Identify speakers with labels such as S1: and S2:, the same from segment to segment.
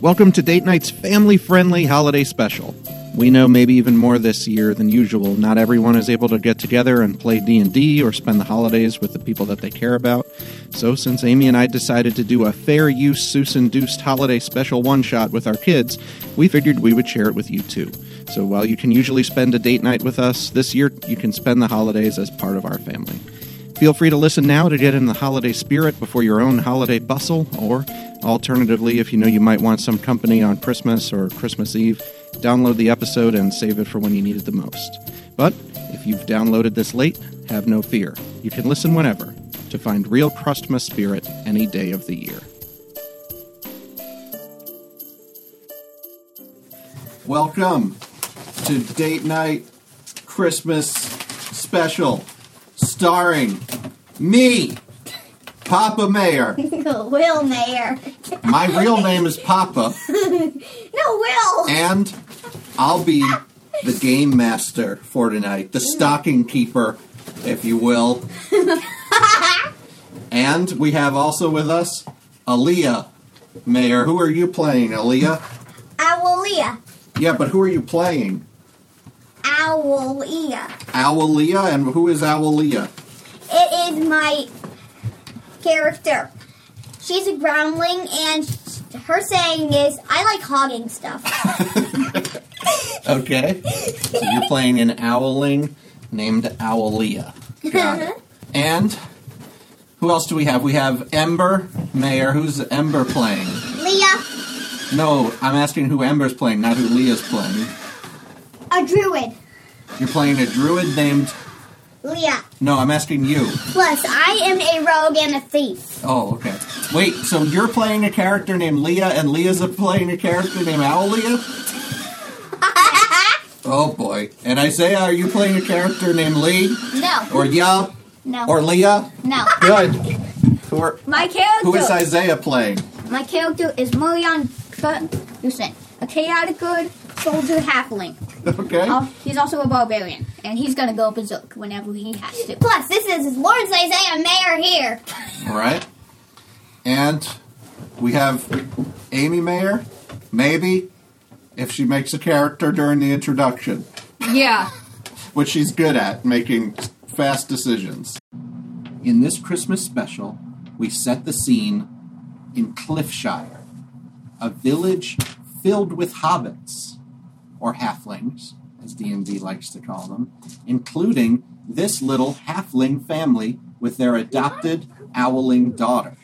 S1: Welcome to Date Night's family friendly holiday special. We know maybe even more this year than usual. Not everyone is able to get together and play D&D or spend the holidays with the people that they care about. So since Amy and I decided to do a fair use Seuss-induced holiday special one-shot with our kids, we figured we would share it with you too. So while you can usually spend a date night with us, this year you can spend the holidays as part of our family. Feel free to listen now to get in the holiday spirit before your own holiday bustle, or alternatively, if you know you might want some company on Christmas or Christmas Eve, download the episode and save it for when you need it the most. But if you've downloaded this late, have no fear. You can listen whenever to find real Christmas spirit any day of the year. Welcome to Date Night Christmas Special, starring me, Papa Mayor.
S2: Will Mayor.
S1: My real name is Papa,
S2: No, Will!
S1: and I'll be the game master for tonight, the stocking keeper, if you will. And we have also with us Aaliyah Mayor. Who are you playing, Aaliyah?
S2: Owlia.
S1: Yeah, but who are you playing?
S2: Owlia.
S1: Owlia, and who is Owlia?
S2: It is my character. She's a groundling, and sh- her saying is, I like hogging stuff.
S1: Okay. So you're playing an owling named Owlia. Got it. And who else do we have? We have Ember Mayor. Who's Ember playing?
S2: Leah,
S1: No, I'm asking who Ember's playing, not who Leah's playing.
S2: a druid.
S1: You're playing a druid named.
S2: Leah.
S1: No, I'm asking you.
S2: Plus, I am a rogue and a thief.
S1: Oh, okay. Wait, so you're playing a character named Leah, and Leah's a- playing a character named Owlia? Oh boy. And Isaiah, are you playing a character named Lee?
S2: no.
S1: Or Ya?
S2: no.
S1: Or Leah?
S2: no.
S1: Good. Who, are,
S2: My character.
S1: who is Isaiah playing?
S2: My character is Murion Busen, a chaotic good soldier halfling.
S1: Okay.
S2: Um,
S3: Oh, he's also a barbarian, and he's gonna go berserk whenever he has to.
S2: Plus, this is Lawrence Isaiah Mayor here.
S1: All right. And we have Amy Mayer, maybe, if she makes a character during the introduction,
S3: Yeah.
S1: which she's good at, making fast decisions. In this Christmas special, we set the scene in Cliffshire, a village filled with hobbits, or halflings, as D&D likes to call them, including this little halfling family with their adopted owling daughter.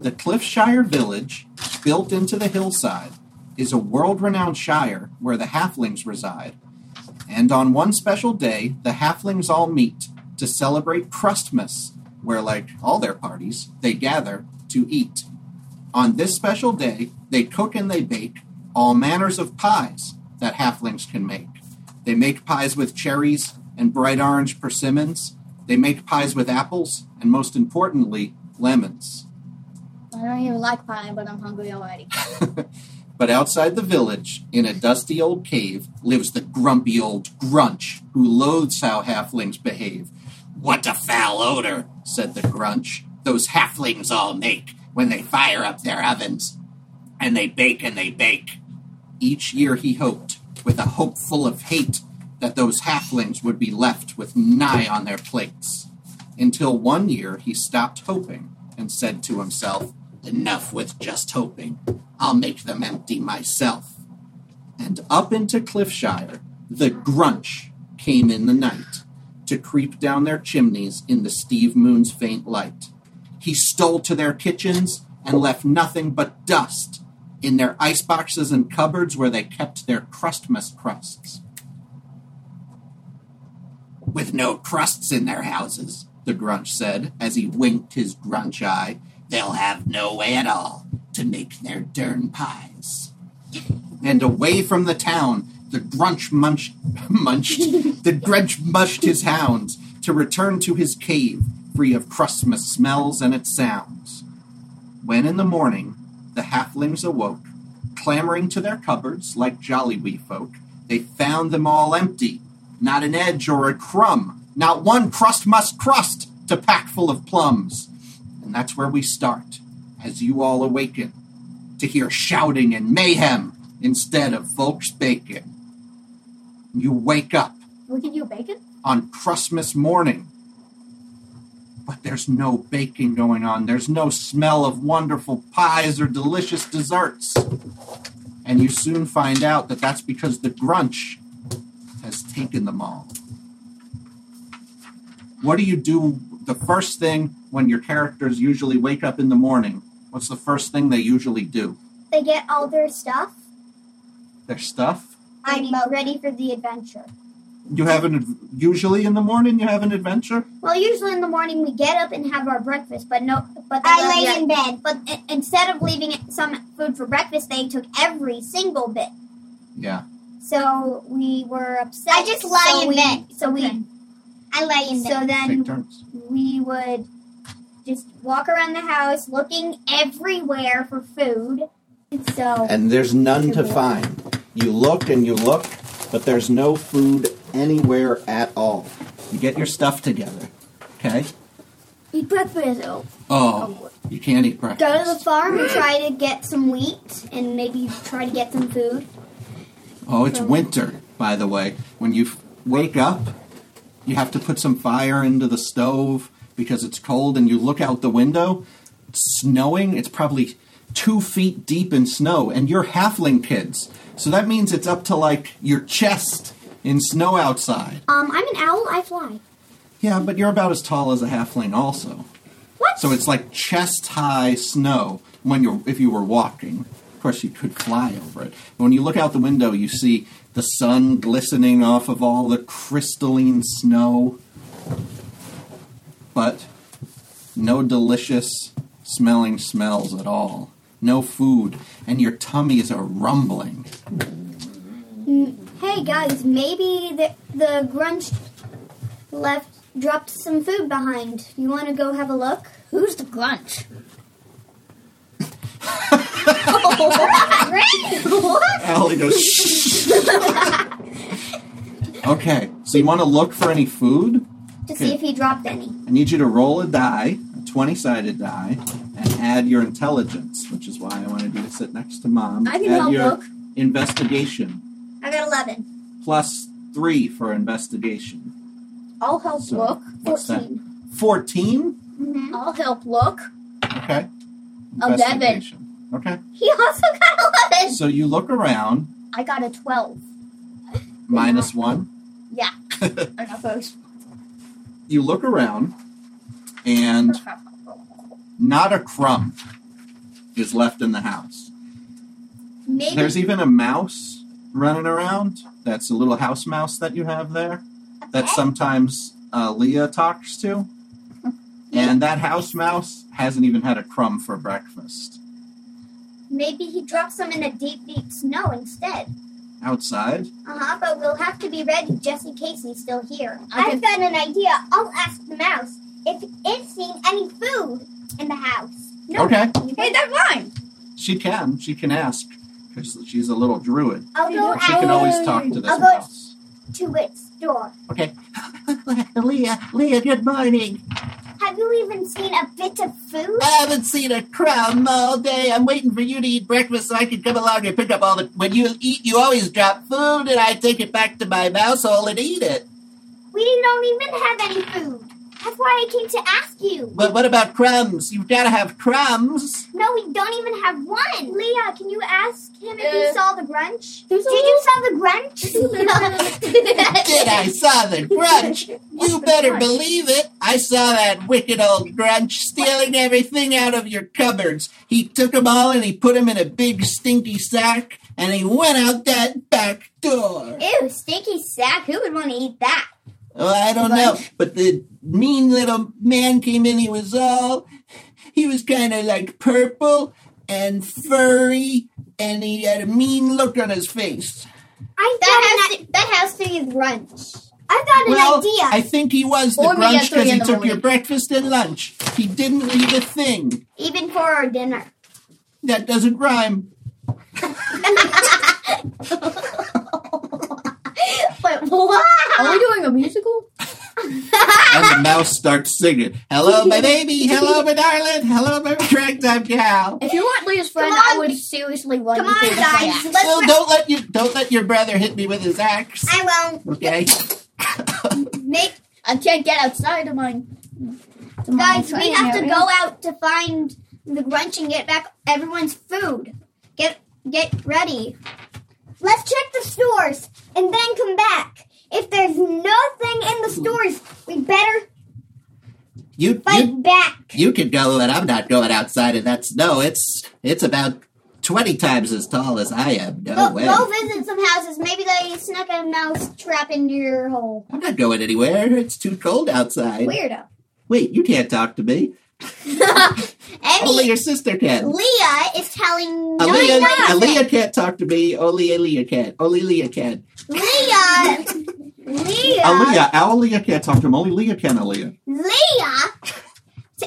S1: The Cliffshire village, built into the hillside, is a world-renowned shire where the halflings reside. And on one special day, the halflings all meet to celebrate Crustmas, where, like all their parties, they gather to eat. On this special day, they cook and they bake all manners of pies that halflings can make. They make pies with cherries and bright orange persimmons. They make pies with apples and, most importantly, lemons.
S3: I don't even like pie, but I'm hungry already.
S1: But outside the village, in a dusty old cave, lives the grumpy old Grunch, who loathes how halflings behave. What a foul odor, said the Grunch. Those halflings all make when they fire up their ovens. And they bake and they bake. Each year he hoped, with a hope full of hate, that those halflings would be left with nigh on their plates. Until one year he stopped hoping and said to himself, Enough with just hoping. I'll make them empty myself. And up into Cliffshire, the Grunch came in the night to creep down their chimneys in the Steve moon's faint light. He stole to their kitchens and left nothing but dust in their ice boxes and cupboards where they kept their Christmas crusts with no crusts in their houses, the Grunch said as he winked his Grunch eye. They'll have no way at all to make their dern pies. And away from the town, the Grunch munched, munched the Grunch mushed his hounds to return to his cave, free of Christmas smells and its sounds. When in the morning the halflings awoke, clamoring to their cupboards like jolly wee folk, they found them all empty, not an edge or a crumb, not one crust must crust to pack full of plums. And that's where we start, as you all awaken to hear shouting and mayhem instead of folks bacon. You wake up
S3: We can do bacon?
S1: on Christmas morning. But there's no baking going on. There's no smell of wonderful pies or delicious desserts. And you soon find out that that's because the Grunch has taken them all. What do you do the first thing when your characters usually wake up in the morning? What's the first thing they usually do?
S2: They get all their stuff.
S1: Their stuff?
S2: I'm uh, ready for the adventure.
S1: You have an ad- usually in the morning you have an adventure?
S2: Well, usually in the morning we get up and have our breakfast, but no, but
S4: I lay in
S2: bed. But i- instead of leaving it- some food for breakfast, they took every single bit.
S1: Yeah.
S2: So we were upset.
S4: I just lie
S2: so
S4: in
S2: we,
S4: bed.
S2: So we,
S4: I lay in bed.
S2: so
S1: Take
S2: then
S1: turns.
S2: we would just walk around the house looking everywhere for food. So
S1: And there's none to find. You look and you look, but there's no food anywhere at all. You get your stuff together, okay?
S2: eat breakfast. Oh.
S1: Oh, you can't eat breakfast.
S2: Go to the farm and try to get some wheat and maybe try to get some food.
S1: Oh, it's winter, by the way. When you f- wake up, you have to put some fire into the stove because it's cold, and you look out the window. It's snowing. It's probably two feet deep in snow, and you're halfling kids. So that means it's up to like your chest in snow outside.
S2: Um, I'm an owl. I fly.
S1: Yeah, but you're about as tall as a halfling, also.
S2: What?
S1: So it's like chest high snow when you're if you were walking. Of course, you could fly over it. But when you look out the window, you see the sun glistening off of all the crystalline snow, but no delicious smelling smells at all. No food, and your tummies are rumbling.
S2: Hey guys, maybe the the grunge left dropped some food behind. You want to go have a look?
S3: Who's the grunch?
S1: Allie goes. "Shh." okay, so you want to look for any food?
S2: To see if he dropped any.
S1: I need you to roll a die, a 20 sided die, and add your intelligence, which is why I wanted you to sit next to mom.
S3: I can
S1: add
S3: help
S1: your
S3: look.
S1: investigation,
S2: I got eleven.
S1: plus three for investigation.
S3: I'll help
S1: So,
S3: look.
S1: what's that? 14?
S3: I'll help look.
S1: Okay.
S3: Eleven.
S1: Investigation. Okay.
S2: He also got eleven.
S1: So you look around,
S3: I got a 12.
S1: minus one.
S3: Yeah. I got those.
S1: You look around, and not a crumb is left in the house.
S2: Maybe
S1: There's even a mouse running around. That's a little house mouse that you have there that sometimes uh, Leah talks to. And that house mouse hasn't even had a crumb for breakfast.
S2: maybe he dropped some in the deep deep snow instead.
S1: Outside,
S2: Uh huh. But we'll have to be ready just in case he's still here.
S3: I
S2: I've got an idea. I'll ask the mouse if it's seen any food in the house.
S1: Okay.
S3: Hey, that's mine!
S1: she can. She can ask because she's a little druid.
S2: I'll go
S1: She can
S2: out
S1: always talk to this
S2: I'll go-
S1: mouse.
S2: to its door.
S1: Okay. Leah, Leah, good morning.
S2: Have you even seen a bit of food?
S1: I haven't seen a crumb all day. I'm waiting for you to eat breakfast so I can come along and pick up all the. When you eat, you always drop food, and I take it back to my mouse hole and eat it.
S2: We don't even have any food. That's why I came to ask you.
S1: But what about crumbs? You've got to have crumbs.
S2: No, we don't even have one. Leah, can you ask him if
S3: Uh,
S2: he saw the grunch?
S3: there's
S2: Did
S3: a
S2: you saw the grunch?
S1: Did I saw the grunch? You better believe it. I saw that wicked old grunch stealing everything out of your cupboards. He took 'em all and he put 'em in a big stinky sack, and he went out that back door.
S2: Ew, stinky sack. Who would want to eat that?
S1: Well, I don't know. But the mean little man came in. He was all, he was kind of like purple and furry, and he had a mean look on his face.
S2: I
S4: That
S2: has to, that has to be grunch. I've got an
S1: well,
S2: idea.
S1: I think he was the
S3: Or we
S1: grunge
S3: get three
S1: because he
S3: in the
S1: took your
S3: morning.
S1: breakfast and lunch. He didn't leave a thing.
S2: even for our dinner.
S1: That doesn't rhyme.
S2: But what?
S3: Are we doing a musical?
S1: I and the mouse starts singing. Hello, my baby. Hello, my darling. Hello, my ragtime gal.
S3: If you weren't Leah's friend,
S2: Come
S3: I
S2: on.
S3: would seriously run
S2: Come
S3: you through
S2: on,
S3: the
S2: guys.
S3: fire.
S2: Let's.
S1: Oh, don't let you don't let your brother hit me with his axe.
S2: I won't
S1: Okay.
S2: make.
S3: I can't get outside of mine.
S2: Guys, we have to go out to find the Grunch and get back everyone's food. Get get ready. Let's check the stores and then come back. If there's nothing in the stores, we better
S1: You
S2: fight
S1: you,
S2: back.
S1: you can go, and I'm not going outside in that snow. It's it's about twenty times as tall as I am. No
S2: Go,
S1: way.
S2: go visit some houses. Maybe they snuck a mouse trap into your hole.
S1: I'm not going anywhere. It's too cold outside.
S2: Weirdo.
S1: Wait, you can't talk to me. Only
S2: Emmy,
S1: your sister can.
S2: Leah is telling no,
S1: Aaliyah,
S2: nothing.
S1: Aaliyah can't talk to me. Only Aaliyah can. Only Leah can.
S2: Leah. Leah.
S1: Aaliyah, Aaliyah can't talk to him. Only Leah can, Aaliyah.
S2: Leah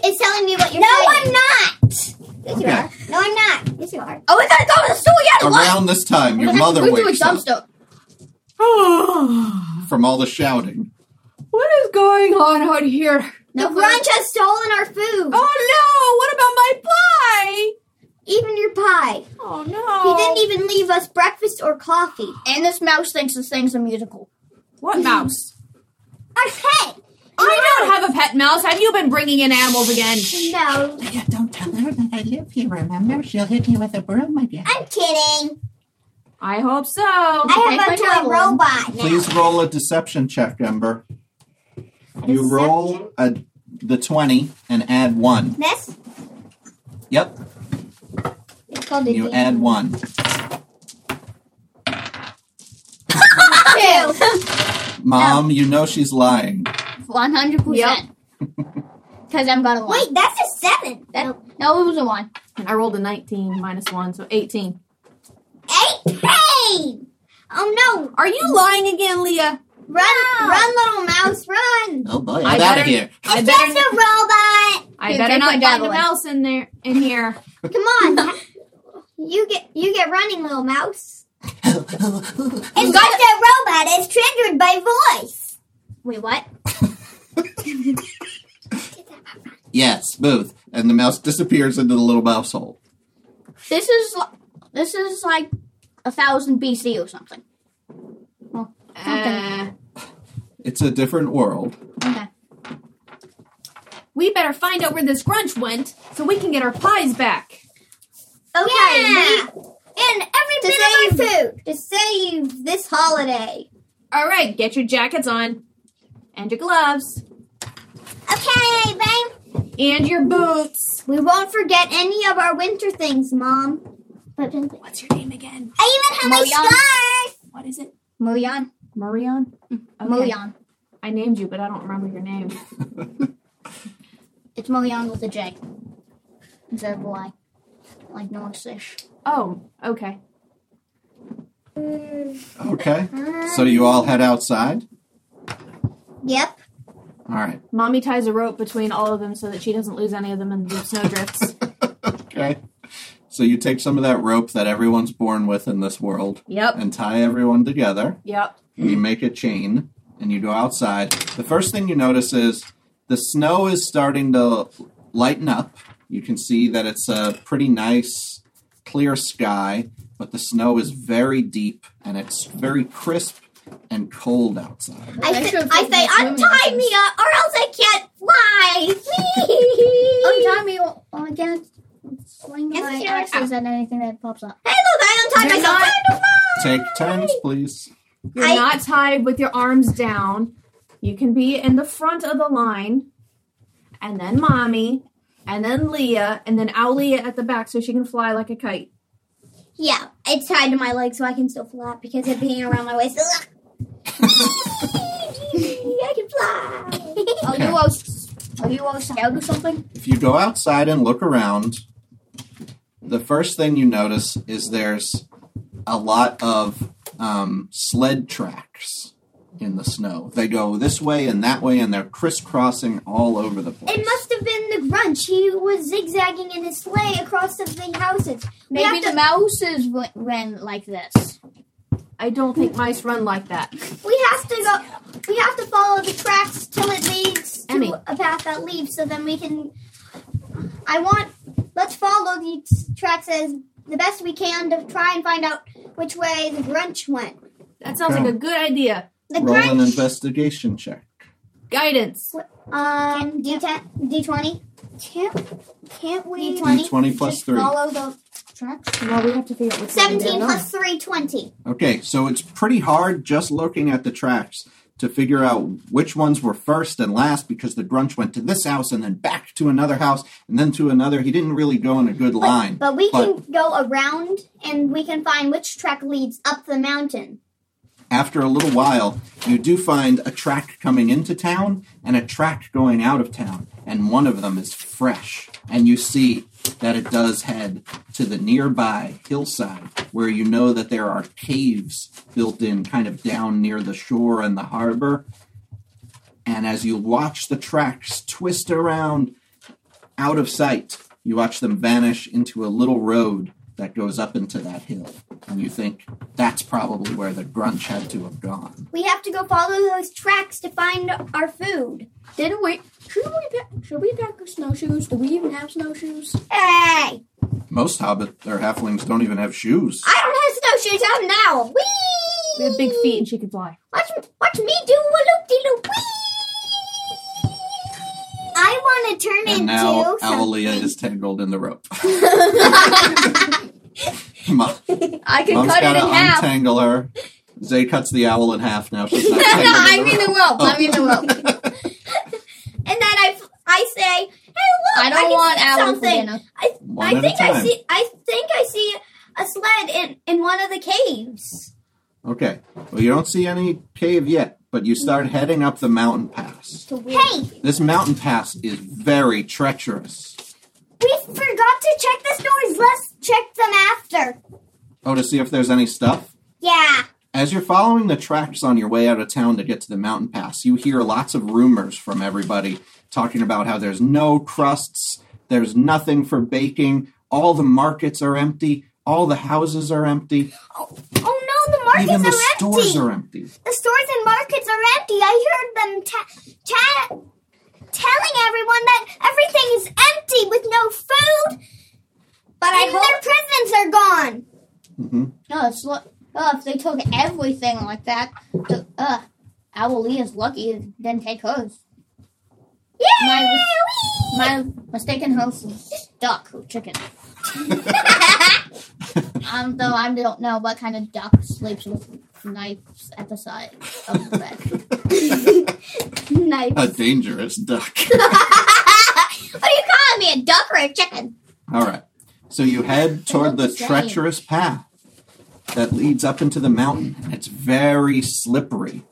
S2: is telling me what you're saying. No, I'm not. Yes, you
S1: Okay.
S2: are. No, I'm not. Yes, you are.
S3: Oh, we gotta go to the store yet.
S1: Around this time, your mother wakes up from all the shouting.
S4: what is going on out here?
S2: The grunge has stolen our food.
S3: Oh.
S4: Oh no! What about my
S2: Even your pie.
S4: pie? Oh
S2: He
S4: no!
S2: didn't even leave us breakfast or coffee.
S3: And this mouse thinks this thing's a musical.
S4: What mouse?
S2: Our pet.
S4: I don't have a pet mouse. Have you been bringing in animals again?
S2: No,
S1: Leah, don't tell her that I live here, remember? She'll hit you with a broom again.
S2: I'm kidding.
S4: I hope so.
S2: I
S3: Make
S2: have
S3: my
S2: a toy
S3: problem.
S2: robot now.
S1: Please roll a deception check, Ember. You
S2: Deception?
S1: roll a, the 20 and add 1.
S2: This.
S1: Yep,
S2: It's called a
S1: you
S2: game.
S1: add 1.
S2: Two.
S1: Mom, you know she's lying.
S3: 100%. Because I'm gonna one.
S2: Wait, that's a seven.
S3: That, No, it was a one.
S4: I rolled a 19 minus 1, so
S2: Eighteen.
S4: 18.
S2: Oh no!
S4: Are you lying again, Leah?
S2: Run, run, little mouse, run!
S1: Oh boy,
S4: I
S1: I'm out of
S4: better-
S1: here.
S4: I
S2: it's
S4: better,
S2: just a robot.
S4: I
S3: Here,
S4: better
S3: take
S4: not
S3: my
S4: find a
S3: javelin.
S4: mouse in there in here.
S2: Come on. you get you get running, little mouse. It's just a robot. It's triggered by voice.
S3: Wait, what?
S1: Yes, Booth. And the mouse disappears into the little mouse hole.
S3: This is li- this is like a thousand BC or something.
S4: Uh,
S1: It's a different world.
S3: Okay.
S4: we better find out where this grunge went so we can get our pies back.
S2: Okay.
S3: Yeah.
S2: we- And every to bit save, of our food to save this holiday.
S4: All right, get your jackets on, and your gloves,
S2: Okay, bang.
S4: and your boots.
S2: We won't forget any of our winter things, Mom. But I
S4: What's your name again?
S2: even have my
S3: Mom, y'all-
S2: scarf.
S4: What is it? Mm-hmm.
S3: Moyan.
S4: Marion? Okay.
S3: Moyan.
S4: I named you, but I don't remember your name.
S3: It's Moyan with a J. Instead of a Y. Like Norse-ish.
S4: Oh, okay.
S1: Okay.
S2: Uh,
S1: So you all head outside?
S2: Yep.
S1: All right.
S4: Mommy ties a rope between all of them so that she doesn't lose any of them in the snowdrifts.
S1: Okay. So you take some of that rope that everyone's born with in this world
S4: yep.
S1: and tie everyone together.
S4: Yep.
S1: And you make a chain and you go outside. The first thing you notice is the snow is starting to lighten up. You can see that it's a pretty nice, clear sky, but the snow is very deep and it's very crisp and cold outside.
S2: I,
S3: I
S2: say,
S3: should've
S2: I
S3: taken
S2: say,
S3: my swimming
S2: untie me up, or else I can't fly.
S3: Untie me or or I can't swing
S2: Yes,
S3: my
S2: sure.
S3: axes at anything that pops up.
S2: hey, look, I untied
S4: You're
S2: myself.
S4: not-
S2: Time to fly.
S1: Take turns, please.
S4: You're
S2: I-
S4: not tied with your arms down. You can be in the front of the line, and then Mommy, and then Leah, and then I'll Leah at the back so she can fly like a kite.
S2: Yeah, it's tied to my leg so I can still flap because it hanging around my waist. Ugh. I can fly.
S3: Are Oh, you all, are you all scared or something?
S1: If you go outside and look around, the first thing you notice is there's a lot of um, sled tracks in the snow. They go this way and that way, and they're crisscrossing all over the place.
S2: It must have been the grunch. He was zigzagging in his sleigh across the big houses. We
S3: Maybe
S2: have
S3: the
S2: to-
S3: mouses w- ran like this.
S4: I don't think mice run like that.
S2: We have to go. We have to follow the tracks till it leads to that leads so then we can. I want. Let's follow these tracks as the best we can to try and find out which way the Grunch went.
S4: That sounds like a good idea.
S2: The
S1: Roll an
S2: Grunch.
S1: investigation check.
S4: Guidance.
S2: Um, D10, D20.
S5: Can't, can't we
S2: D20.
S1: Twenty plus
S5: just
S1: three.
S5: follow the tracks?
S4: Now we have to figure out what's
S2: 17 plus 3, 20.
S1: Okay, so it's pretty hard just looking at the tracks to figure out which ones were first and last because the grunch went to this house and then back to another house and then to another. He didn't really go in a good line.
S2: But we
S1: But-
S2: can go around and we can find which track leads up the mountain.
S1: After a little while, you do find a track coming into town and a track going out of town, and one of them is fresh. And you see that it does head to the nearby hillside where you know that there are caves built in kind of down near the shore and the harbor. And as you watch the tracks twist around out of sight, you watch them vanish into a little road that goes up into that hill. And you think that's probably where the grunch had to have gone.
S2: We have to go follow those tracks to find our food.
S3: Didn't we? Should we? Pack, should we pack our snowshoes? Do we even have snowshoes?
S2: Hey!
S1: Most hobbit or halflings don't even have shoes.
S2: I don't have snowshoes. I'm now. Whee!
S4: We have big feet and she can fly.
S2: Watch, watch me do a loop de loop.
S5: I want to turn
S1: And now
S5: into
S1: Owlia is tangled in the rope. Mom,
S3: I can
S1: Mom's
S3: cut it
S1: gotta
S3: in half.
S1: untangle her. Zay cuts the owl in half now. She's not
S3: no,
S1: tangled
S3: I
S1: in the
S3: mean
S1: rope. Oh.
S3: the rope. I mean the rope.
S2: And then I, I say, hey, look,
S3: I don't
S2: can
S3: want
S2: see
S3: owl for
S2: something.
S3: dinner.
S2: I,
S1: One
S2: I
S1: at a
S2: think I
S1: time.
S2: see. I think I see a sled in in one of the caves.
S1: Okay. Well, you don't see any cave yet, but you start heading up the mountain pass.
S2: Hey,
S1: This mountain pass is very treacherous.
S2: we forgot to check the stores. Let's check them after.
S1: Oh, to see if there's any stuff?
S2: Yeah.
S1: As you're following the tracks on your way out of town to get to the mountain pass, you hear lots of rumors from everybody talking about how there's no crusts, there's nothing for baking, all the markets are empty, all the houses are empty,
S2: Oh no, the markets
S1: even the
S2: are
S1: stores
S2: empty.
S1: are empty.
S2: the stores and markets are empty. I heard them ta- ta- telling everyone that everything is empty with no food. But
S3: I
S2: and their presents are gone.
S1: hmm
S3: No, it's look. Uh, if they took everything like that, the, uh, Owlia's lucky it didn't take hers.
S2: Yeah.
S3: My, my mistaken host is duck or chicken. Um, though I don't know what kind of duck sleeps with knives at the side of the bed.
S2: Nice.
S1: A dangerous duck.
S3: what are you calling me, a duck or a chicken?
S1: All right. So you head toward the
S3: looks strange.
S1: treacherous path that leads up into the mountain. It's very slippery.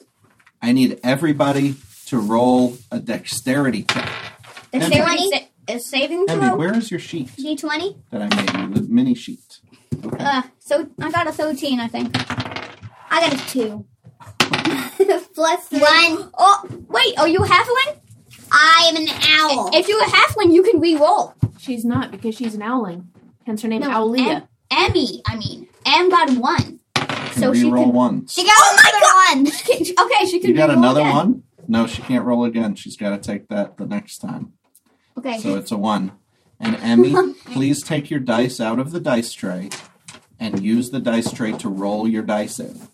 S1: I need everybody to roll a dexterity check.
S3: Is
S1: Emmy.
S3: there any sa- is saving
S1: Emmy,
S3: throw?
S1: where is your sheet
S3: D twenty.
S1: that I made you? The mini sheet. Okay.
S3: Uh, so I got a thirteen, I think.
S2: I got a two. Plus one.
S3: Oh wait, are you a halfling?
S2: I am an owl.
S3: If you're a halfling, you can re-roll.
S4: She's not because she's an owling. Hence her name Owlia.
S3: Emmy, I mean, Em got one.
S1: You
S3: so
S1: can
S3: she
S1: re-roll
S3: can-
S1: one.
S2: she got oh my god.
S3: Okay, she can.
S1: You got
S3: re-roll
S1: another
S3: again.
S1: one? No, she can't roll again. She's got to take that the next time.
S3: Okay.
S1: So it's a one. And Emmy, please take your dice out of the dice tray and use the dice tray to roll your dice in.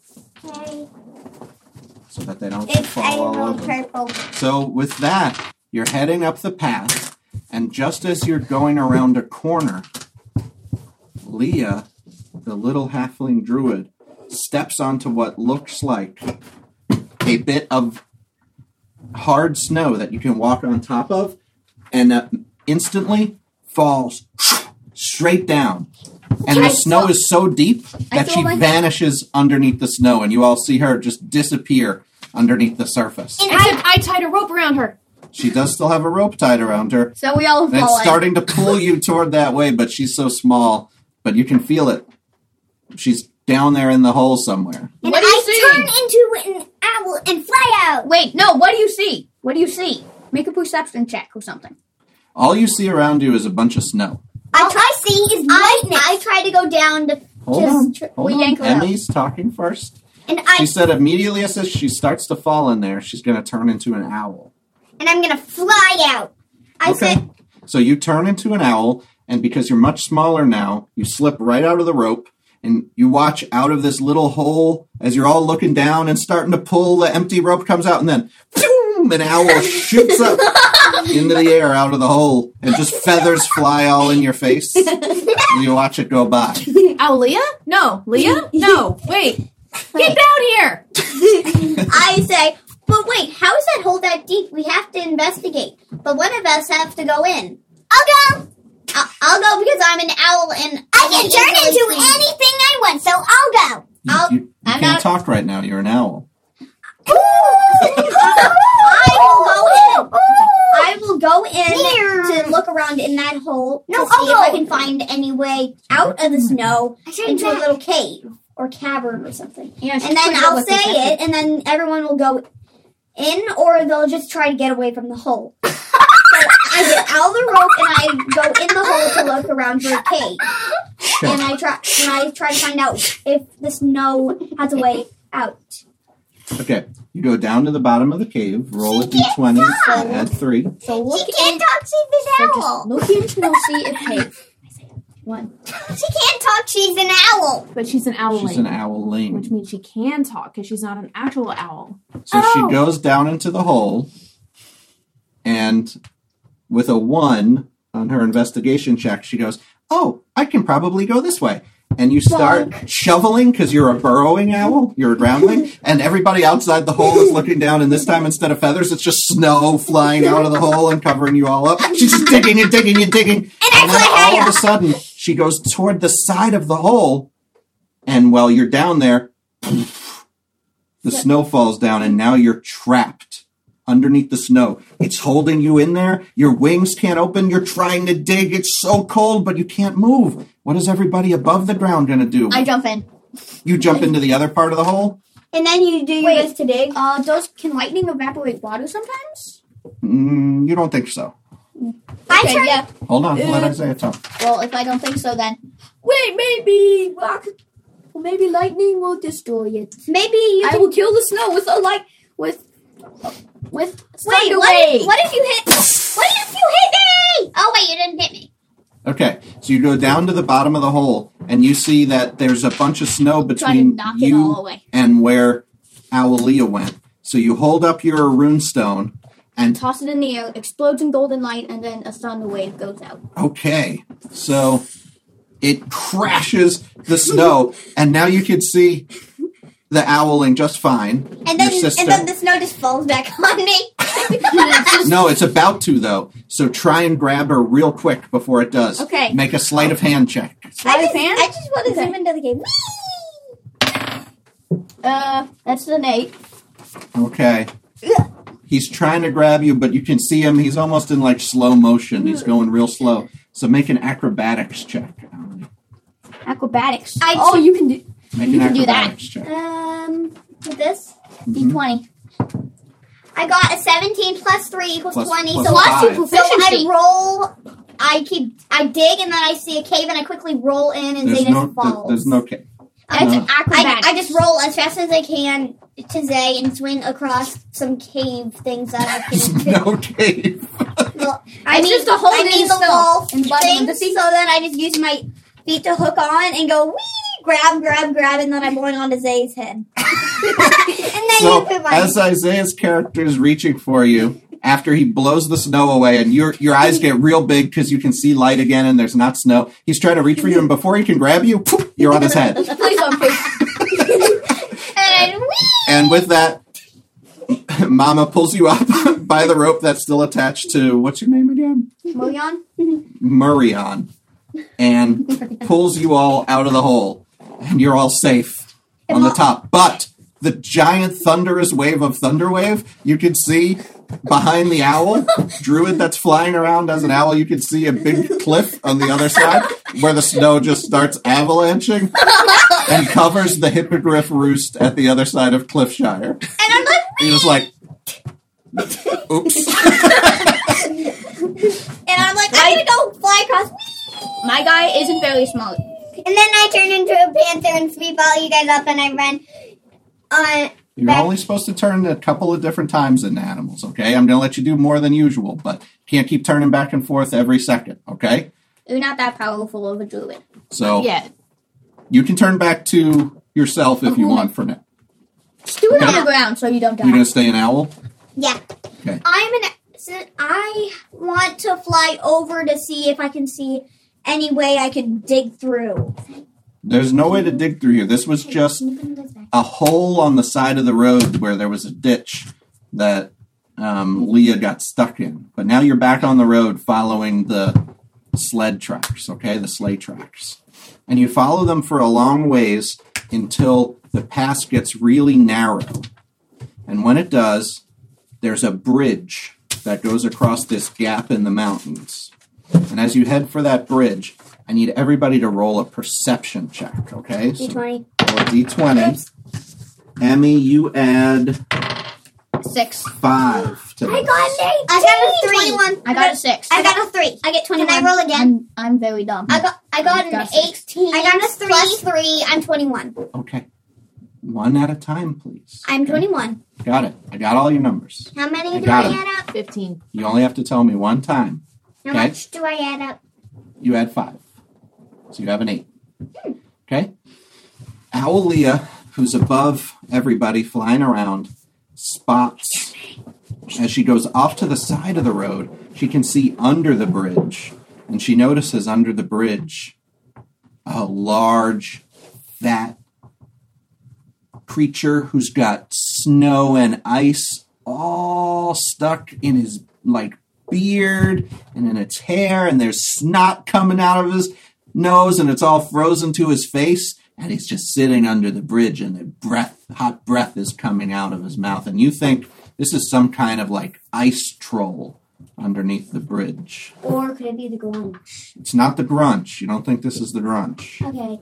S1: so that they don't
S2: It's I
S1: fall all
S2: rolled
S1: over.
S2: purple.
S1: So with that, you're heading up the path, and just as you're going around a corner, Leah, the little halfling druid, steps onto what looks like a bit of hard snow that you can walk on top of, and uh, instantly falls straight down. And the snow is so deep that
S3: throw
S1: she
S3: my-
S1: vanishes underneath the snow, and you all see her just disappear underneath the surface.
S4: Except I tied a rope around her.
S1: She does still have a rope tied around her.
S3: So we all
S1: And it's
S3: fall. in.
S1: starting to pull you toward that way, but she's so small, but you can feel it. She's down there in the hole somewhere.
S2: And
S3: What do you
S2: I
S3: see?
S2: turn into an owl and fly out.
S3: Wait, no. What do you see? What do you see? Make a perception check or something.
S1: All you see around you is a bunch of snow.
S2: I try I see is lightning. I, try to go down to
S1: Hold
S2: Just
S1: on.
S2: tr-
S1: Hold
S3: we
S1: on.
S3: yank her out.
S1: Emmy's talking first.
S2: and I
S1: She said immediately as she starts to fall in there, she's going to turn into an owl.
S2: and I'm gonna fly out. I said,
S1: So you turn into an owl, and because you're much smaller now, you slip right out of the rope, and you watch out of this little hole as you're all looking down and starting to pull. The empty rope comes out, and then boom, an owl shoots up into the air out of the hole, and just feathers fly all in your face. and you watch it go by.
S4: Oh, Leah? No, Leah? No, wait. Get down here!
S2: I say, but wait, how is that hole that deep? We have to investigate. But one of us have to go in. I'll go. I'll, I'll go because I'm an owl and
S5: I can turn into anything I want, so I'll go.
S1: You,
S2: I'll-
S1: you- you
S2: I'm
S1: can't talk right now. You're an owl.
S2: I will go in. I will go in to look around in that hole
S5: No,
S2: to see if I
S5: I'll go.
S2: can find any way out of the snow
S5: I turned
S2: into a
S5: back.
S2: little cave or cavern or something.
S3: Yeah,
S2: And then I'll say it, and then everyone will go in, or they'll just try to get away from the hole. So I get out of the rope and I go in the hole to look around for a cave. And I try and I try to find out if the snow has a way out.
S1: Okay, you go down to the bottom of the cave, roll a d20, add three.
S3: So look
S5: She can't talk, she's
S3: So
S5: an
S3: just
S5: owl.
S3: look into and see if cave. One.
S5: She can't talk, she's an owl.
S4: But she's an owl,
S1: She's an owl ling.
S4: which means she can talk because she's not an actual owl.
S1: So
S4: Oh.
S1: she goes down into the hole, and with a one on her investigation check, she goes, "Oh, I can probably go this way." And you start shoveling because you're a burrowing owl, you're a groundling, and everybody outside the hole is looking down. And this time, instead of feathers, it's just snow flying out of the hole and covering you all up. She's just digging and digging and digging, and, then all of a sudden, she goes toward the side of the hole, and while you're down there, the snow falls down, and now you're trapped underneath the snow. It's holding you in there. Your wings can't open. You're trying to dig. It's so cold, but you can't move. What is everybody above the ground going to do?
S3: I jump in.
S1: you jump into the other part of the hole?
S2: And then you do your
S3: Wait.
S2: best to dig.
S3: Uh, does can lightning evaporate water sometimes?
S1: Mm, you don't think so.
S2: I
S3: Okay,
S2: turn
S3: yeah.
S1: Hold on.
S3: Uh.
S1: Let Isaiah talk.
S3: Well, if I don't think so, then wait, maybe rock, maybe lightning will destroy it.
S2: maybe you
S3: I
S2: can,
S3: will kill the snow with a light with with
S2: wait,
S3: thunder
S2: what if,
S3: wave.
S2: what if you hit what if you hit me? Oh wait, you didn't hit me.
S1: Okay, so you go down to the bottom of the hole, and you see that there's a bunch of snow
S3: Try to
S1: between
S3: knock it
S1: you
S3: all away.
S1: and where Owlia went. So you hold up your runestone, and
S3: Toss it in the air, explodes in golden light, and then a thunder wave goes out.
S1: Okay. So it crashes the snow, and now you can see the owling just fine.
S2: And then
S1: your sister.
S2: and then the snow just falls back on me.
S1: no, it's about to, though. So try and grab her real quick before it does.
S3: Okay.
S1: Make a sleight of hand check.
S2: I
S4: Sleight of
S2: just,
S4: hand?
S2: I just want to
S3: Okay.
S2: zoom into the game.
S3: Uh, that's an eight.
S1: Okay. He's trying to grab you, but you can see him. He's almost in like slow motion. He's going real slow. So make an acrobatics check.
S3: Acrobatics.
S2: I
S3: oh, you can do
S1: Make
S3: You
S1: an
S3: can do that.
S1: acrobatics check.
S2: Um, with this,
S1: Mhm.
S3: d20.
S2: I got a 17 plus 3 equals
S1: Plus-
S2: 20.
S1: plus
S2: so
S1: Plus your five.
S2: so I
S3: proficiency.
S2: roll, I keep, I dig, and then I see a cave, and I quickly roll in, and
S1: There's
S2: Zayden
S1: no,
S2: falls.
S1: there's no kick.
S2: I,
S1: no.
S2: I, I just roll as fast as I can to Zay and swing across some cave things that I
S1: There's
S2: can.
S1: no cave.
S2: I
S3: It's
S2: mean,
S3: just a hole
S2: I
S3: in
S2: mean
S3: the
S2: the
S3: snow
S2: wall
S3: and button
S2: thing,
S3: the seat.
S2: so then I just use my feet to hook on and go wee, grab, grab, grab, and then I'm going onto Zay's head. and then you
S1: so
S2: put my
S1: as Isaiah's character is reaching for you, after he blows the snow away, and your your eyes get real big because you can see light again, and there's not snow. He's trying to reach for you, and before he can grab you, poof, you're on his head.
S3: Please don't please.
S2: and wee.
S1: And with that, Mama pulls you up by the rope that's still attached to what's your name again,
S2: Moyon?
S1: Murion, and pulls you all out of the hole, and you're all safe on the top. But the giant thunderous wave of thunder wave, you can see behind the owl druid that's flying around as an owl. You can see a big cliff on the other side where the snow just starts avalanching and covers the hippogriff roost at the other side of Cliffshire. And
S2: I'm like,
S1: you're just like, oops.
S2: and I'm like, I'm gonna go fly across.
S3: My guy isn't very smart.
S2: And then I turn into a panther and sweep all you guys up, and I run on
S1: You're only supposed to turn a couple of different times into animals, okay? I'm gonna let you do more than usual, but can't keep turning back and forth every second, okay?
S3: You're not that powerful of a druid.
S5: Oh.
S1: So
S4: Yeah.
S1: you can turn back to yourself if you want for now.
S3: Just do it on
S1: Yeah.
S3: the ground so you don't die.
S1: You're gonna stay an owl?
S2: Yeah.
S1: Okay.
S2: I'm an. so I want to fly over to see if I can see any way I could dig through.
S1: There's no way to dig through here. This was just a hole on the side of the road where there was a ditch that um, Leah got stuck in. But now you're back on the road following the sled tracks, okay? The sleigh tracks. And you follow them for a long ways until the pass gets really narrow. And when it does, there's a bridge that goes across this gap in the mountains. And as you head for that bridge, I need everybody to roll a perception check, okay? So
S2: D20.
S1: roll a d20. Emmy, you add
S3: Six.
S1: five to this.
S2: I got a three.
S3: I got a six.
S2: I got a three. I get twenty. Can I roll again?
S3: I'm, I'm very dumb.
S2: I got. I
S3: Oh
S2: got an
S3: Got six.
S2: eighteen. I got a three. Plus three. I'm twenty-one.
S1: Okay. One at a time, please.
S2: I'm twenty-one.
S1: Got it. I got all your numbers.
S2: How many
S1: I
S2: do
S1: got
S2: I
S1: it.
S2: add up?
S4: 15.
S1: You only have to tell me one time.
S2: How
S1: Okay.
S2: much do I add up?
S1: You add five. So you have an eight. Okay? Owlia, who's above everybody flying around, spots as she goes off to the side of the road. She can see under the bridge, and she notices under the bridge a large, fat creature who's got snow and ice all stuck in his like beard and in its hair and there's snot coming out of his nose and it's all frozen to his face and he's just sitting under the bridge and the breath hot breath is coming out of his mouth and you think this is some kind of like ice troll underneath the bridge
S2: Or could it be the Grinch?
S1: it's not the grunch you don't think this is the grunch
S2: Okay.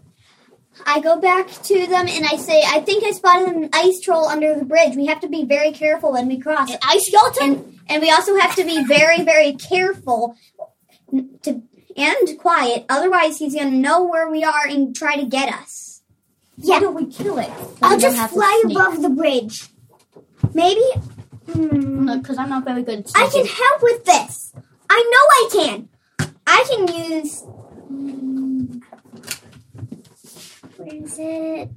S2: I go back to them and I say, I think I spotted an ice troll under the bridge. We have to be very careful when we cross. An ice skeleton? And, and we also have to be very, very careful n- to and quiet. Otherwise, he's going to know where we are and try to get us.
S5: Yeah. do we kill it?
S2: I'll
S3: we don't
S2: just
S3: have to
S2: fly
S3: sneak.
S2: above the bridge. Maybe hmm,
S3: Because I'm not very good at
S2: I can
S3: sneaking.
S2: help with this. I know I can. I can use. hmm, Where is it?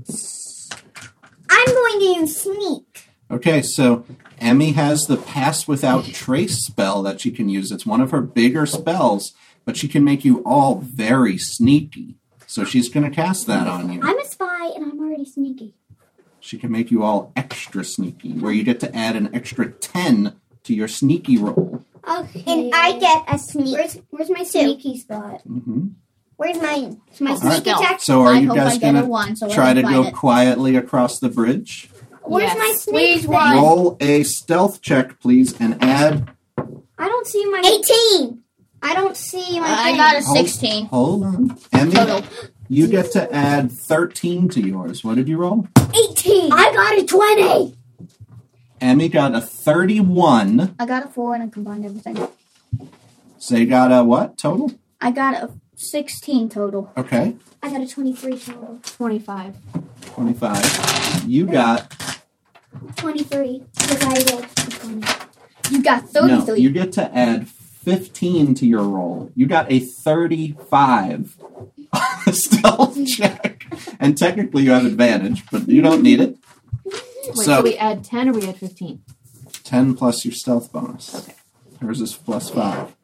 S2: I'm going to use sneak.
S1: Okay, so Emmy has the Pass Without Trace spell that she can use. It's one of her bigger spells, but she can make you all very sneaky. So she's going to cast that on you.
S2: I'm a spy and I'm already sneaky.
S1: She can make you all extra sneaky, where you get to add an extra 10 to your sneaky roll.
S2: Okay.
S5: And I get a sneak.
S2: Where's, where's my sneaky spot?
S1: hmm
S2: Where's my my
S1: All right.
S2: sneak attack?
S1: So are
S3: I
S1: you
S3: hope
S1: guys
S3: I get
S1: going
S3: a
S1: to
S3: one, so I
S1: try to
S3: can
S1: go
S3: find it.
S1: quietly across the bridge?
S2: Where's
S4: Yes.
S2: my sneak?
S3: Please,
S2: thing?
S3: one.
S1: Roll a stealth check, please, and add.
S2: I don't see my.
S5: 18.
S2: I don't see Oh my.
S3: I
S2: thing.
S3: got a
S1: Hold-
S3: 16.
S1: Hold on. Emmy,
S3: Total.
S1: you get to add 13 to yours. What did you roll?
S2: 18. I got a 20.
S1: Emmy got a 31.
S3: I got a four and I combined everything.
S1: So you got a what total?
S3: I got a 16 total.
S1: Okay,
S2: I got a 23 total.
S4: 25.
S1: 25. You got
S2: 23. Because I rolled a 20.
S3: You got
S1: no.
S3: 33.
S1: You get to add 15 to your roll. You got a 35 on the stealth check, and technically you have advantage, but you don't need it.
S4: Wait,
S1: So-
S4: so, we add 10 or we add 15?
S1: 10 plus your stealth bonus. Okay. Hers is plus five.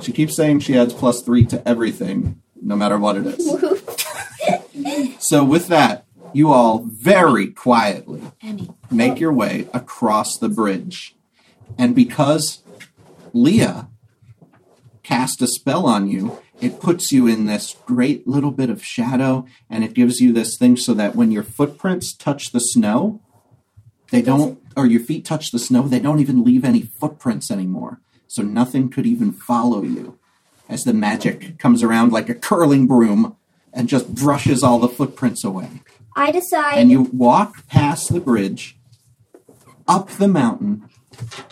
S1: She keeps saying she adds plus three to everything, no matter what it is. so with that, you all very quietly
S4: Emmy.
S1: make your way across the bridge. And because Leah cast a spell on you, it puts you in this great little bit of shadow and it gives you this thing so that when your footprints touch the snow, they don't, or your feet touch the snow, they don't even leave any footprints anymore. So nothing could even follow you as the magic comes around like a curling broom and just brushes all the footprints away
S2: I decide.
S1: and you walk past the bridge, up the mountain,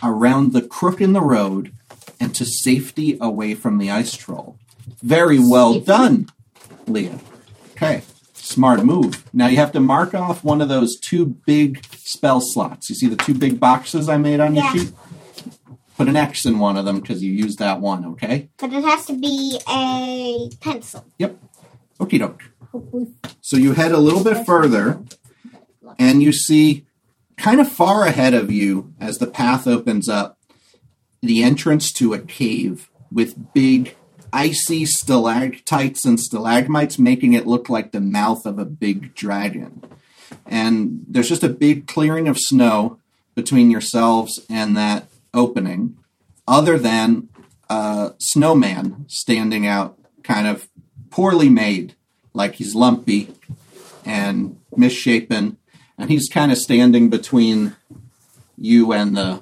S1: around the crook in the road, and to safety away from the ice troll. Very well done, Leah. Okay, Smart move. Now you have to mark off one of those two big spell slots. You see the two big boxes I made on
S2: Yeah.
S1: your sheet? Put an X in one of them because you used that one, okay?
S2: But it has to be a pencil.
S1: Okie doke. So you head a little bit further and you see kind of far ahead of you as the path opens up the entrance to a cave with big icy stalactites and stalagmites making it look like the mouth of a big dragon. And there's just a big clearing of snow between yourselves and that opening other than a snowman standing out kind of poorly made like he's lumpy and misshapen, and he's kind of standing between you and the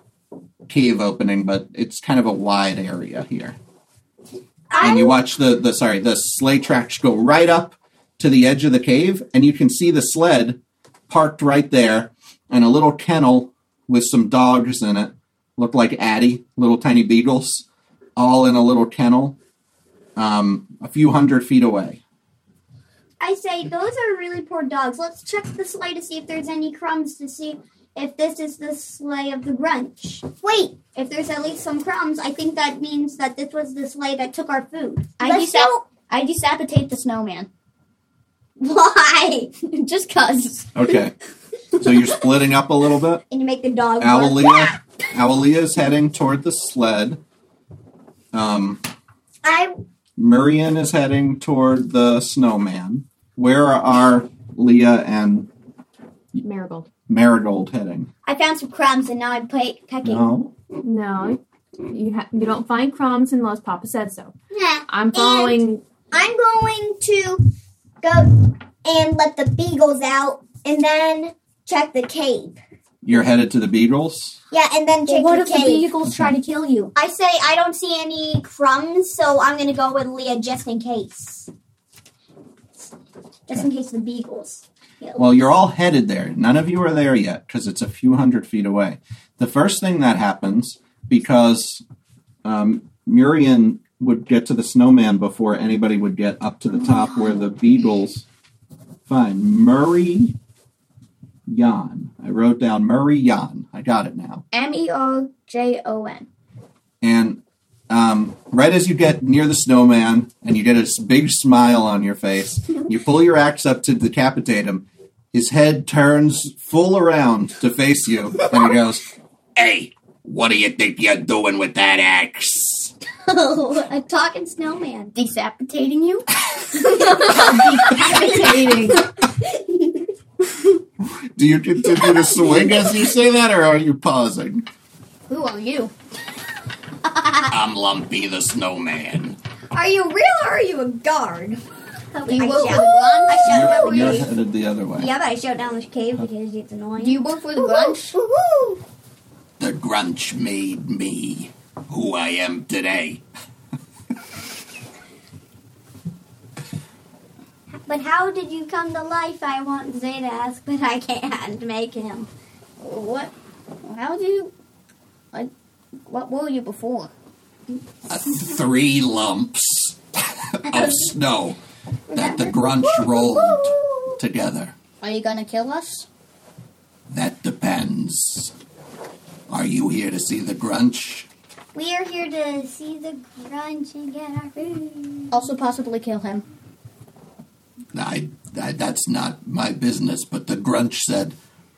S1: cave opening, but it's kind of a wide area here. And you watch the the sorry the sleigh tracks go right up to the edge of the cave, and you can see the sled parked right there, and a little kennel with some dogs in it, look like Addie, little tiny beagles, all in a little kennel, um, a few hundred feet away.
S2: I say those are really poor dogs. Let's check the sleigh to see if there's any crumbs to see if this is the sleigh of the Grunch. Wait, if there's at least some crumbs, I think that means that this was the sleigh that took our food.
S3: I
S2: Let's
S3: desab-
S2: go-
S3: I desapitate the snowman.
S2: Why?
S3: Just cause.
S1: Okay. So you're splitting up a little bit.
S2: And you make the dog. bark.
S1: Owlia, Owlia is heading toward the sled. Um,
S2: I
S1: Murian is heading toward the snowman. Where are Leah and
S4: Marigold.
S1: Marigold heading?
S2: I found some crumbs and now I'm pe- pecking.
S1: No.
S4: No, you ha- you don't find crumbs unless Papa said so.
S2: Yeah,
S4: I'm following.
S2: I'm going to go and let the beagles out and then check the cave.
S1: You're headed to the Beatles.
S2: Yeah, and then check
S3: what
S2: the
S3: if the
S2: cave.
S3: vehicles try to kill you?
S2: I say I don't see any crumbs, so I'm gonna go with Leah just in case. Just in case the beagles.
S1: Well, you're all headed there. None of you are there yet because it's a few hundred feet away. The first thing that happens, because um, Murian would get to the snowman before anybody would get up to the top where the beetles. Fine. Murray Yan. I wrote down Murray Yan. I got it now.
S3: M E R J O N.
S1: And um, right as you get near the snowman and you get a s- big smile on your face, you pull your axe up to decapitate him. His head turns full around to face you, and he goes, "Hey, what do you think you're doing with that axe?"
S2: a talking snowman.
S3: Decapitating you?
S4: Decapitating.
S1: Do you continue to swing as you say that, or are you pausing?
S3: Who are you?
S1: I'm Lumpy the Snowman.
S2: Are you real or are you a guard?
S3: Do you,
S2: I
S3: work for
S2: shall-
S3: the grunge?
S2: I shall-
S1: You're, you're headed the other way.
S2: Yeah, but I shut down this cave because it's annoying.
S3: Do you work for the grunge?
S2: Woohoo!
S1: The Grunch made me who I am today.
S2: But how did you come to life? I want Zay to ask, but I can't make him.
S3: What? How do you? Like, what were you before?
S1: three lumps of snow that the grunch rolled together.
S3: Are you gonna kill us?
S1: That depends. Are you here to see the grunch?
S2: We are here to see the grunge and get our food.
S3: Also, possibly kill him.
S1: I, I, that's not my business, but the grunch said,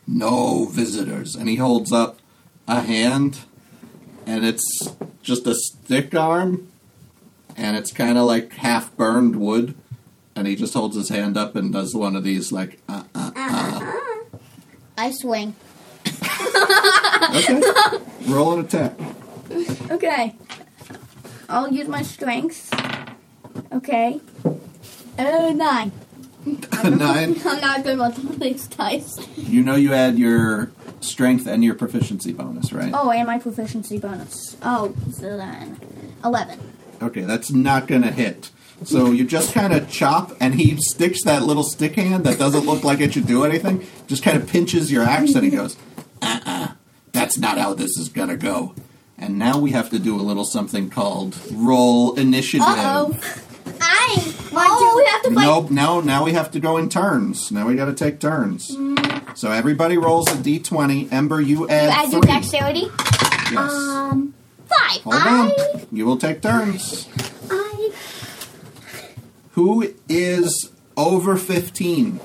S1: no visitors. And he holds up a hand, and it's just a stick arm, and it's kind of like half burned wood. And he just holds his hand up and does one of these, like, uh, uh, uh.
S3: I swing.
S1: Okay. Roll an attack.
S3: Okay. I'll use my strength. Okay. Oh, nine.
S1: Nine.
S3: I'm not good with these dice.
S1: You know you add your strength and your proficiency bonus, right?
S3: Oh, and my proficiency bonus. Oh, so then. Eleven.
S1: Okay, that's not gonna hit. So you just kind of chop, and he sticks that little stick hand that doesn't look like it should do anything. Just kind of pinches your axe, and he goes, "Uh, uh that's not how this is gonna go." And now we have to do a little something called roll initiative.
S3: Uh-oh.
S2: I playing. One,
S3: Oh, we have to fight.
S1: Nope. Now, now we have to go in turns. Now we got to take turns. So everybody rolls a d20. Ember, you add,
S3: Mm. Add your
S1: three.
S3: dexterity.
S1: Yes.
S2: Um,
S3: Five.
S1: Hold on. You will take turns.
S2: I
S1: Who is over 15?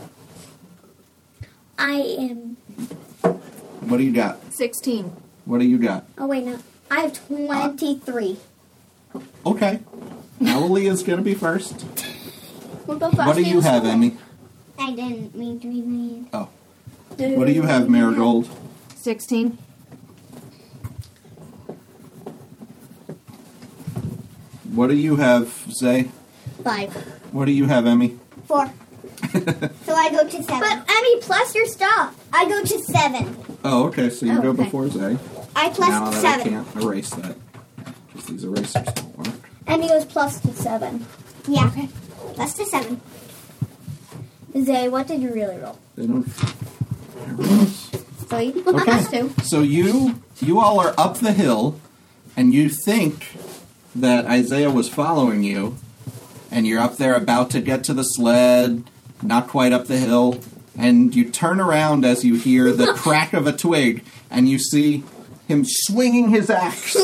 S2: I am.
S1: What do you got?
S4: 16.
S1: What do you got?
S2: Oh wait, no. I have twenty three.
S1: Okay. Emily is going to be first.
S3: We'll go first.
S1: What do you have, Emmy?
S2: I didn't mean to be mean.
S1: What do you have, Marigold?
S4: 16.
S1: What do you have, Zay?
S3: Five.
S1: What do you have, Emmy?
S2: Four.
S5: So I go to seven.
S2: But Emmy, plus your stuff.
S5: I go to seven.
S1: Oh, okay. So you
S3: Oh,
S1: go
S3: okay.
S1: before Zay.
S2: I plus
S1: now that I
S2: seven.
S1: can't erase that. Because these erasers don't work.
S2: Emmy goes plus to seven.
S5: Yeah. Plus to seven.
S2: Zay, what did you really roll?
S1: They don't. they're erasers.
S3: Three.
S1: Okay.
S3: Two.
S1: So you you all are up the hill, and you think that Isaiah was following you, and you're up there about to get to the sled, not quite up the hill, and you turn around as you hear the crack of a twig, and you see him swinging his axe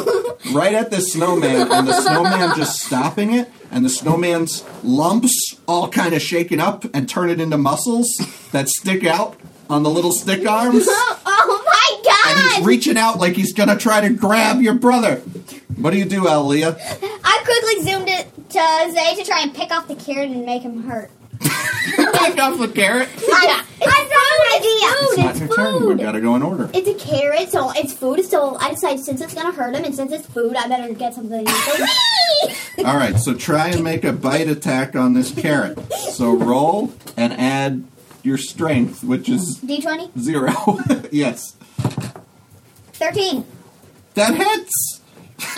S1: right at this snowman, and the snowman just stopping it, and the snowman's lumps all kind of shaken up and turn it into muscles that stick out on the little stick arms
S2: Oh my god!
S1: and he's reaching out like he's gonna try to grab your brother. What do you do, Aaliyah?
S2: I quickly zoomed it to Zay to try and pick off the carrot and make him hurt.
S1: Pick off the carrot.
S2: I, I
S1: It's
S2: found an idea.
S1: not your turn. We gotta go in order.
S2: It's a carrot, so it's food. So I decided since it's gonna hurt him, and since it's food, I better get something. to eat.
S1: All right, so try and make a bite attack on this carrot. So roll and add your strength, which is
S2: D twenty.
S1: zero. yes,
S2: Thirteen.
S1: that hits.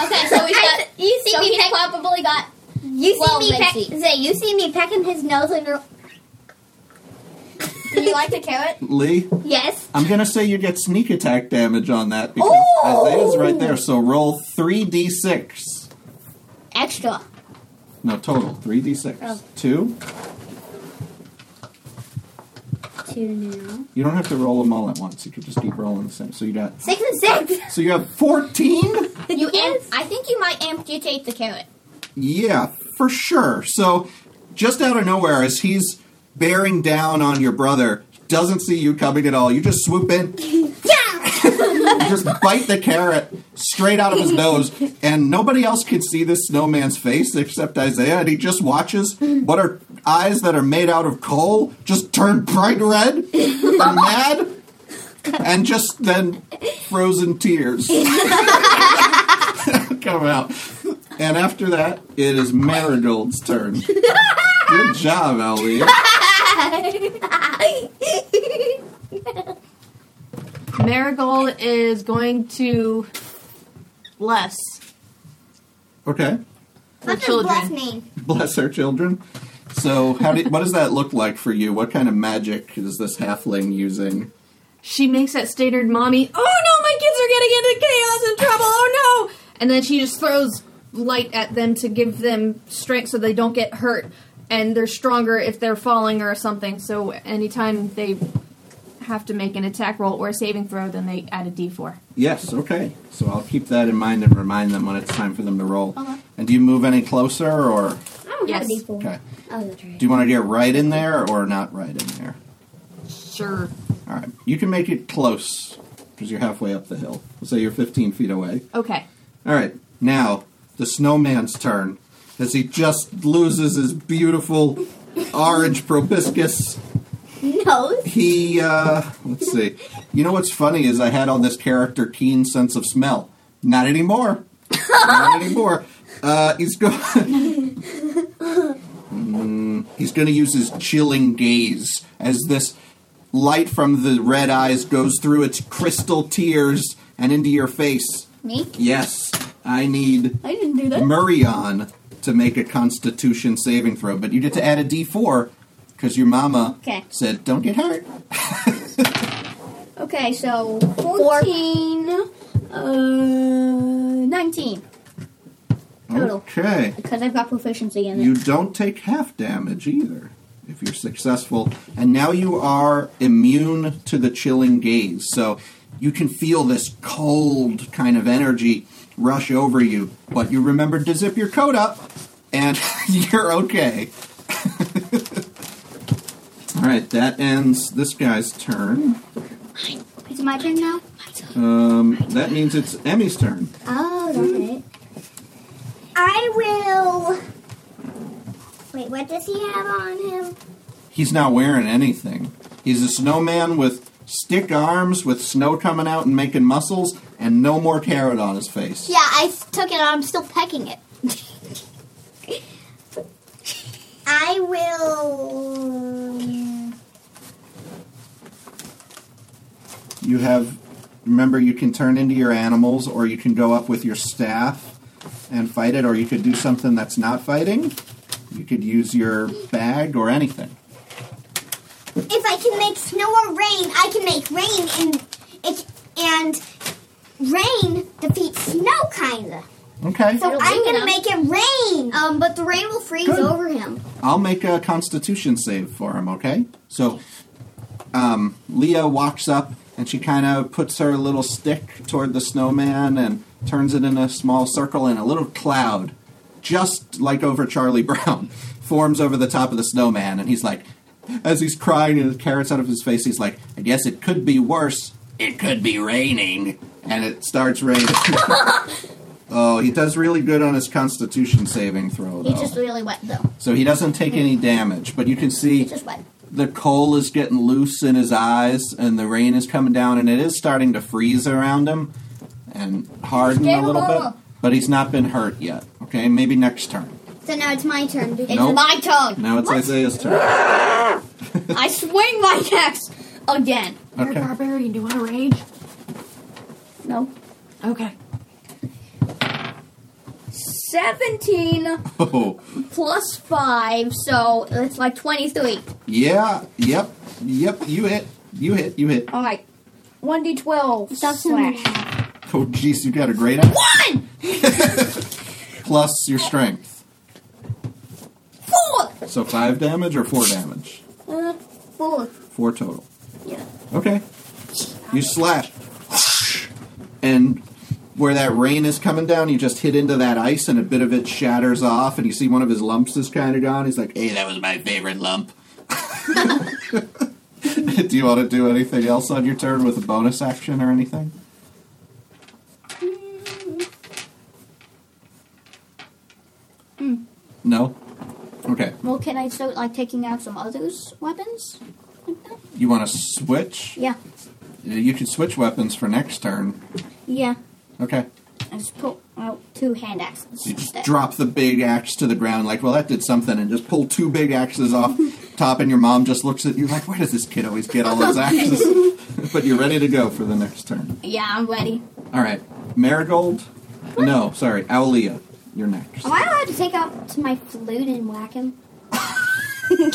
S3: Okay, so we got.
S2: You see
S3: So
S2: me.
S3: he probably got.
S2: You see
S3: well,
S2: me. Peck,
S3: Betsy.
S2: Zay, you see me pecking his nose and. you're- Do you like the carrot?
S1: Lee,
S2: Yes.
S1: I'm gonna say you get sneak attack damage on that because Isaiah's right there. So roll three d six.
S3: Extra.
S1: No total, three d six.
S2: Oh.
S1: Two.
S2: Two now.
S1: You don't have to roll them all at once. You could just keep rolling the same. So you got
S2: Six and six.
S1: So you have 14?
S3: You am- I think you might amputate the carrot.
S1: Yeah, for sure. So just out of nowhere, as he's bearing down on your brother, doesn't see you coming at all. You just swoop in, You just bite the carrot straight out of his nose, and nobody else can see this snowman's face except Isaiah, and he just watches what are eyes that are made out of coal just turn bright red and mad, and just then frozen tears come out. And after that, it is Marigold's turn. Good job, Ellie.
S4: Marigold is going to bless
S1: Okay,
S4: her
S5: Bless
S4: children.
S5: me.
S1: bless our children. So, how do, what does that look like for you? What kind of magic is this halfling using?
S4: She makes that standard mommy, oh no, my kids are getting into chaos and trouble, oh no! And then she just throws light at them to give them strength so they don't get hurt. And they're stronger if they're falling or something. So anytime they have to make an attack roll or a saving throw, then they add a d4.
S1: Yes, okay. So I'll keep that in mind and remind them when it's time for them to roll. And do you move any closer or
S4: Yes.
S1: okay?
S2: Oh, that's right.
S1: Do you want to get right in there or not right in there?
S4: Sure.
S1: All right, you can make it close because you're halfway up the hill. We'll say you're 15 feet away.
S4: Okay.
S1: All right, now the snowman's turn as he just loses his beautiful orange proboscis.
S2: Nose.
S1: He, uh, let's see. You know what's funny is I had on this character keen sense of smell. Not anymore. Not anymore. Uh, he's going. Hmm, he's going to use his chilling gaze as this light from the red eyes goes through its crystal tears and into your face.
S3: Me?
S1: Yes, I need
S3: I didn't do that.
S1: Murion to make a Constitution saving throw, but you get to add a D4 because your mama
S3: Okay.
S1: said, "Don't get hurt."
S3: Okay, so 14, uh, 19. Total.
S1: Okay.
S3: Because I've got proficiency in it.
S1: You don't take half damage either if you're successful. And now you are immune to the chilling gaze. So you can feel this cold kind of energy rush over you, but you remembered to zip your coat up and you're okay. All right, that ends this guy's turn.
S2: It's my turn now.
S1: Um, that means it's Emmy's turn.
S2: Oh, that's it.
S5: I will. Wait, what does he have on him?
S1: He's not wearing anything. He's a snowman with stick arms, with snow coming out and making muscles, and no more carrot on his face.
S2: Yeah, I s- took it. I'm still pecking it.
S5: I will.
S1: You have, remember, you can turn into your animals, or you can go up with your staff and fight it, or you could do something that's not fighting. You could use your bag or anything.
S5: If I can make snow or rain, I can make rain, and it and rain defeats snow, kinda.
S1: Okay.
S5: So I'm gonna
S2: enough.
S5: make it rain.
S2: Um, but the rain will freeze
S1: Good.
S2: over him.
S1: I'll make a constitution save for him, okay? So, um, Leah walks up and she kind of puts her little stick toward the snowman and turns it in a small circle, and a little cloud, just like over Charlie Brown, forms over the top of the snowman. And he's like, as he's crying and the carrots out of his face, he's like, I guess it could be worse. It could be raining. And it starts raining. oh, he does really good on his constitution saving throw, though.
S3: He's just really wet though.
S1: So he doesn't take any damage, but you can see
S3: Just wet.
S1: the coal is getting loose in his eyes, and the rain is coming down, and it is starting to freeze around him and harden a
S3: Stable
S1: little bit.
S3: bubble.
S1: But he's not been hurt yet. Okay, maybe next turn.
S2: So now it's my turn.
S3: It's
S1: Nope.
S3: my tongue.
S1: Now it's Isaiah's turn.
S3: I swing my axe again.
S4: You're a
S1: Okay.
S4: barbarian. Do you want to rage?
S3: No.
S4: Okay.
S3: Seventeen
S1: Oh,
S3: plus five, so it's like twenty-three.
S1: yeah. Yep. Yep. You hit. You hit. You hit.
S3: All right. One d twelve slash
S1: Oh, jeez, you got a great axe.
S3: one
S1: Plus your strength.
S3: four.
S1: So five damage or four damage.
S3: Uh, four.
S1: Four total.
S3: Yeah.
S1: Okay. You slash. And where that rain is coming down, you just hit into that ice and a bit of it shatters off, and you see one of his lumps is kind of gone. He's like, hey, that was my favorite lump. do you want to do anything else on your turn with a bonus action or anything? No? Okay.
S3: Well, can I start like taking out some others' weapons? Like that?
S1: You want to switch?
S3: Yeah.
S1: You can switch weapons for next turn.
S3: Yeah.
S1: Okay.
S3: I just pull out two hand axes.
S1: You just
S3: That-
S1: drop the big axe to the ground, like, well, that did something, and just pull two big axes off top, and your mom just looks at you like, where does this kid always get all those axes? but you're ready to go for the next turn.
S3: Yeah, I'm ready.
S1: All right, Marigold. No, sorry, Aulia. You're next.
S2: Am I allowed to take out to my flute and whack him?
S3: Uh, can,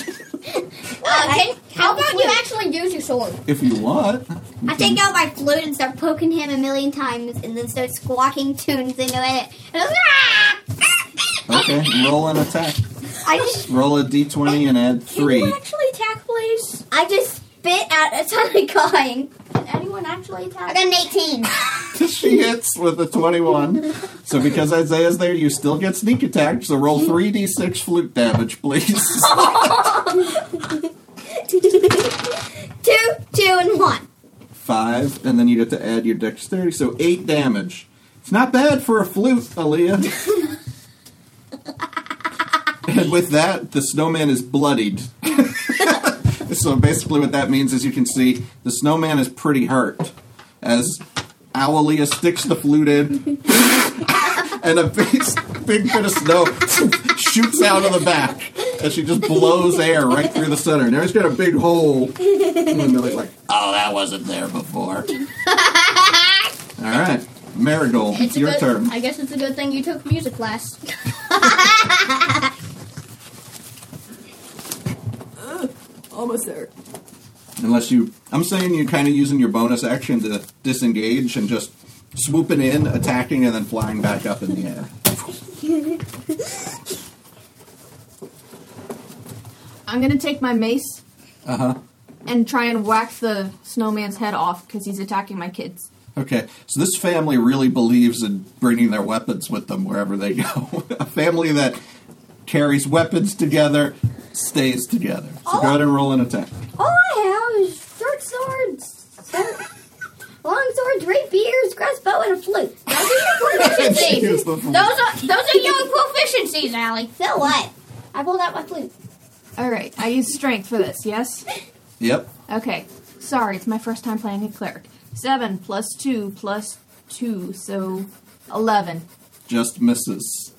S3: how about you actually use your sword?
S1: If you want,
S2: I take out my flute and start poking him a million times, and then start squawking tunes into it. And I was, "Ah!"
S1: okay, roll an attack.
S2: I just,
S1: Roll a d20 and add three.
S3: actually attack, please?
S2: I just spit out a ton of cawing.
S3: Can anyone actually attack?
S2: I got an 18.
S1: she hits with a 21. So because Isaiah's there, you still get sneak attack. So roll 3d6 flute damage, please.
S2: Two, two, and one.
S1: five, and then you get to add your dexterity, so eight damage. It's not bad for a flute, Aaliyah. and with that, the snowman is bloodied. so basically, what that means is you can see the snowman is pretty hurt as Owlia sticks the flute in, and a big, big bit of snow shoots out of the back. And she just blows air right through the center. And there's got a big hole. And Millie's like, oh, that wasn't there before. All right, Marigold, it's
S3: a
S1: your
S3: good-
S1: turn.
S3: I guess it's a good thing you took music class.
S4: Almost there.
S1: Unless you, I'm saying you're kind of using your bonus action to disengage and just swooping in, attacking, and then flying back up in the air.
S4: I'm gonna take my mace
S1: Uh huh.
S4: and try and whack the snowman's head off because he's attacking my kids.
S1: Okay, so this family really believes in bringing their weapons with them wherever they go. a family that carries weapons together stays together. So go ahead and roll an attack.
S2: All I have is short swords, long swords, rapiers, crossbow, and a flute.
S1: Excuse the fool.
S3: Those are those are young proficiencies, Allie.
S2: So what? I pulled out my flute.
S4: All right, I use strength for this. Yes.
S1: Yep.
S4: Okay. Sorry, it's my first time playing a cleric. Seven plus two plus two, so eleven.
S1: just misses.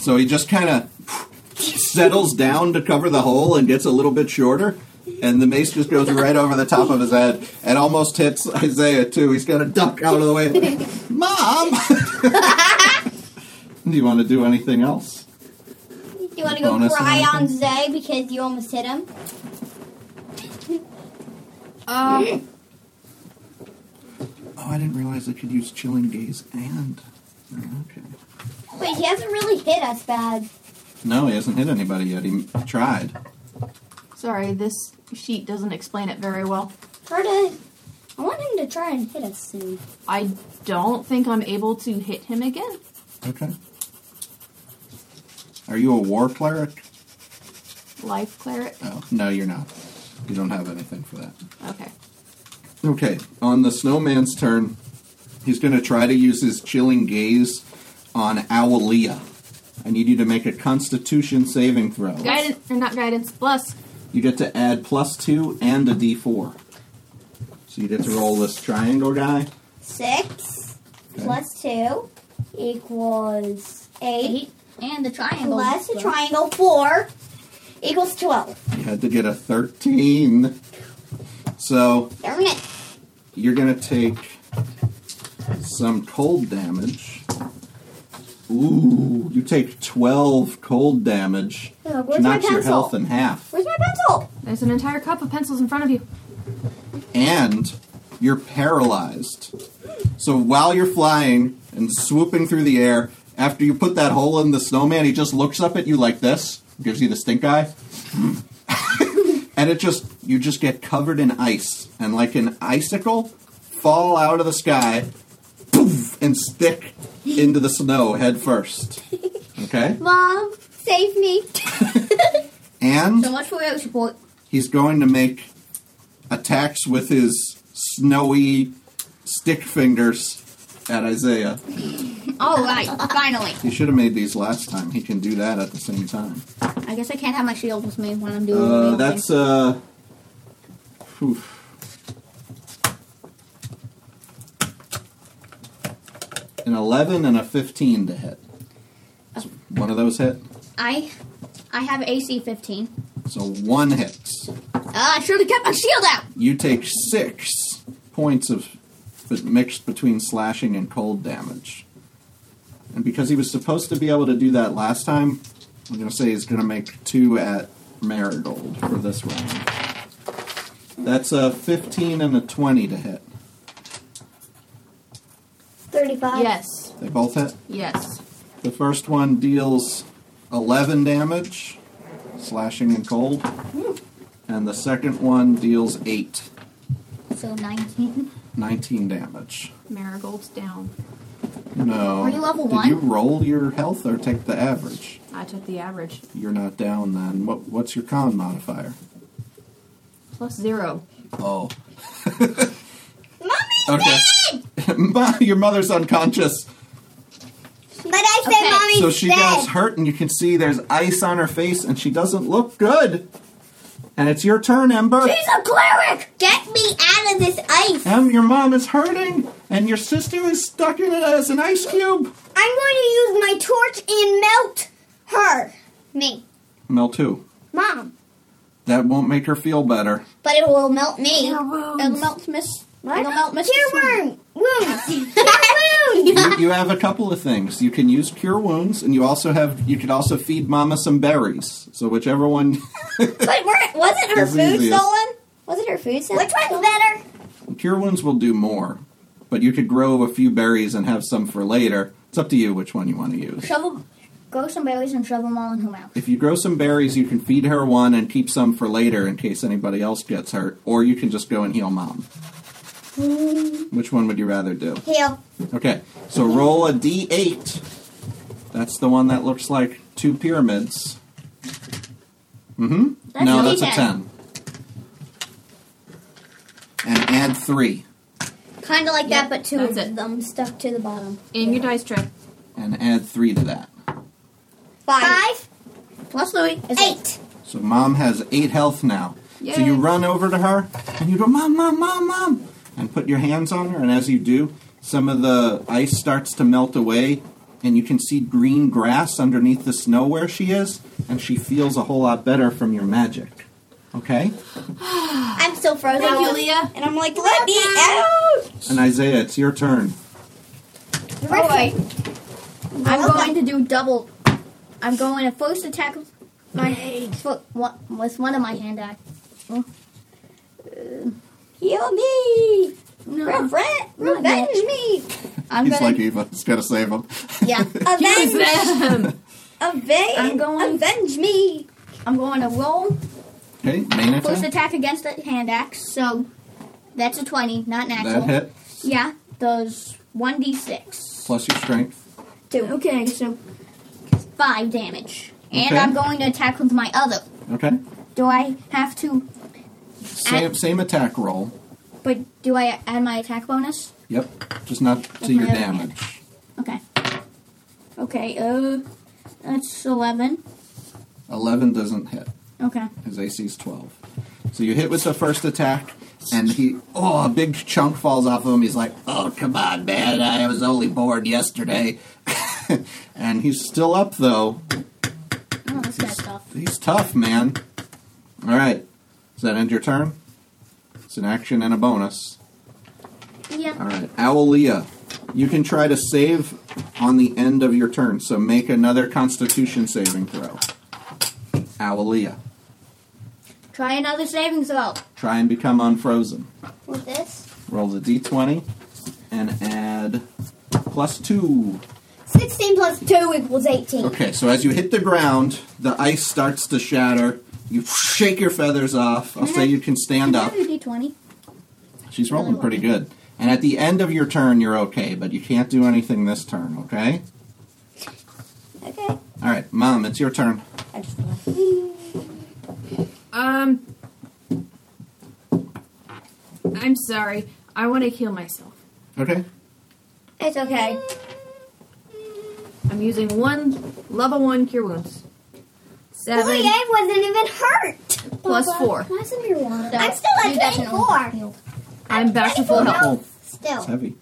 S1: So he just kind of settles down to cover the hole and gets a little bit shorter, and the mace just goes right over the top of his head and almost hits Isaiah too. He's got to duck out of the way. Mom, do you want to do anything else?
S2: Do you want to go
S1: Bonus
S2: cry
S1: and
S2: on Zay because you almost hit him?
S4: Um,
S1: Oh, I didn't realize I could use chilling gaze and. Okay.
S2: Wait, he hasn't really hit us bad.
S1: No, he hasn't hit anybody yet. He tried.
S4: sorry, this sheet doesn't explain it very well.
S2: Try to. I want him to try and hit us soon.
S4: I don't think I'm able to hit him again.
S1: Okay. Are you a war cleric?
S4: Life cleric.
S1: Oh, no, you're not. You don't have anything for that.
S4: Okay.
S1: Okay, on the snowman's turn, he's going to try to use his chilling gaze on Owlia. I need you to make a constitution saving throw.
S4: Guidance or not guidance? Plus.
S1: You get to add plus two and a d4. So you get to roll this triangle guy.
S2: Six
S1: Okay.
S2: plus two equals eight.
S3: Eight and the triangle.
S2: Plus a triangle four equals twelve.
S1: You had to get a 13. So
S2: Darn it!
S1: you're going to take some cold damage. Ooh, you take 12 cold damage.
S2: Oh,
S1: Which
S2: where's my
S1: knocks your health
S2: pencil?
S1: in half.
S2: Where's my pencil?
S4: There's an entire cup of pencils in front of you.
S1: and you're paralyzed. So while you're flying and swooping through the air, after you put that hole in the snowman, he just looks up at you like this, gives you the stink eye. and it just you just get covered in ice and like an icicle fall out of the sky poof and stick into the snow head first. Okay?
S2: Mom, save me.
S1: And
S3: So much for your support.
S1: he's going to make attacks with his snowy stick fingers at Isaiah.
S3: All right, finally.
S1: He should have made these last time. He can do that at the same time.
S3: I guess I can't have my shield with me when I'm doing.
S1: Uh,
S3: real
S1: that's uh, oof. an eleven and a fifteen to hit. Does One of those hit,
S3: things. I, I have AC 15.
S1: so one hits.
S3: Uh, I should have kept my shield out.
S1: You take six points of but mixed between slashing and cold damage. And because he was supposed to be able to do that last time, I'm going to say he's going to make two at Marigold for this round. That's a 15 and a 20 to hit.
S2: Thirty-five.
S4: Yes.
S1: They both hit.
S4: Yes.
S1: The first one deals 11 damage, slashing and cold. And the second one deals 8,
S3: So 19.
S1: 19 damage.
S4: Marigold's down.
S1: No.
S3: Are you level
S1: Did
S3: one?
S1: you roll your health or take the average?
S4: I took the average.
S1: You're not down then. What, what's your con modifier?
S4: Plus zero.
S1: Oh. okay. Ma- your mother's unconscious.
S2: But I said,
S3: Okay.
S2: "Mommy,
S1: so she
S2: dead.
S1: gets hurt, and you can see there's ice on her face, and she doesn't look good. And it's your turn, Ember.
S2: He's a cleric. Get me out of this ice.
S1: Em, your mom is hurting, and your sister is stuck in it as an ice cube.
S2: I'm going to use my torch and melt her. Me.
S1: Mel too.
S2: Mom.
S1: That won't make her feel better.
S2: But it will melt me.
S3: It'll melt Miss. It'll melt Miss.
S2: Cure worm. Wounds. Cure
S1: you,
S2: wounds.
S1: you have a couple of things. You can use cure wounds, and you also have you could also feed Mama some berries. So whichever one,
S2: But weren't, wasn't her
S1: That's
S2: food
S1: easiest.
S2: stolen? Wasn't her food stolen? Which one's better?
S1: cure wounds will do more, but you could grow a few berries and have some for later. It's up to you which one you want to use.
S3: Shovel, grow some berries and shove them all in her mouth.
S1: If you grow some berries, you can feed her one and keep some for later in case anybody else gets hurt, or you can just go and heal mom.
S2: Mm,
S1: Which one would you rather do?
S5: Heal.
S1: Okay, so roll a d8. That's the one that looks like two pyramids. Mm hmm.
S3: That's
S1: No,
S3: a
S1: that's a 10.
S3: D10.
S1: And add 3.
S5: Kind of like
S4: Yep,
S5: that, but two
S4: that's
S5: of
S4: it.
S5: them stuck to the bottom.
S4: And your dice tray.
S1: And add 3 to that.
S5: Five.
S3: Plus Louis is
S5: Eight.
S1: So mom has 8 health now. So you
S4: Yay.
S1: run over to her and you go, Mom, Mom, Mom, Mom! And put your hands on her, and as you do, some of the ice starts to melt away, and you can see green grass underneath the snow where she is, and she feels a whole lot better from your magic. Okay?
S5: I'm still frozen.
S4: Thank you, Leah.
S5: And I'm like, let me out.
S1: And Isaiah, it's your turn.
S3: All right. I'm going to do double. I'm going to first attack with my foot one, with one of my hand eye. Oh. Uh,
S5: Heal me.
S3: no,
S5: Regret.
S3: Not yet.
S5: Revenge me.
S3: I'm
S1: He's
S3: gonna
S1: like Eva. He's got to save him.
S3: yeah.
S4: Use
S5: Avenge.
S4: them!
S5: Avenge.
S3: I'm going-
S5: Avenge me.
S3: I'm going to roll
S1: okay, main
S3: first
S1: attack.
S3: attack against the hand axe. So that's a twenty, not natural.
S1: That hit.
S3: Yeah, does one d six.
S1: Plus your strength.
S3: Okay, so five damage, and
S1: Okay.
S3: I'm going to attack with my other.
S1: Okay.
S3: Do I have to?
S1: Same, same attack roll.
S3: But do I add my attack bonus?
S1: Yep. Just not to your damage.
S3: Okay. Okay, uh, that's 11.
S1: 11 doesn't hit.
S3: Okay.
S1: His AC's 12. So you hit with the first attack, and he, oh, a big chunk falls off of him. He's like, oh, come on, man. I was only born yesterday. and he's still up, though.
S3: Oh, that's bad stuff.
S1: He's tough, man. All right. Does that end your turn? It's an action and a bonus.
S3: Yeah.
S1: All right, Owlia, you can try to save on the end of your turn, so make another Constitution saving throw. Owlia,
S3: Try another saving throw.
S1: try and become unfrozen.
S5: With this.
S1: Roll the d20 and add plus two.
S5: 16 plus 2 equals 18.
S1: Okay, so as you hit the ground, the ice starts to shatter. You shake your feathers off. I'll say you can stand up.
S3: Another d20.
S1: She's rolling pretty good. And at the end of your turn, you're okay, but you can't do anything this turn, okay?
S5: Okay.
S1: All right, Mom, it's your turn.
S5: I just
S4: Um. I'm sorry. I want to heal myself.
S1: Okay.
S5: It's okay.
S4: I'm using one level one cure wounds.
S5: Well,
S4: Seven
S5: I wasn't even hurt.
S4: plus four.
S5: I'm still at
S3: You definitely
S5: 24.
S3: healed.
S4: I'm back to full health.
S1: Oh,
S5: Still.
S1: it's heavy.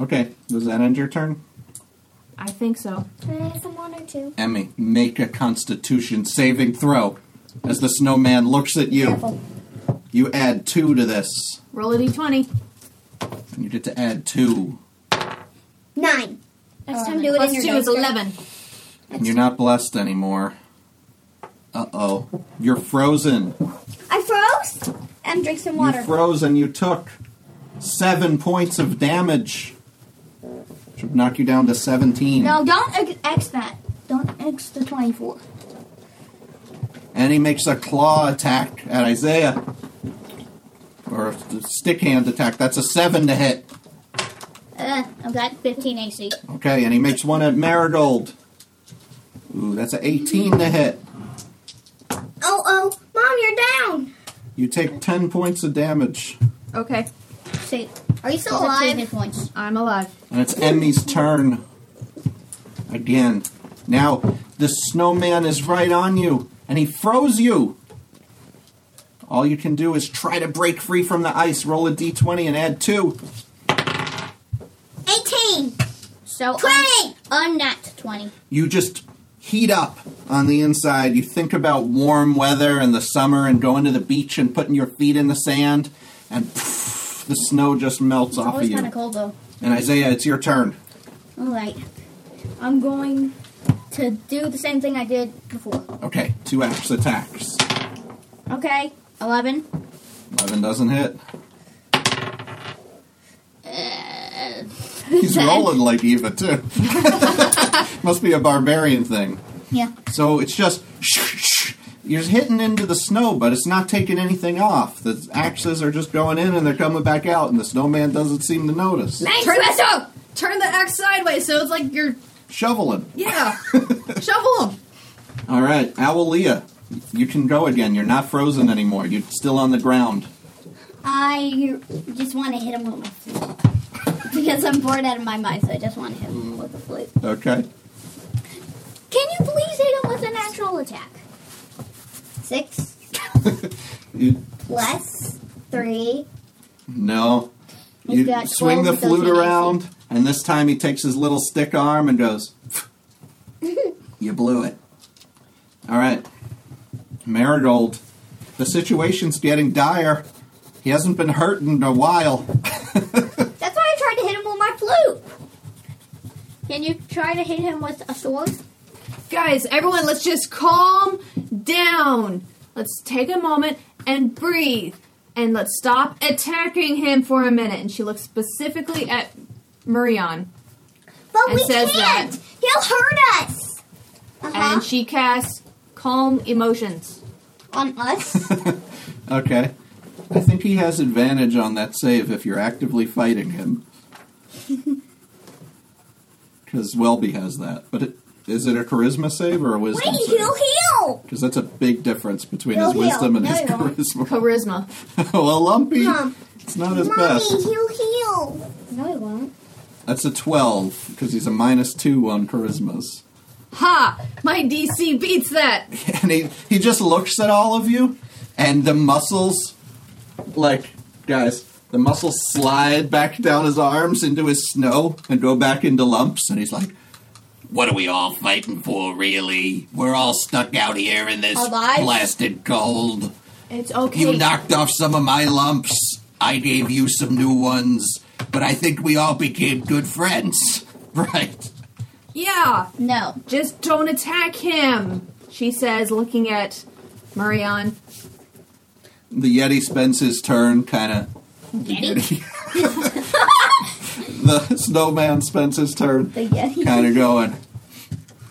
S1: Okay, does that end your turn?
S4: I think so.
S5: Can I have some water too?
S1: Emmy, make a constitution saving throw as the snowman looks at you. You add two to this.
S4: Roll a d20.
S1: You get to add two.
S5: Nine. Oh,
S3: Next
S5: time
S3: time,
S5: do
S3: do it
S4: Plus
S3: in your
S4: two is eleven.
S1: And you're not blessed anymore. Uh oh. You're frozen.
S5: I froze and drink some
S1: You
S5: water.
S1: froze and you took seven points of damage. Which would knock you down to 17.
S3: No, don't ex- X that. Don't X the 24.
S1: And he makes a claw attack at Isaiah. Or a stick hand attack. That's a seven to hit.
S3: Uh, I've got 15 AC.
S1: Okay, and he makes one at Marigold. Ooh, that's an 18 to hit.
S5: oh, oh. Mom, you're down.
S1: You take 10 points of damage.
S4: Okay,
S3: See,
S5: Are you still
S3: that's two
S5: alive?
S3: hit points.
S4: I'm alive.
S1: And it's Emmy's turn. Again. Now, the snowman is right on you, and he froze you. All you can do is try to break free from the ice, roll a d20, and add 2.
S5: 18.
S3: So,
S5: 20.
S3: unnat 20.
S1: you just heat up on the inside. You think about warm weather and the summer and going to the beach and putting your feet in the sand, and pff, the snow just melts off of
S3: Always
S1: you.
S3: kind of cold, though.
S1: And Isaiah, it's your turn.
S3: Alright. I'm going to do the same thing I did before.
S1: Okay, two axe attacks.
S3: Okay, 11.
S1: 11 doesn't hit.
S3: Uh, dead.
S1: He's rolling like Eva too. Must be a barbarian thing.
S3: Yeah.
S1: So it's just you're hitting into the snow, but it's not taking anything off. The axes are just going in and they're coming back out, and the snowman doesn't seem to notice.
S4: Turn this up. Turn the axe sideways so it's like you're
S1: Shoveling.
S4: yeah. Shovel them.
S1: All right, Owlia, you can go again. You're not frozen anymore. You're still on the ground.
S3: I just want to hit him with my flute. Because I'm bored out of my mind, so I just want to hit him with a flute.
S1: Okay.
S3: Can you please hit him with a natural attack?
S2: Six
S1: You,
S2: plus three.
S1: no.
S3: He's
S1: You
S3: got
S1: swing the
S3: 12
S1: flute
S3: dozen
S1: around, and this time he takes his little stick arm and goes, You blew it. All right. Marigold, the situation's getting dire. He hasn't been hurt in a while.
S2: That's why I tried to hit him with my flute.
S3: Can you try to hit him with a sword?
S4: Guys, everyone, let's just calm down. Let's take a moment and breathe. And let's stop attacking him for a minute. And she looks specifically at Murion.
S2: But
S4: And
S2: we
S4: says
S2: can't.
S4: that.
S2: He'll hurt us. Uh-huh.
S4: And she casts Calm Emotions.
S3: On us?
S1: okay. I think he has advantage on that save if you're actively fighting him. Because Welby has that. But it, is it a charisma save or a wisdom
S2: Wait,
S1: save?
S2: he'll heal.
S1: Because that's a big difference between
S2: He'll
S1: his
S2: heal.
S1: wisdom and
S2: No,
S1: his
S2: he won't.
S1: charisma.
S4: Charisma.
S1: well, Lumpy,
S2: Mom.
S1: it's not his
S2: Mommy,
S1: best.
S2: he'll heal.
S3: no, he won't.
S1: That's a 12, because he's a minus 2 on charismas.
S4: Ha! My DC beats that.
S1: and he, he just looks at all of you, and the muscles, like, guys, the muscles slide back down his arms into his snow and go back into lumps, and he's like, What are we all fighting for, really? We're all stuck out here in this
S3: Alive?
S1: blasted cold.
S4: It's okay.
S1: You knocked off some of my lumps. I gave you some new ones, but I think we all became good friends. Right.
S4: yeah.
S3: No.
S4: Just don't attack him, she says, looking at Marion.
S1: The Yeti spends his turn kind of. the snowman spends his turn
S3: The Yeti.
S1: kind of going,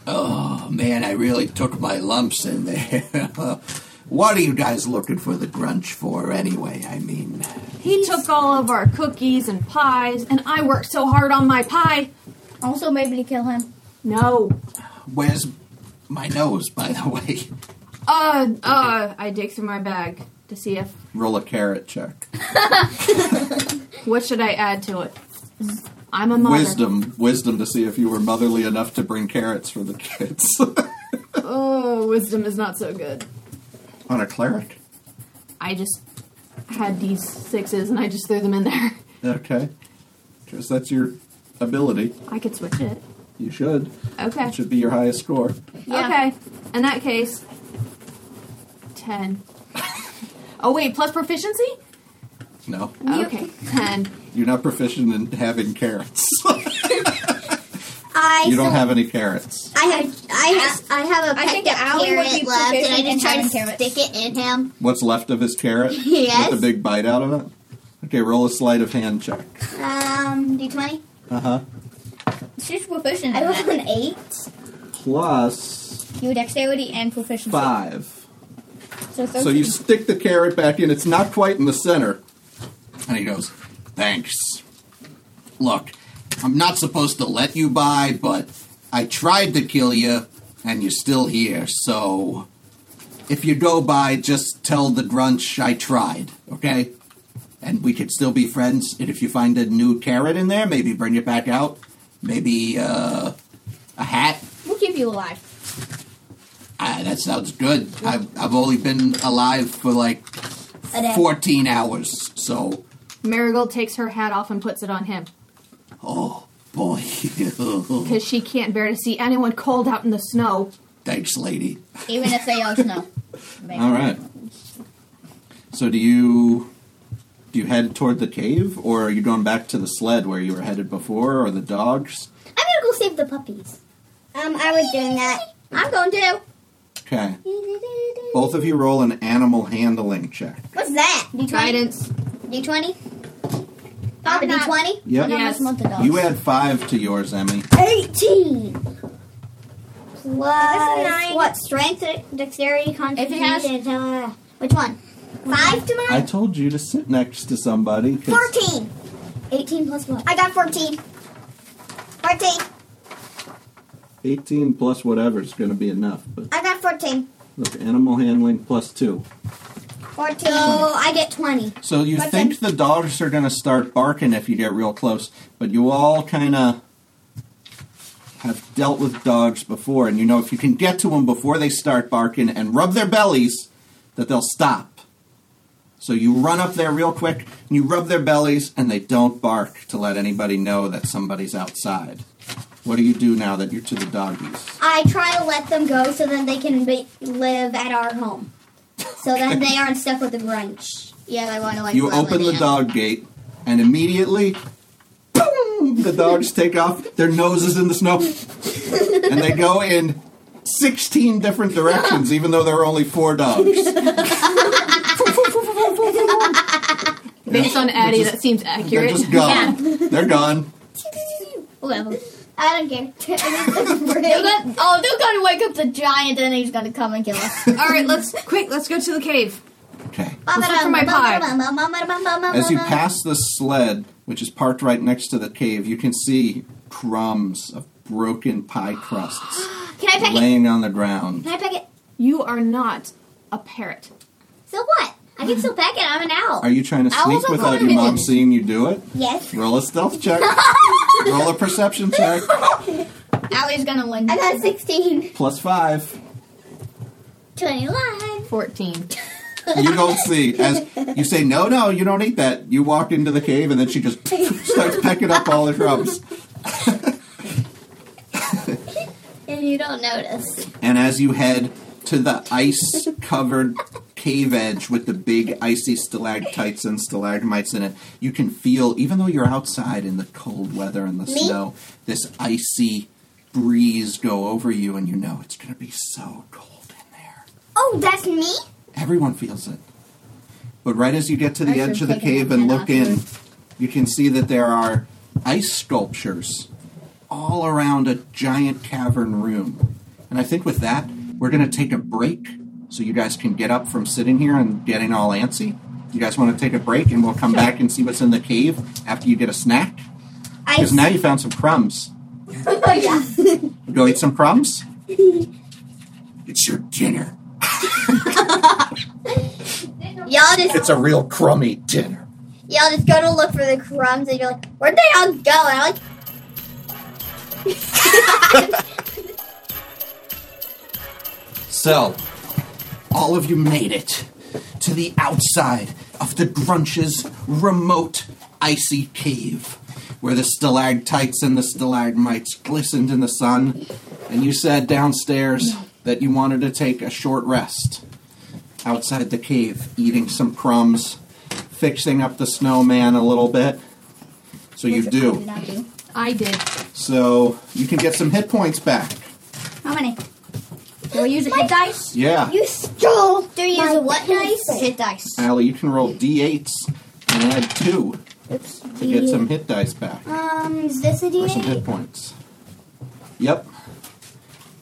S1: Oh man, I really took my lumps in there. what are you guys looking for the grunge for anyway? I mean,
S4: He took all of our cookies and pies, and I worked so hard on my pie.
S3: Also, maybe to kill him.
S4: No.
S1: where's my nose, by the way?
S4: Uh, uh, I dig through my bag to see if.
S1: Roll a carrot check.
S4: What should I add to it? I'm a mother.
S1: Wisdom, wisdom to see if you were motherly enough to bring carrots for the kids.
S4: Oh, wisdom is not so good.
S1: On a cleric?
S4: I just had these sixes and I just threw them in there.
S1: Okay. Because that's your ability.
S4: I could switch it.
S1: You should.
S4: Okay.
S1: That should be your highest score.
S3: Yeah.
S4: Okay. In that case, 10. oh, wait, plus proficiency?
S1: No.
S4: Okay, 10.
S1: You're not proficient in having carrots.
S2: I
S1: you don't have any carrots.
S2: I have I have I have a
S3: I think
S2: pecked up
S3: Allie would
S2: carrot
S3: be
S2: left, and I
S3: proficient in
S2: just try to
S3: having carrots.
S2: stick it in him.
S1: What's left of his carrot?
S2: Yes.
S1: With a big bite out of it? Okay, roll a sleight of hand check.
S2: Um, d twenty.
S1: Uh huh.
S3: She's proficient
S2: I
S3: in
S2: rolled
S3: that.
S2: an eight.
S1: Plus
S3: You dexterity and proficiency.
S1: five.
S3: So,
S1: So you stick the carrot back in. It's not quite in the center. And he goes, Thanks. Look, I'm not supposed to let you by, but I tried to kill you, and you're still here, so. If you go by, just tell the grunch I tried, okay? And we could still be friends. And if you find a new carrot in there, maybe bring it back out. Maybe, uh, a hat.
S3: we'll keep you alive.
S1: Ah, that sounds good. I've, I've only been alive for like
S3: A day.
S1: 14 hours, so.
S4: Marigold takes her hat off and puts it on him
S1: Oh, boy.
S4: because she can't bear to see anyone cold out in the snow.
S1: Thanks, lady.
S3: Even if they all snow.
S1: All right. So, do you. Do you head toward the cave, or are you going back to the sled where you were headed before, or the dogs?
S2: I'm gonna go save the puppies.
S5: Um, I was doing that.
S2: I'm going to.
S1: Okay. Both of you roll an animal handling check.
S5: What's that?
S4: Guidance.
S2: D twenty. On the
S4: I'm not-
S2: D20?
S1: Yep.
S4: Yeah.
S3: Yes. Month
S1: You add five to yours, Emmy.
S2: 18! Plus,
S5: nine.
S2: what? Strength, uh, dexterity,
S3: it
S2: concentration.
S3: has-
S2: uh, which one? Five to
S1: I
S2: mine?
S1: told you to sit next to somebody. 'cause-
S5: 14.
S2: 18 plus what?
S5: I got 14. 14.
S1: 18 plus whatever is going to be enough. But
S5: I got 14.
S1: look, animal handling plus two.
S5: 14.
S2: So I get 20.
S1: So you think the dogs are going to start barking if you get real close, but you all kind of have dealt with dogs before, and you know if you can get to them before they start barking and rub their bellies, that they'll stop. So you run up there real quick, and you rub their bellies, and they don't bark to let anybody know that somebody's outside. What do you do now that you're to the doggies?
S2: I try to let them go so then they can be, live at our home. So then they aren't stuck with the Grinch.
S3: Yeah, I want to like.
S1: You open the dog gate, and immediately, boom, the dogs take off, their noses in the snow, and they go in 16 different directions, even though there are only four dogs.
S4: Based on Addie,
S1: just-
S4: that seems
S1: They're
S4: accurate.
S1: just gone. They're gone.
S3: Whatever.
S2: I don't care.
S3: They're gonna, oh, they're gonna wake up the giant, and he's gonna come and kill us.
S4: All right, let's quick. Let's go to the cave.
S1: Okay.
S2: Oh,
S4: Let's look for my pie.
S1: As you pass the sled, which is parked right next to the cave, you can see crumbs of broken pie crusts
S2: Can I pick it?
S1: laying on the ground.
S2: Can I pick it?
S4: You are not a parrot.
S2: So what? I can still pick it. I'm an owl.
S1: Are you trying to
S3: Owls
S1: sneak
S3: are
S1: without
S3: called
S1: your mom
S3: pigeons.
S1: seeing you do it?
S5: Yes.
S1: Roll a stealth check. Roll a perception check.
S3: Allie's gonna win.
S2: I got 16.
S1: Plus five.
S2: 21.
S4: Fourteen.
S1: You don't see. As you say, no, no, you don't eat that. You walk into the cave and then she just starts pecking up all the crumbs.
S2: And you don't notice.
S1: And as you head to the ice covered cave edge with the big icy stalactites and stalagmites in it, you can feel, even though you're outside in the cold weather and the snow, this icy breeze go over you, and you know it's going to be so cold in there.
S5: Oh, that's me?
S1: Everyone feels it. But right as you get to the
S3: I
S1: edge of
S3: should
S1: the
S3: take it
S1: cave
S3: and
S1: and
S3: head
S1: look in, you can see that there are ice sculptures all around a giant cavern room. And I think with that, we're going to take a break so you guys can get up from sitting here and getting all antsy. You guys want to take a break and we'll come back and see what's in the cave after you get a snack? Because now you found some crumbs. Go eat some crumbs? It's your dinner.
S2: Y'all just
S1: It's a real crummy dinner.
S2: y'all just go to look for the crumbs and you're like, where'd they all go? And I'm like,
S1: So, all of you made it to the outside of the Grunch's remote icy cave, where the stalactites and the stalagmites glistened in the sun, and you said downstairs that you wanted to take a short rest outside the cave, eating some crumbs, fixing up the snowman a little bit. So you do.
S4: I did.
S1: So you can get some hit points back.
S3: How many? Do we use a hit dice?
S1: Yeah.
S5: You stole.
S3: Do we use
S5: My
S3: a what dice?
S5: pencil.
S3: Hit dice.
S1: Allie, you can roll d8s and add two to get some hit dice back
S5: Um, is this a
S1: or some
S5: D8?
S1: hit points. Yep.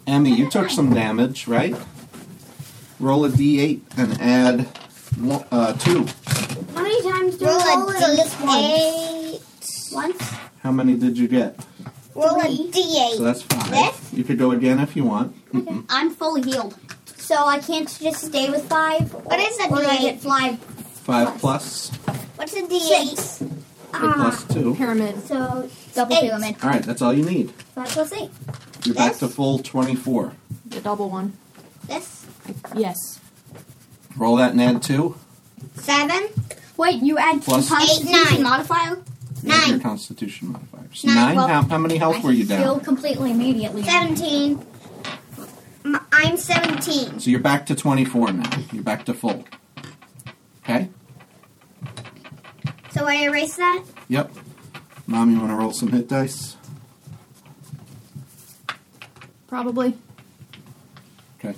S1: Emmy, you took some damage, right? Roll a d8 and add one, uh, two.
S5: How many times do
S2: roll a
S5: it on this one?
S2: D8. Once?
S1: How many did you get?
S5: Roll a
S1: So
S5: D8.
S1: that's five. You could go again if you want.
S3: I'm fully healed.
S2: So I can't just stay with five? What is that
S5: Or do I
S2: D8?
S5: get
S2: five.
S1: Five plus
S5: What's a D8?
S1: or plus two.
S4: Pyramid.
S2: So
S3: Double
S2: Eight.
S3: pyramid.
S1: All right, that's all you need.
S2: five plus eight.
S1: You're back to full 24.
S4: The double one.
S2: This?
S4: Yes.
S1: Roll that and add two.
S5: Seven.
S3: Wait, you add
S1: Plus-
S3: constitution
S5: Eight, nine.
S3: modifier?
S1: Add Your
S5: Nine.
S1: constitution modifiers.
S5: Nine,
S1: Nine.
S5: well,
S1: how, how many health were you down?
S3: Healed completely immediately.
S5: Seventeen. M- I'm seventeen.
S1: So you're back to 24 now. You're back to full. Okay?
S5: So I erase that?
S1: Yep. Mom, you want to roll some hit dice?
S4: Probably.
S1: Okay.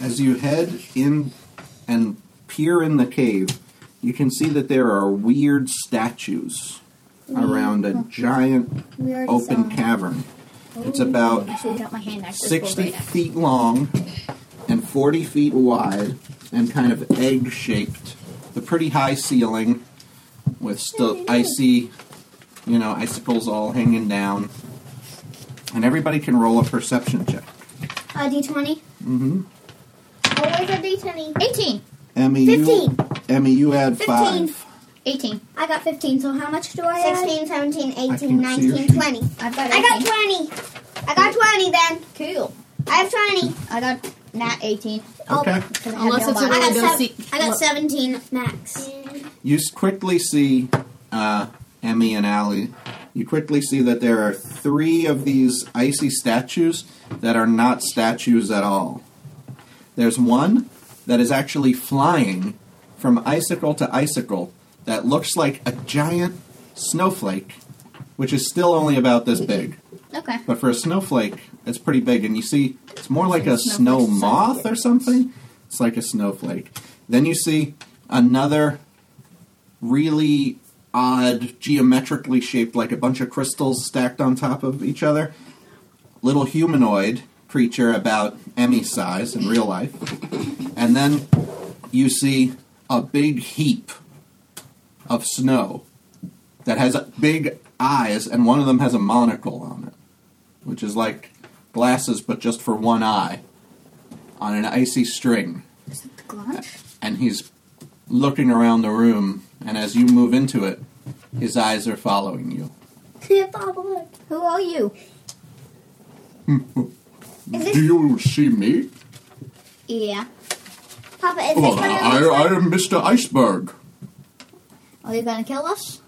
S1: As you head in and peer in the cave, you can see that there are weird statues around a giant
S3: We already
S1: open
S3: saw.
S1: cavern. It's about
S3: I should have got my hand back. This will
S1: 60
S3: right now.
S1: feet long and 40 feet wide and kind of egg shaped. The pretty high ceiling with still icy, you know, icicles all hanging down. And everybody can roll a perception check.
S2: Uh, D20.
S1: Mm-hmm.
S2: Always a D20.
S3: 18.
S1: Emmy, you, Emmy, you had E five.
S3: 18.
S2: I got 15, so how much do I 16, 17,
S1: I can't
S2: 18,
S1: see your
S2: 19,
S1: sheet.
S2: 20.
S3: I've got 18.
S2: I got 20. I got 20 then.
S3: Cool.
S2: I have 20.
S3: I got nat
S1: Okay.
S3: 18. 'cause I had
S4: Unless it's
S3: no
S4: a
S3: body.
S4: really
S2: I got, sev-
S4: don't see.
S2: I got 17 max.
S1: You s- quickly see uh, Emmy and Allie. You quickly see that there are three of these icy statues that are not statues at all. There's one that is actually flying from icicle to icicle that looks like a giant snowflake, which is still only about this big.
S3: Okay.
S1: But for a snowflake, it's pretty big, and you see it's more like a snow moth or something. It's like a snowflake. Then you see another really odd, geometrically shaped, like a bunch of crystals stacked on top of each other. Little humanoid creature about Emmy size in real life. And then you see a big heap of snow that has big eyes, and one of them has a monocle on it which is like glasses but just for one eye, on an icy string.
S3: Is it the glove?
S1: And he's looking around the room, and as you move into it, his eyes are following you.
S3: Who are you?
S1: Do you see me?
S3: Yeah.
S2: Papa, is this what it
S1: I am Mr. Iceberg.
S3: Are you gonna kill us?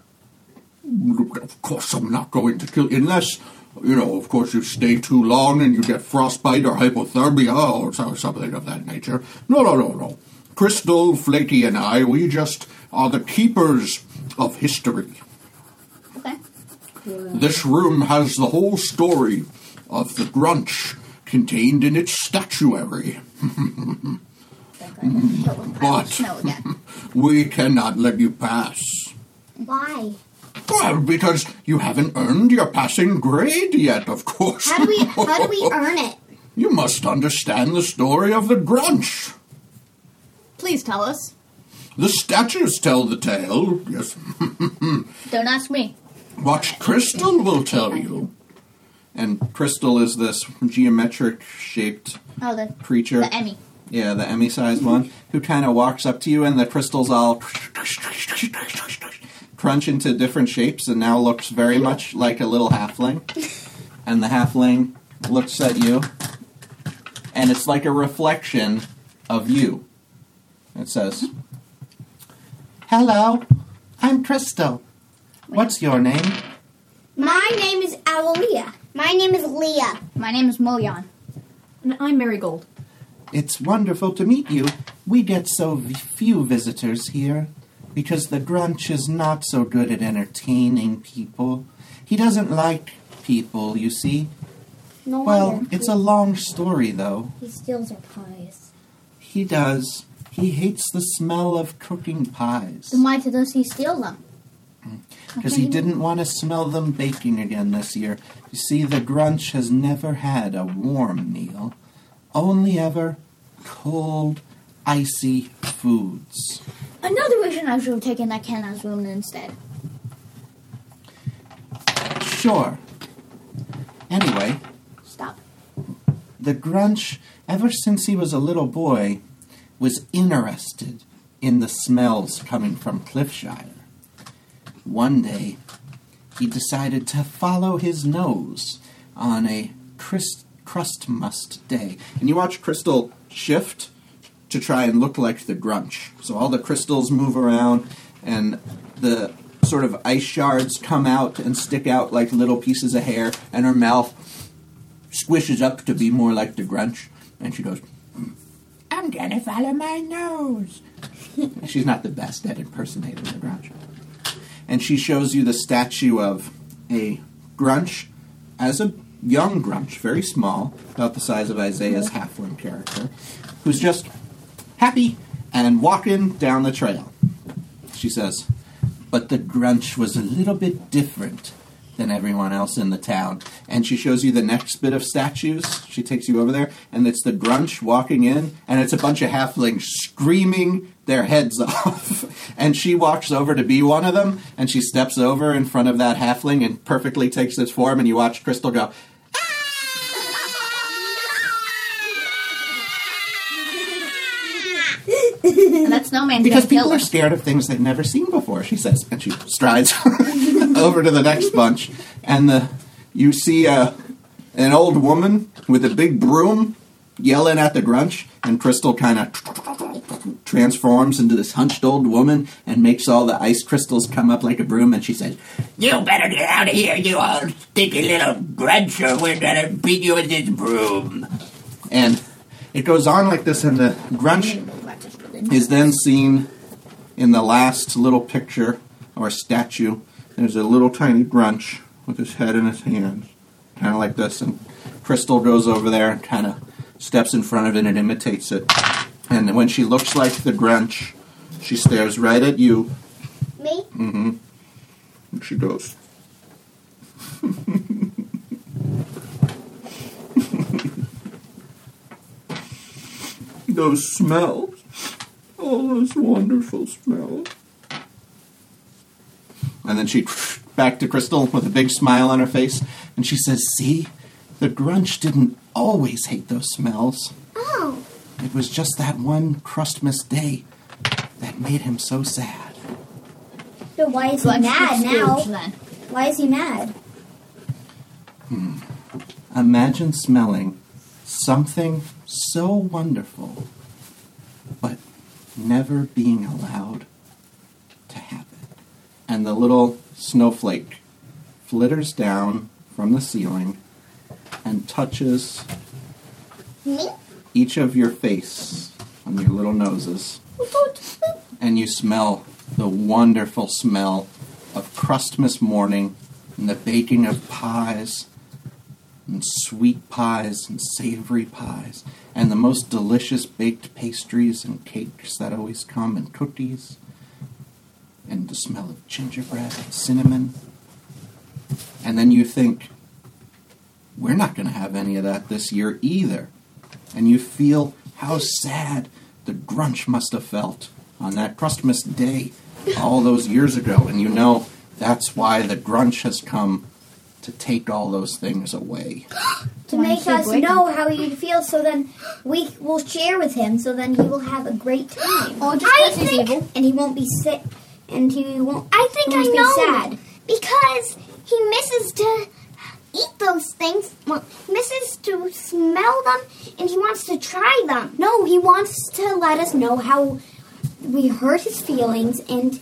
S1: Of course, I'm not going to kill you unless. You know, of course, you stay too long and you get frostbite or hypothermia or so- something of that nature. No, no, no, no. Crystal, Flaky, and I, we just are the keepers of history.
S3: Okay.
S1: This room has the whole story of the Grunch contained in its statuary.
S3: They're gonna kill him. I
S1: But-
S3: don't know again.
S1: We cannot let you pass.
S2: Why?
S1: Well, because you haven't earned your passing grade yet, of course.
S2: How do we how do we earn it?
S1: you must understand the story of the Grunch.
S4: Please tell us.
S1: The statues tell the tale. Yes,
S3: Don't ask me.
S1: Watch Crystal will tell you. And Crystal is this geometric shaped
S3: Oh, the,
S1: creature.
S3: the Emmy.
S1: Yeah, the Emmy sized one, who kind of walks up to you and the crystals all crunch into different shapes and now looks very much like a little halfling. And the halfling looks at you and it's like a reflection of you. It says, Hello, I'm Crystal. What's your name?
S2: My name is Owlia. My name is Leah.
S3: My name is Moyan.
S4: And I'm Marigold.
S1: It's wonderful to meet you. We get so v- few visitors here because the Grunch is not so good at entertaining people. He doesn't like people, you see.
S2: No
S1: Well, it's a long story, though.
S2: He steals our pies.
S1: He does. He hates the smell of cooking pies
S3: Then why does he steal them?
S1: because he didn't want to smell them baking again this year. You see, the Grunch has never had a warm meal, only ever cold, icy foods.
S3: Another reason I should have taken that Kenna's room instead.
S1: Sure. Anyway,
S3: Stop.
S1: the Grunch, ever since he was a little boy, was interested in the smells coming from Cliffshire. One day, he decided to follow his nose on a crust, crust must day. And you watch Crystal shift to try and look like the Grunch. So all the crystals move around, and the sort of ice shards come out and stick out like little pieces of hair, and her mouth squishes up to be more like the Grunch, and she goes, "I'm gonna follow my nose." She's not the best at impersonating the Grunch, and she shows you the statue of a Grunch as a young Grunch, very small, about the size of Isaiah's halfling character, who's just happy
S5: and walking down the trail. She says, But the Grunch was a little bit different than everyone else in the town. And she shows you the next bit of statues. She takes you over there, and it's the Grunch walking in, and it's a bunch of halflings screaming their heads off. and she walks over to be one of them, and she steps over in front of that halfling and perfectly takes its form, and you watch Crystal go,
S3: And that snowman's
S5: Because
S3: gonna kill
S5: people are
S3: us.
S5: scared of things they've never seen before, she says, and she strides over to the next bunch, and the you see uh, an old woman with a big broom yelling at the grunch, and Crystal kind of transforms into this hunched old woman and makes all the ice crystals come up like a broom, and she says,
S6: You better get out of here, you old stinky little grudge, or we're gonna beat you with this broom.
S5: and it goes on like this, and the grunch is then seen in the last little picture or statue. There's a little tiny grunch with his head in his hands, kind of like this. And Crystal goes over there and kind of steps in front of it and imitates it. And when she looks like the grunch, she stares right at you
S2: Me?
S5: and she goes, Those smells. All those wonderful smells. And then she back to Crystal with a big smile on her face, and she says, See, the Grunch didn't always hate those smells.
S2: Oh.
S5: It was just that one Christmas day that made him so sad.
S2: So why is he
S3: Grunch
S2: mad
S3: is huge
S2: now?
S3: Then.
S2: Why is he mad?
S5: Imagine smelling something so wonderful, but never being allowed to happen. And the little snowflake flitters down from the ceiling and touches
S2: Me?
S5: each of your face on your little noses. And you smell the wonderful smell of Christmas morning and the baking of pies and sweet pies and savory pies and the most delicious baked pastries and cakes that always come and cookies and the smell of gingerbread and cinnamon. And then you think, we're not going to have any of that this year either and you feel how sad the Grunch must have felt on that Christmas day all those years ago, and you know that's why the Grunch has come to take all those things away.
S2: To
S3: Why
S2: make
S3: is he
S2: us
S3: breaking?
S2: know how he feels so then we will share with him so then he will have a great time.
S3: Oh, just
S2: I
S3: because he's
S2: think,
S3: evil.
S2: and he won't be sick and he won't I think
S3: I
S2: be
S3: know.
S2: sad. Because he misses to eat those things, well, misses to smell them, and he wants to try them. No, he wants to let us know how we hurt his feelings, and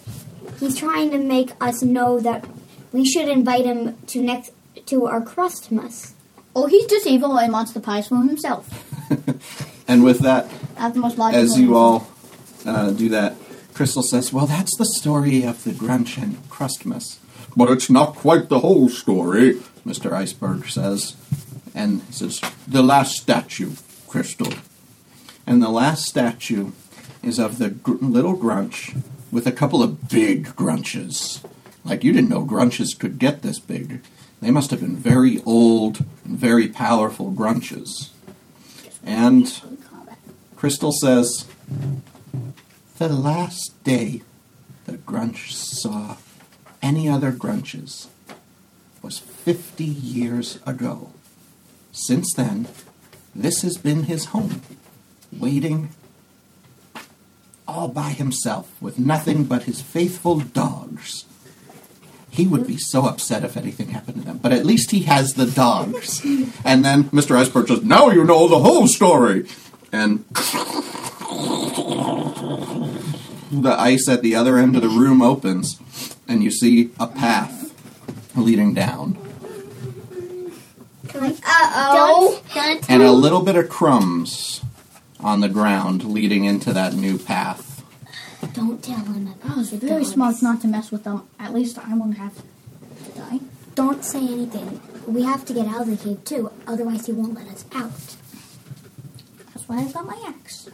S2: he's trying to make us know that we should invite him to next to our Christmas.
S3: Oh, he's just evil and wants the pies for himself.
S5: And with that,
S3: That's the most logical.
S5: as
S3: reason.
S5: you all uh, do that, Crystal says, Well, that's the story of the Grunch and Christmas. But it's not quite the whole story, Mr. Iceberg says. And he says, The last statue, Crystal. And the last statue is of the gr- little Grunch with a couple of big Grunches. Like, you didn't know Grunches could get this big. They must have been very old and very powerful Grunches. And Crystal says, The last day the Grunch saw any other Grunches was 50 years ago. Since then, this has been his home, waiting all by himself with nothing but his faithful dogs. He would be so upset if anything happened to them, but at least he has the dogs. and then Mr. Iceberg says, Now you know the whole story! And the ice at the other end of the room opens, and you see a path leading down.
S2: Oh,
S5: and a little bit of crumbs on the ground leading into that new path.
S2: don't tell him about
S3: I was
S2: the
S3: Oh, very
S2: dogs.
S3: smart not to mess with them. At least I won't have to die.
S2: Don't say anything. We have to get out of the cave too, otherwise he won't let us out.
S3: That's why I've got my axe.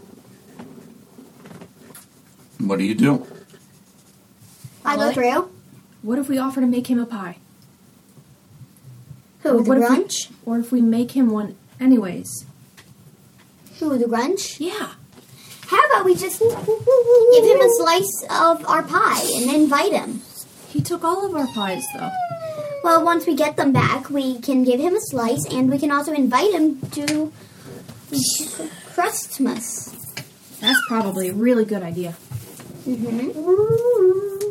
S1: What do you do?
S2: I go
S4: Really?
S2: through.
S4: What if we offer to make him a pie?
S2: Who, the
S4: what if we-
S2: grunch?
S4: Or if we make him one anyways?
S2: Who, the grunch?
S4: Yeah.
S2: How about we just give him a slice of our pie and invite him?
S4: He took all of our pies though.
S2: Well, once we get them back, we can give him a slice and we can also invite him to Christmas.
S4: That's probably a really good idea.
S2: mm-hmm.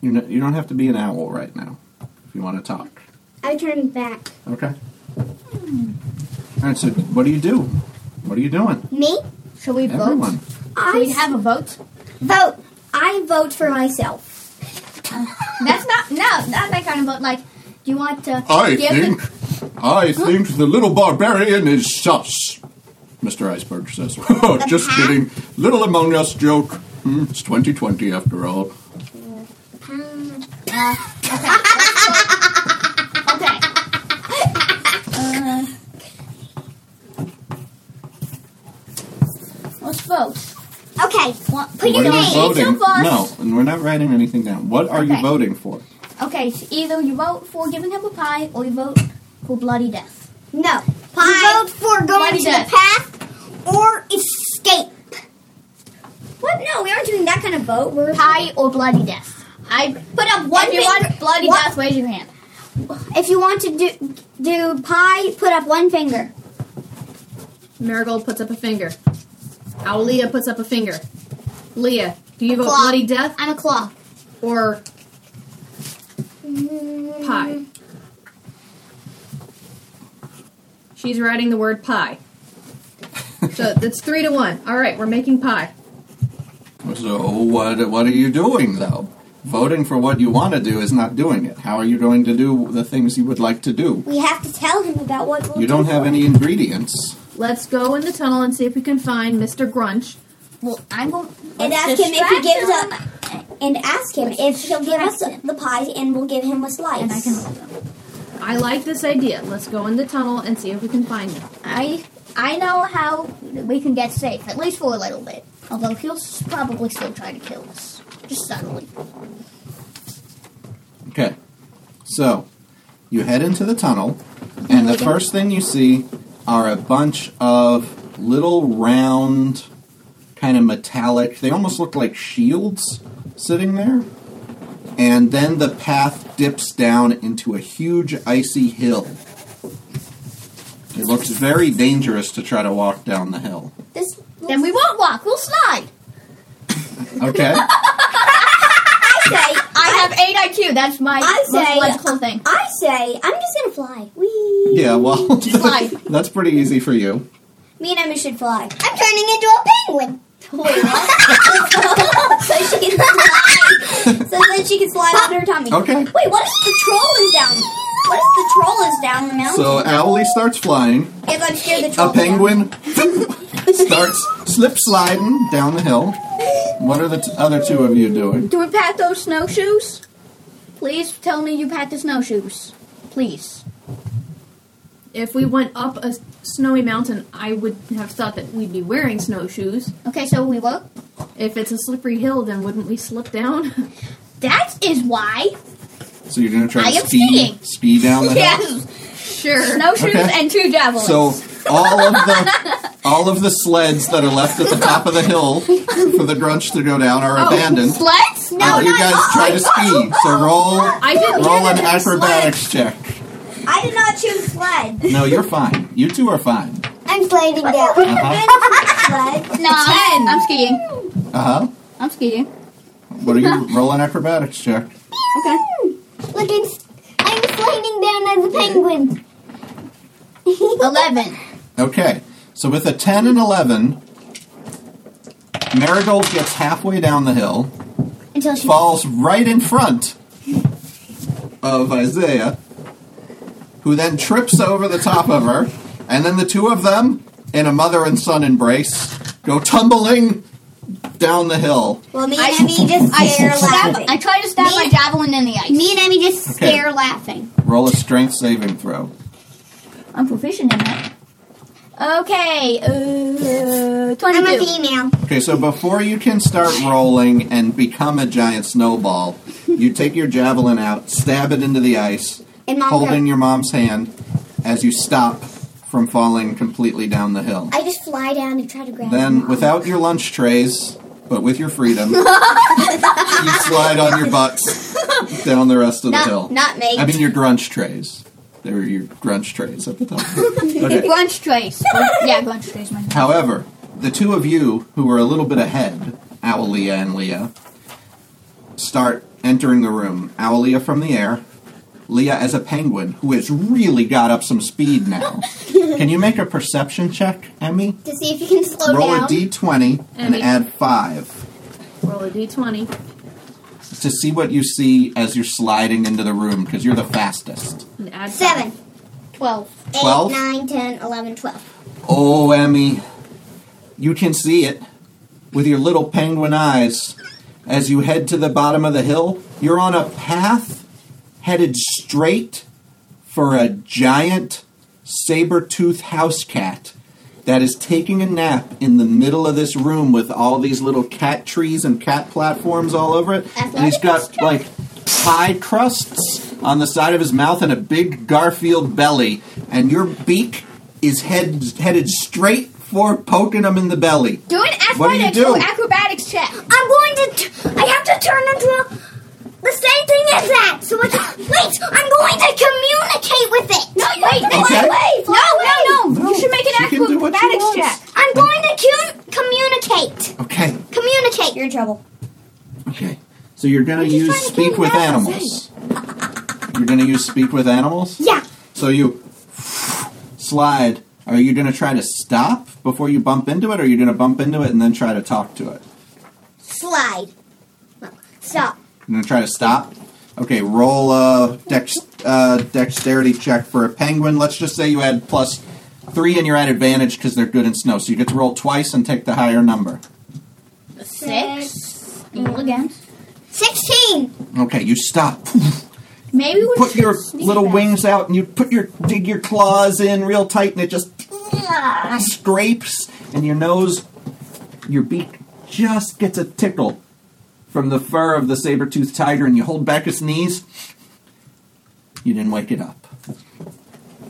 S1: You know, you don't have to be an owl right now if you want to talk.
S2: I turn back.
S1: Okay. All right. So, what do you do? What are you doing?
S2: Me?
S3: Should we vote?
S1: Everyone.
S2: I
S3: Should we have a vote?
S2: vote. I vote for myself.
S3: That's not no, not that kind of vote. Like, do you want to?
S1: I
S3: give
S1: think,
S3: The,
S1: I think the little barbarian is sus. Mr. Iceberg says,
S3: Uh-huh.
S1: just kidding. Little among us joke. Hmm, it's 2020 after all.
S3: okay. Uh, let's vote.
S2: Okay.
S3: What?
S2: Put your
S1: what are
S2: name.
S1: you voting?
S3: Two of us.
S1: No, and we're not writing anything down. What are you
S3: Okay.
S1: voting for?
S3: Okay, so either you vote for giving him a pie or you vote for bloody death.
S2: No.
S3: Pie.
S2: I vote for
S3: Bloody
S2: going to the
S3: death.
S2: path or escape. What? No, we aren't doing that kind of vote. We're
S3: Pie or bloody death. I put up one. If you
S2: finger-
S3: want bloody
S2: one-
S3: death, raise your hand.
S2: If you want to do do pie, put up one finger.
S4: Marigold puts up a finger. Aulia puts up a finger. Leah, do you vote
S2: Claw.
S4: bloody death
S2: I'm a claw.
S4: or pie? She's writing the word pie. so it's three to one. All right, we're making pie.
S1: So what? What are you doing though? Voting for what you want to do is not doing it. How are you going to do the things you would like to do?
S2: We have to tell him about what we'll
S1: You don't
S2: do.
S1: have any ingredients.
S4: Let's go in the tunnel and see if we can find Mr. Grunch.
S3: Well, I'm going.
S2: and ask him if he gives up. And ask him if he'll give us the pie, and we'll give him a slice.
S3: And I can hold him.
S4: I like this idea. Let's go in the tunnel and see if we can find him.
S3: I I know how we can get safe, at least for a little bit. Although he'll s- probably still try to kill us, just subtly.
S1: Okay. So, you head into the tunnel, and the first thing you see are a bunch of little round, kind of metallic, they almost look like shields sitting there. And then the path dips down into a huge icy hill. It looks very dangerous to try to walk down the hill.
S2: This.
S3: Then we won't walk. We'll slide.
S1: Okay?
S2: I say.
S3: I have eight IQ. That's my
S2: I
S3: most
S2: say- uh,
S3: logical thing.
S2: I say. I'm just gonna fly. Wee.
S1: yeah, well,
S3: Slide.
S1: that's pretty easy for you.
S2: Me and Emma should fly.
S5: I'm turning into a penguin.
S2: so she can fly. so then she can fly on her tummy.
S1: Okay.
S2: Wait, what if the troll is down? What if the troll is down the mountain?
S1: So, Owlie starts flying.
S2: if I'm scared the troll
S1: A
S2: is down.
S1: penguin starts slip sliding down the hill. What are the t- other two of you doing?
S3: Do we pack those snowshoes? Please tell me you packed the snowshoes. Please.
S4: If we went up a s- snowy mountain, I would have thought that we'd be wearing snowshoes.
S3: Okay, so we won't.
S4: If it's a slippery hill, then wouldn't we slip down?
S3: That is why
S1: So you're gonna try
S3: I
S1: to
S3: am
S1: ski
S3: skiing.
S1: ski down the hill.
S3: yes,
S4: sure.
S3: snowshoes
S1: Okay.
S3: and two javelins.
S1: So all of the all of the sleds that are left at the top of the hill for the grunch to go down are abandoned.
S3: Oh, sleds? No,
S1: Now you
S3: not
S1: guys try to ski. So roll
S4: I didn't
S1: roll
S4: get
S1: an
S4: it.
S1: acrobatics check.
S2: I did not choose sled.
S1: No, you're fine. You two are fine.
S5: I'm sliding down.
S1: Uh
S2: sled.
S3: no. I'm, I'm skiing.
S1: huh. Uh huh.
S3: I'm skiing.
S1: What are you roll an acrobatics check?
S3: Okay.
S5: Look, it's, I'm sliding down as a penguin.
S3: Eleven.
S1: Okay, so with a 10 and 11, Marigold gets halfway down the hill,
S3: Until she
S1: falls right in front of Isaiah, who then trips over the top of her, and then the two of them, in a mother and son embrace, go tumbling down the hill.
S2: Well, me
S3: I-
S2: and Emmy just stare laughing.
S3: I try to stab my javelin in the ice.
S5: Me and Emmy just
S1: Okay.
S5: stare laughing.
S1: Roll a strength saving throw.
S3: I'm proficient in that. Okay, uh, 22.
S2: I'm a female.
S5: Okay, so before you can start rolling and become a giant snowball, you take your javelin out, stab it into the ice,
S2: And mom
S5: hold in your mom's hand as you stop from falling completely down the hill.
S2: I just fly down and try to grab
S5: Then,
S2: Mom.
S5: without your lunch trays, but with your freedom, you slide on your butts down the rest of the hill.
S1: Not, not me.
S5: I mean, your grunge trays. They were your grunge trays at the top. Okay.
S3: Grunge trace. yeah, grunge trace. My
S5: However, the two of you who were a little bit ahead, Owlia and Leah, start entering the room. Owlia from the air, Leah as a penguin who has really got up some speed now. Can you make a perception check, Emmy?
S2: to see if you can slow
S5: Roll
S2: down.
S5: a d20 and
S4: Emmy.
S5: add five
S4: Roll a d20.
S5: to see what you see as you're sliding into the room because you're the fastest.
S4: And add
S2: Seven.
S3: 12.
S2: Eight,
S5: Twelve?
S2: nine, ten, eleven, twelve.
S5: Oh, Emmy, you can see it with your little penguin eyes. As you head to the bottom of the hill, you're on a path headed straight for a giant saber toothed house cat that is taking a nap in the middle of this room with all these little cat trees and cat platforms all over it. and he's got like pie crusts on the side of his mouth and a big Garfield belly. And your beak is head, headed straight for poking him in the belly.
S3: Do an
S5: What do you
S3: athletics
S5: do?
S3: or acrobatics check.
S2: I'm going to. T- I have to turn into a, the same thing as that. So it's, wait, I'm going to communicate with it. No, wait,
S5: Okay.
S2: wait,
S3: No, no, no,
S5: No,
S3: You should make an
S5: she can do what she
S3: acrobatics
S5: wants.
S3: check.
S2: I'm going to cu- communicate.
S5: Okay,
S2: Communicate. You're in trouble.
S5: okay. So you're gonna
S2: just
S5: use
S2: trying to
S5: speak
S2: get
S5: with
S2: him out of
S5: animals. You're gonna use speak with animals?
S2: Yeah.
S5: So you slide. Are you gonna try to stop before you bump into it, or are you gonna bump into it and then try to talk to it?
S2: Slide. No, Stop.
S5: You're gonna try to stop? Okay, roll a dex- uh, dexterity check for a penguin. Let's just say you had plus three and you're at advantage because they're good in snow. So you get to roll twice and take the higher number.
S3: Six. Roll again.
S2: Sixteen.
S5: Okay, you stop.
S3: Maybe we
S5: put
S3: should
S5: your
S3: sneak
S5: little
S3: back.
S5: wings out and you put your dig your claws in real tight and it just
S3: Ah.
S5: scrapes and your nose your beak just gets a tickle from the fur of the saber-toothed tiger and you hold back a sneeze you didn't wake it up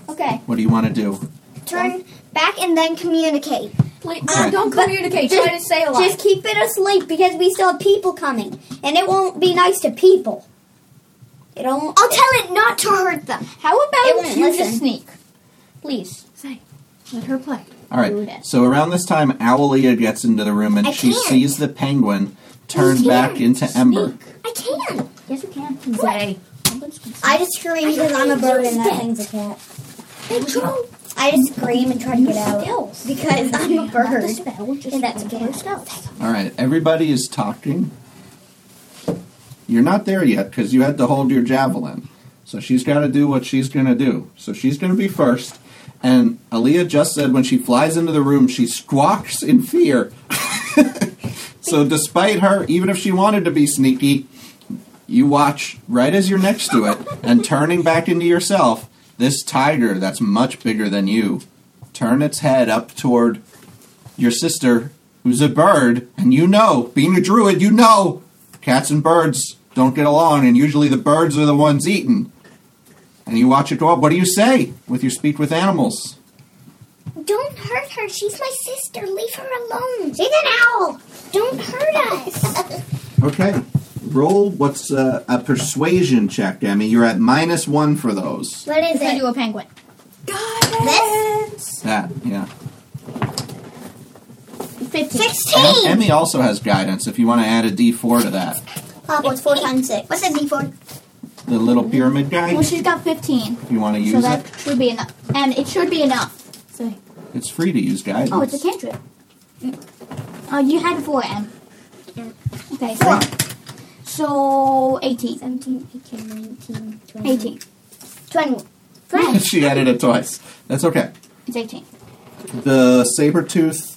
S3: Okay.
S5: what do you want to do
S2: Turn back and then communicate.
S3: Wait,
S5: Alright.
S3: Don't communicate. Try to say a lot.
S2: Just keep it asleep because we still have people coming, and it won't be nice to people.
S3: It'll,
S2: I'll Oh, tell it not to hurt them.
S3: how
S2: it
S3: about
S2: won't
S3: you
S2: listen.
S3: just sneak? Please.
S4: Say, let her play.
S5: all right
S3: Yes.
S5: so around this time owlia gets into the room and
S2: I
S5: she
S2: can't.
S5: sees the penguin turn back into ember
S2: I can.
S3: Yes, you can.
S4: Say.
S2: I just scream because I'm a bird and that thing's a cat. I just scream and try to get out because I'm a bird and that's a cat.
S5: All right, everybody is talking. You're not there yet because you had to hold your javelin. So she's got to do what she's going to do. So she's going to be first. And Aaliyah just said when she flies into the room, she squawks in fear. so despite her, even if she wanted to be sneaky, you watch right as you're next to it and turning back into yourself, this tiger that's much bigger than you turn its head up toward your sister, who's a bird, and you know, being a druid, you know, cats and birds don't get along, and usually the birds are the ones eaten. And you watch it go up. What do you say with your speak with animals?
S2: Don't hurt her. She's my sister. Leave her alone. She's an owl. Don't hurt us.
S5: Okay. Roll what's uh, a persuasion check, Emmy. You're at minus one for those.
S2: what is
S3: If I
S2: it?
S3: do a penguin.
S2: This?
S5: That, yeah.
S3: 15. Oh.
S5: Em-
S2: Sixteen.
S5: Emmy also has guidance if you want to add a d4 to that.
S2: Pop, what's four times six? What's a D four?
S5: The little pyramid guy,
S3: Well, she's got 15.
S5: if you want to
S3: Oh, So
S5: use
S3: that
S5: it.
S3: should be enough. And it should be enough. Say.
S5: It's free to use guidance.
S3: Oh, it's a cantrip. Oh, you had four, M. Okay,
S2: Four.
S3: so, so 18.
S2: 17, 18, 19, 20.
S3: 18.
S2: 21.
S5: she added it twice. That's okay.
S3: It's 18.
S5: the saber tooth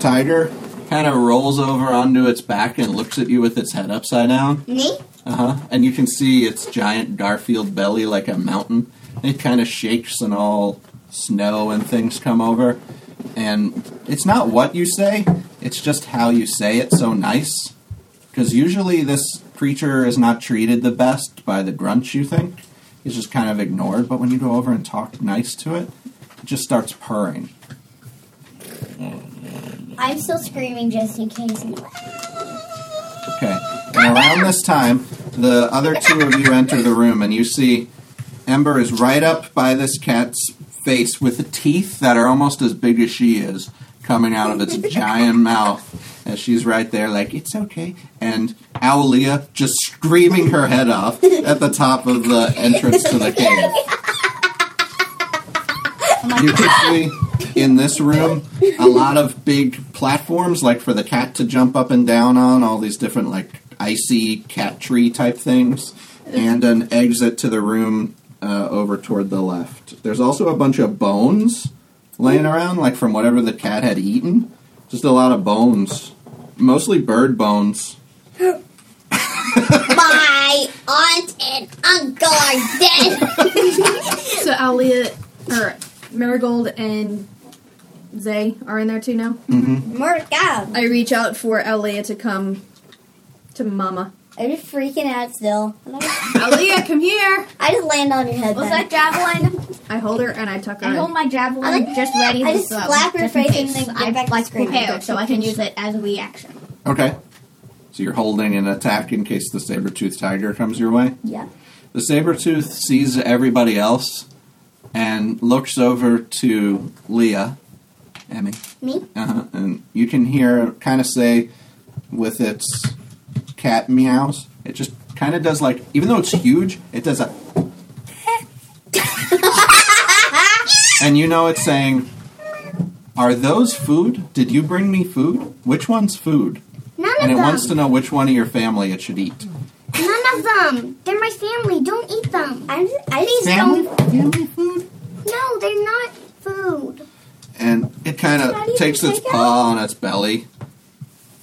S5: tiger kind of rolls over onto its back and looks at you with its head upside down.
S2: Me?
S5: Uh huh. And you can see its giant Garfield belly like a mountain. It kind of shakes and all snow and things come over. and it's not what you say, it's just how you say it so nice. Because usually this creature is not treated the best by the grunts you think. It's just kind of ignored, but when you go over and talk nice to it, it just starts purring.
S7: I'm still screaming just in case.
S5: Okay. And around this time, the other two of you enter the room, and you see Ember is right up by this cat's face with the teeth that are almost as big as she is coming out of its giant mouth. And she's right there, like, it's okay. And Owlia just screaming her head off at the top of the entrance to the cave. You can see in this room a lot of big platforms, like for the cat to jump up and down on, all these different, like, icy cat tree type things, and an exit to the room uh, over toward the left. There's also a bunch of bones laying around, like from whatever the cat had eaten. Just a lot of bones, mostly bird bones.
S2: My aunt and uncle are dead.
S4: So Alia, or Marigold and Zay are in there too now.
S7: More God.
S4: I reach out for Alia to come to Mama.
S7: I'm just freaking out still. And I just-
S4: Alia, come here.
S7: I just land on your head.
S3: What's
S7: then.
S3: that javelin?
S4: I hold her and I tuck her
S3: I
S4: in.
S3: hold my javelin
S7: I like-
S3: just ready
S7: I
S3: to
S7: just
S3: throw,
S7: slap your
S3: just in
S7: face and
S3: case.
S7: then get
S3: I'm
S7: back to
S3: like
S7: screaming.
S3: prepared, so I can use it as a reaction.
S5: Okay. So you're holding an attack in case the saber-toothed tiger comes your way?
S3: Yeah.
S5: The saber-tooth sees everybody else and looks over to Leah, Emmy.
S7: Me?
S5: Uh-huh. And you can hear it kind of say with its cat meows, it just kind of does like, even though it's huge, it does a.
S3: Ah!
S5: and you know it's saying, Are those food? Did you bring me food? Which one's food?
S2: None
S5: and it
S2: of them.
S5: wants to know which one of your family it should eat.
S2: None of them. They're my family. Don't eat them.
S7: I'm just, I just
S2: um,
S5: Family,
S7: don't.
S5: family food.
S2: No, they're not food.
S5: And it kind
S7: Not
S5: of
S7: even
S5: takes its
S7: take out?
S5: paw on its belly,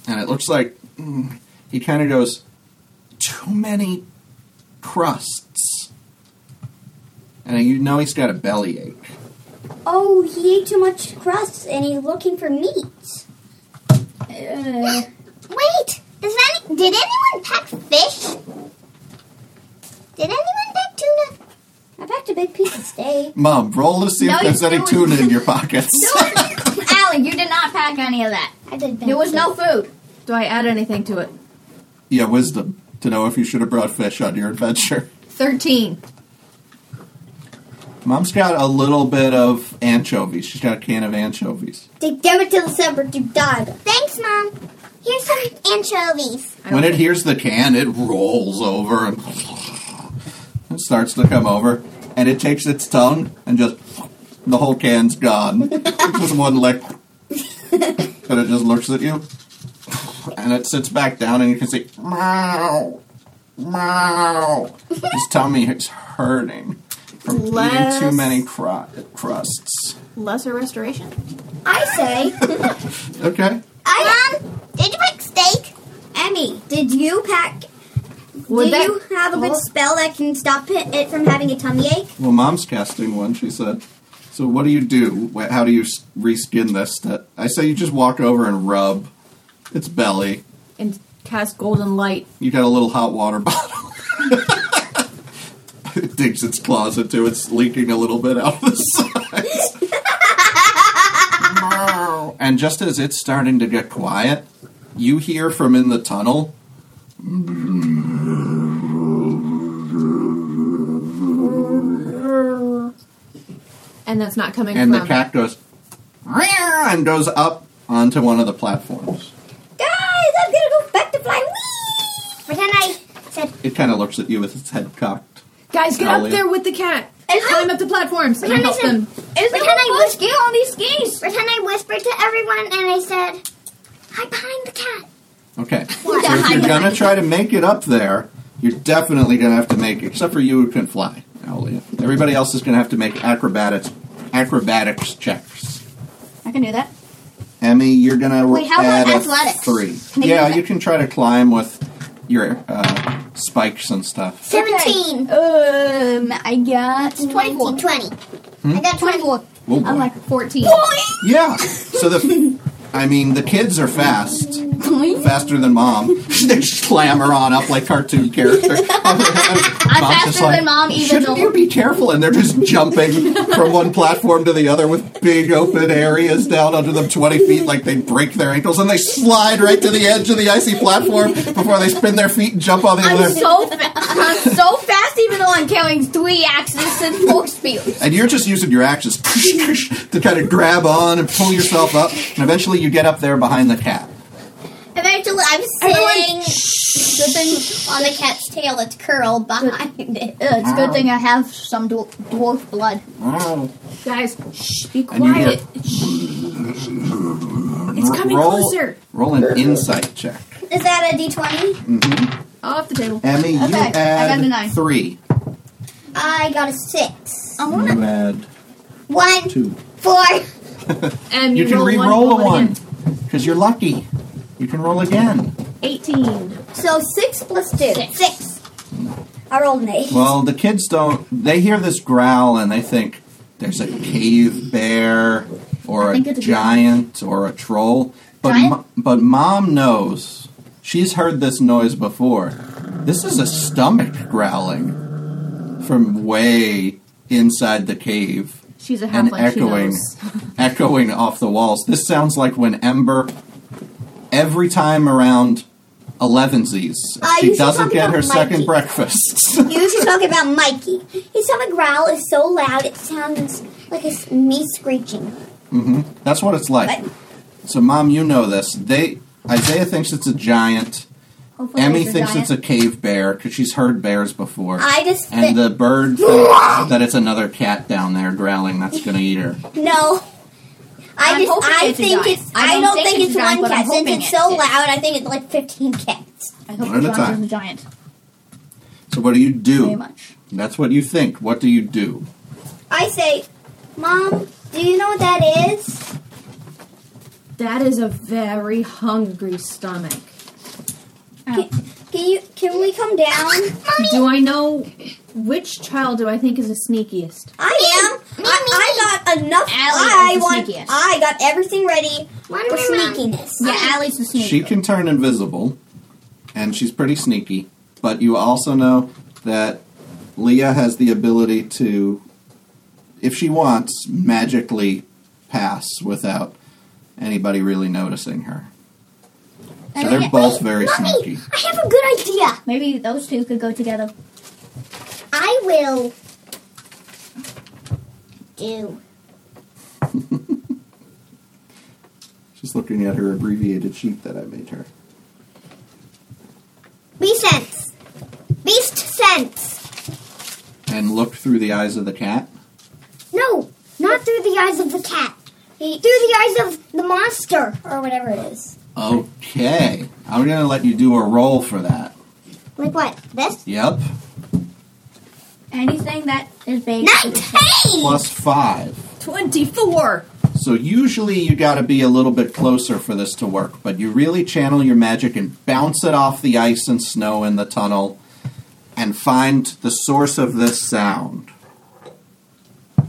S5: and it looks like mm, he kind of goes, "Too many crusts," and you know he's got a bellyache.
S7: Oh, he ate too much crust and he's looking for meat. Uh,
S2: Wait, does any did anyone pack fish? Did anyone pack tuna?
S7: I packed a big piece of steak.
S5: Mom, roll to see
S3: No,
S5: if there's
S3: you
S5: any
S3: do it.
S5: tuna in your pockets.
S3: Allie, you did not pack any of that.
S7: I did.
S3: There was no food.
S4: Do I add anything to it?
S5: yeah, wisdom to know if you should have brought fish on your adventure.
S4: Thirteen.
S5: Mom's got a little bit of anchovies. She's got a can of anchovies.
S7: They give it to the separate to dog.
S2: Thanks, Mom. Here's some anchovies.
S4: I don't
S5: When it hears the can, it rolls over and it starts to come over, and it takes its tongue and just the whole can's gone. It's just one lick, and it just looks at you, and it sits back down, and you can see meow, meow. His tummy is hurting from
S4: Less-
S5: eating too many cru- crusts.
S4: Lesser restoration.
S7: I say,
S5: Okay.
S2: I Mom, did you pack steak?
S7: Emmy, did you pack?
S4: Would
S7: do
S4: that-
S7: you have a good spell that can stop it, it from having a tummy ache?
S5: Well, mom's casting one, she said. So what do you do? Wh- How do you s- reskin this? To, I say you just walk over and rub its belly.
S4: And cast golden light.
S5: You got a little hot water bottle. it digs its claws into it. It's leaking a little bit out of the sides. Meow. and just as it's starting to get quiet, you hear from in the tunnel.
S4: And that's not coming
S5: and
S4: from
S5: the cat goes "Meow," and goes up onto one of the platforms.
S7: Guys, I'm gonna go back to fly.
S2: Pretend I said
S5: It kind of looks at you with its head cocked.
S4: Guys, get
S5: Alia.
S4: up there with the cat.
S2: And how-
S4: Climb up the platforms and help them.
S2: Is pretend I whis-
S3: Get on these skis.
S2: pretend I whispered to everyone and I said, "Hide behind the cat."
S5: Okay. So if you're gonna try to make it up there, you're definitely gonna have to make except for you who can fly, Owlia. Everybody else is gonna have to make acrobatics acrobatics checks.
S3: I can do that.
S5: Emmy, you're gonna
S3: Wait, how
S5: add
S3: about
S5: a
S3: athletics?
S5: three.
S3: Can I do
S5: yeah,
S3: that?
S5: you can try to climb with your uh, spikes and stuff.
S2: Seventeen.
S3: Um, I got
S5: Hmm?
S2: 19, 20. I got 24.
S5: Whoa, boy.
S3: I'm like 14.
S5: yeah. So the, I mean, the kids are fast, faster than mom. they slam her on up like cartoon character. I'm
S3: faster than mom, even
S5: Shouldn't
S3: though-
S5: you be careful? And they're just jumping from one platform to the other with big open areas down under them, 20 feet, like they break their ankles, and they slide right to the edge of the icy platform before they spin their feet and jump on the
S3: I'm
S5: other.
S3: so fast. I'm so fast, even though I'm carrying three axes and four spears.
S5: and you're just using your actions to kind of grab on and pull yourself up, and eventually you get up there behind the cat.
S2: Eventually, I'm sitting sitting on the cat's tail that's curled behind it.
S3: Ugh, it's a good thing I have some dwar- dwarf blood.
S4: Guys, shh, be
S5: And you hear-
S4: quiet. It's coming
S5: roll,
S4: closer.
S5: Roll an insight check.
S2: Is that a d20?
S4: Off the table.
S5: Emmy, you
S3: Okay, I
S5: add
S3: got the nine.
S5: three.
S2: I got a six.
S3: I
S5: You
S3: wanna.
S5: add
S2: One,
S5: two.
S2: four.
S4: And
S5: You,
S4: you,
S5: can
S4: roll
S5: re-roll
S4: roll
S5: a one
S4: again.
S5: because you're lucky. You can roll again.
S4: 18.
S2: So six plus two. Six.
S8: I rolled an eight.
S5: Well, the kids don't. They hear this growl and they think there's a cave bear or
S3: I
S5: a
S3: think it's a
S5: giant or a troll. But
S3: Giant?
S5: mo- but mom knows. She's heard this noise before. This is a stomach growling from way inside the cave
S4: She's a half
S5: and
S4: like she
S5: echoing,
S4: knows.
S5: echoing off the walls. This sounds like when Ember, every time around elevensies,
S2: Uh, you
S5: she
S2: should
S5: doesn't
S2: talk
S5: get
S2: about
S5: her second
S2: Mikey.
S5: breakfast.
S2: You should talk about Mikey. His stomach growl is so loud it sounds like it's me screeching.
S5: Mm-hmm. That's what it's like. So, Mom, you know this. They Isaiah thinks it's a giant.
S3: Hopefully
S5: Emmy
S3: a
S5: thinks
S3: giant.
S5: it's a cave bear because she's heard bears before.
S2: I just
S5: and
S2: thi-
S5: the bird thinks that it's another cat down there growling that's going to eat her.
S2: no. I
S3: I'm
S2: just
S3: hoping
S2: I
S3: it's a
S2: think
S3: giant.
S2: it's I don't, think, it's,
S3: a giant,
S2: one
S3: but I'm
S2: cat since
S3: hoping
S2: it's
S3: it
S2: so
S3: is.
S2: loud. I think it's like fifteen cats.
S3: I hope
S5: One at a
S3: the giant
S5: time.
S3: is a giant.
S5: So, what do you
S3: Very
S5: do?
S3: much.
S5: That's what you think. What do you do?
S2: I say, Mom, do you know what that is?
S4: That is a very hungry stomach.
S2: Can you can we come down? Mommy,
S4: Do I know which child do I think is the sneakiest?
S2: I am. I, I got enough.
S3: Allie
S2: I
S3: is the
S2: want.
S3: sneakiest.
S2: I got everything ready for sneakiness.
S3: Yeah, Allie's the snake.
S5: She can turn invisible, and she's pretty sneaky. But you also know that Leah has the ability to, if she wants, magically pass without anybody really noticing her. So they're
S2: oh,
S5: both very
S2: Mommy,
S5: sneaky.
S2: I have a good idea.
S3: Maybe those two could go together.
S2: I will do.
S5: She's looking at her abbreviated sheet that I made her.
S2: Beast sense. Beast sense.
S5: And look through the eyes of the cat.
S2: No, not through the eyes of the cat. Through the eyes of the monster or whatever it is.
S5: Okay. I'm going to let you do a roll for that.
S2: Like what? This?
S5: Yep.
S3: Anything that is big.
S2: Nineteen.
S5: Plus five.
S4: 24!
S5: So usually you got to be a little bit closer for this to work, but you really channel your magic and bounce it off the ice and snow in the tunnel and find the source of this sound.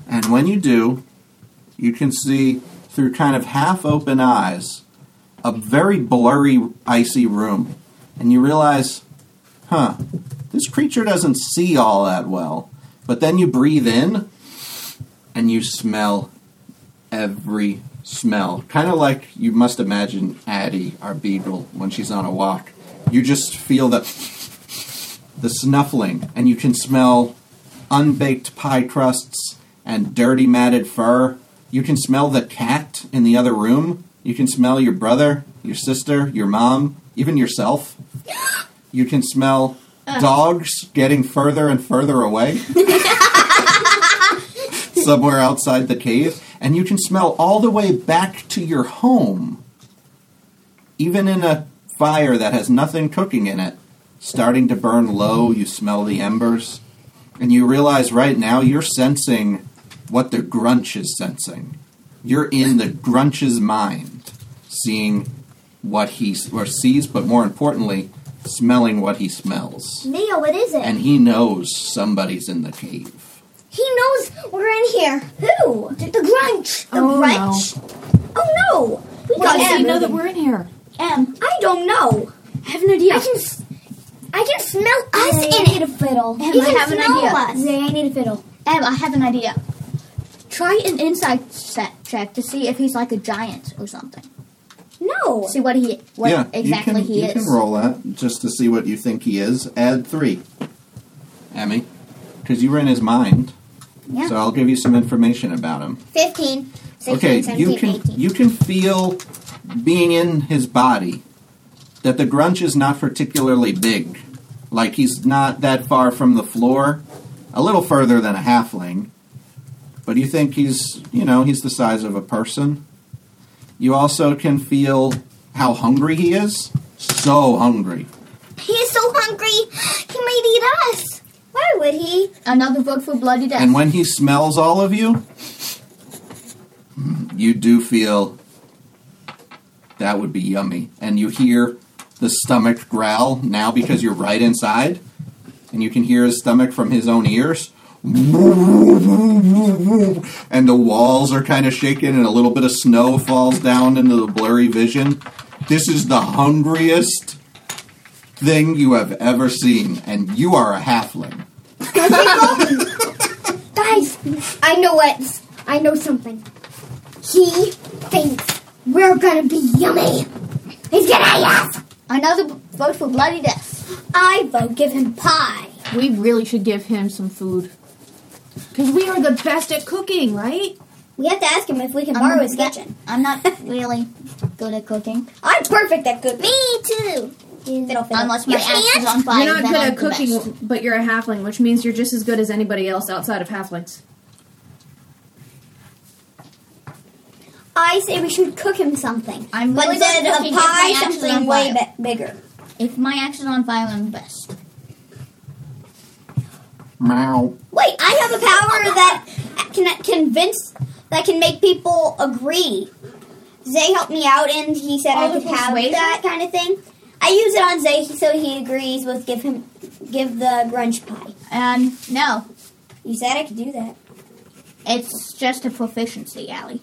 S5: And when you do, you can see through kind of half open eyes a very blurry icy room. And you realize, huh, this creature doesn't see all that well. But then you breathe in and you smell every smell. Kind of like you must imagine Addie, our beagle, when she's on a walk. You just feel the the snuffling, and you can smell unbaked pie crusts and dirty matted fur. You can smell the cat in the other room. You can smell your brother, your sister, your mom, even yourself. You can smell dogs getting further and further away somewhere outside the cave, and you can smell all the way back to your home, even in a fire that has nothing cooking in it. Starting to burn low, you smell the embers, and you realize right now you're sensing what the Grunch is sensing. You're in the Grunch's mind, seeing what he s- or sees, but more importantly, smelling what he smells.
S2: Leo, what is it?
S5: And he knows somebody's in the cave.
S2: He knows we're in here. Who? The Grunch. The
S4: Oh, no.
S2: Grunch? Oh no. We
S4: How
S2: got
S4: does he
S2: M.
S4: know that we're in here?
S2: M. I don't know.
S3: I have an idea.
S2: I can s- I can smell us in it.
S3: fiddle. Em,
S2: He
S3: I
S2: can
S3: have an
S2: smell
S3: idea.
S2: us.
S3: Zay, I need a fiddle. Em, I have an idea. Try an inside set check to see if he's like a giant or something.
S2: No.
S3: See what he what
S5: yeah,
S3: exactly
S5: you can,
S3: he
S5: you
S3: is.
S5: can roll that just to see what you think he is. Add three, Emmy, because you were in his mind.
S3: Yeah.
S5: So I'll give you some information about him.
S2: 15, 16,
S5: okay,
S2: 17,
S5: you can
S2: 18.
S5: you can feel being in his body that the grunge is not particularly big. Like he's not that far from the floor, a little further than a halfling. But you think he's, you know, he's the size of a person. You also can feel how hungry he is. So hungry.
S2: He is so hungry. He might eat us. Why would he?
S3: Another vote for bloody death.
S5: And when he smells all of you, you do feel that would be yummy. And you hear the stomach growl now because you're right inside, and you can hear his stomach from his own ears. And the walls are kind of shaking, and a little bit of snow falls down into the blurry vision. This is the hungriest thing you have ever seen, and you are a halfling.
S2: Guys, I know what. I know something. He thinks we're gonna be yummy. He's gonna eat us.
S3: Another b- vote for bloody death.
S2: I vote give him pie.
S4: We really should give him some food. Because we are the best at cooking, right?
S2: We have to ask him if we can
S3: I'm
S2: borrow
S3: gonna
S2: his
S3: get-
S2: kitchen.
S3: I'm not really good at cooking.
S2: I'm perfect at cooking. Me too. Fiddle, fiddle.
S3: Unless my
S2: You
S3: ass is
S2: can't?
S3: on fire.
S4: you're not
S3: then
S4: good
S3: I'm
S4: at
S3: the
S4: cooking,
S3: best.
S4: but you're a halfling, which means you're just as good as anybody else outside of halflings.
S2: I say we should cook him something.
S3: I'm
S2: But
S3: really good
S2: instead
S3: at
S2: of
S3: cooking if my
S2: pie,
S3: ass is
S2: something
S3: on
S2: way
S3: fire.
S2: bi- bigger.
S3: If my axe is on fire, I'm the best.
S5: Meow.
S2: Wait, I have a power that can convince, that can make people agree. Zay helped me out, and he said I
S3: Oh,
S2: could have
S3: persuasion?
S2: that kind of thing. I use it on Zay, so he agrees with give him give the grunge pie.
S3: And Um, no,
S2: You said I could do that.
S3: it's just a proficiency, Allie.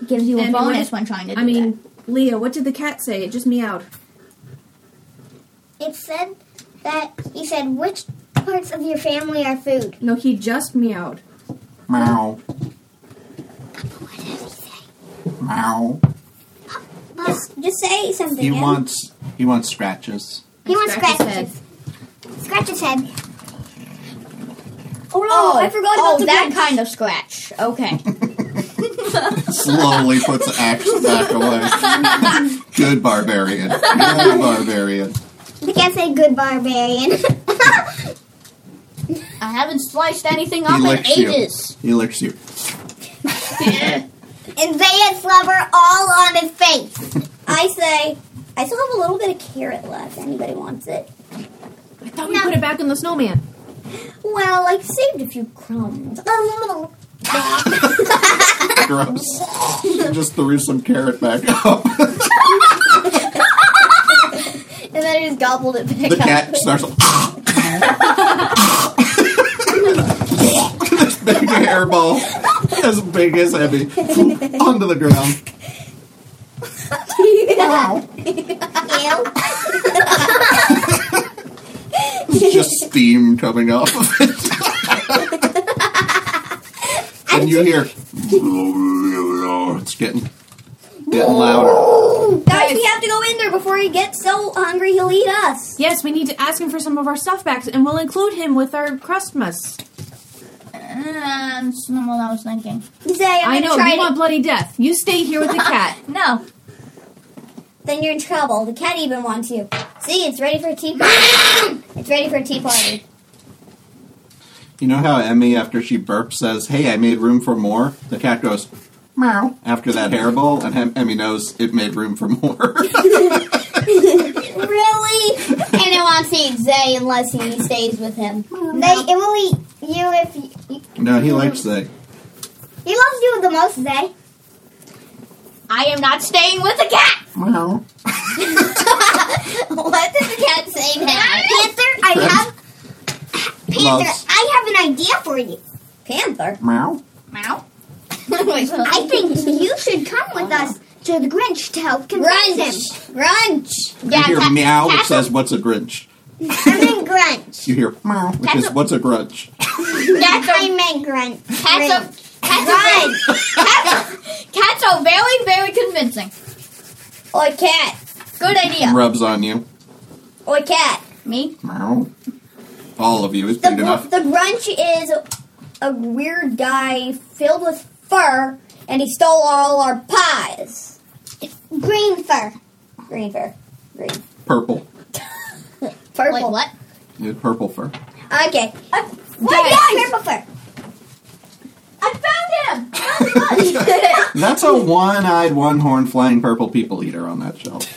S3: It gives you a
S4: And what
S3: bonus
S4: did-
S3: when trying to do
S4: I mean, Leah, what did the cat say? It just meowed.
S2: It said that he said which parts of your family are food.
S4: No, he just meowed.
S5: Meow. Meow.
S2: Just, just say something.
S5: He
S2: Em.
S5: wants he wants scratches.
S2: He wants
S4: Scratch his
S2: scratches. Scratch his head.
S3: Oh,
S2: no, I forgot
S3: oh,
S2: about the
S3: that
S2: grunge.
S3: kind of scratch. Okay.
S5: Slowly puts the axe back away. Good barbarian. Good barbarian.
S2: They can't say good barbarian.
S3: I haven't sliced anything
S5: He
S3: up in
S5: licks you.
S3: ages.
S5: He licks you.
S2: and they had flubber all on his face. I say, I still have a little bit of carrot left. Anybody wants it?
S4: I thought we put it back in the snowman.
S2: Well, I saved a few crumbs.
S5: Gross. Just threw some carrot back up.
S3: And then I just gobbled it back
S5: The
S3: up.
S5: cat starts. this big hairball, as big as heavy, onto the ground.
S2: Ew.
S5: just steam coming off of it. and you hear it's getting getting louder.
S2: Guys, we have to go in there before he gets so hungry he'll eat us.
S4: Yes, we need to ask him for some of our stuff back, and we'll include him with our Christmas.
S3: Um, it's not what I was thinking.
S2: Zay, I'm
S4: I
S2: gonna
S4: know,
S2: try
S4: you
S2: to-
S4: want bloody death. You stay here with the cat.
S3: No.
S2: Then you're in trouble. The cat even wants you. See, it's ready for a tea party. it's ready for a tea party.
S5: You know how Emmy, after she burps, says, "Hey, I made room for more." The cat goes meow after that hairball, and Em- Emmy knows it made room for more.
S2: really?
S3: and it wants to eat Zay unless he stays with him.
S2: They, it will eat you if you,
S5: no, he likes that.
S2: He loves you the most, Zay.
S3: I am not staying with the cat!
S5: Meow.
S2: What did the cat say now? Panther, I
S5: Friends.
S2: have Panther,
S5: Loves.
S2: I have an idea for for you.
S1: Panther.
S5: Meow.
S4: Meow.
S2: I think you should come with us to the Grinch to help convince him.
S1: Grunch. Grunch.
S5: You hear
S2: ta-
S5: meow, which
S2: tackle-
S5: says what's a Grinch.
S2: I meant Grinch.
S5: You hear meow, which is
S2: Tackle-
S5: what's a Grinch.
S2: That's I meant Grinch.
S3: Cats are, cats, are very, cats, cats are very, very convincing.
S1: Oi, cat.
S3: Good idea.
S5: Rubs on you.
S1: Oi, cat.
S3: Me?
S5: Meow. All of you is
S1: The,
S5: big enough.
S1: the Grunch is a, a weird guy filled with fur, and he stole all our pies.
S2: Green fur.
S1: Green fur. Green.
S5: Purple.
S1: Purple.
S3: Wait, what?
S5: Yeah, purple fur.
S1: Okay. Uh,
S2: What
S1: guys.
S2: is purple fur?
S3: I found him!
S5: That's a one-eyed, one-horned, flying purple people eater on that shelf.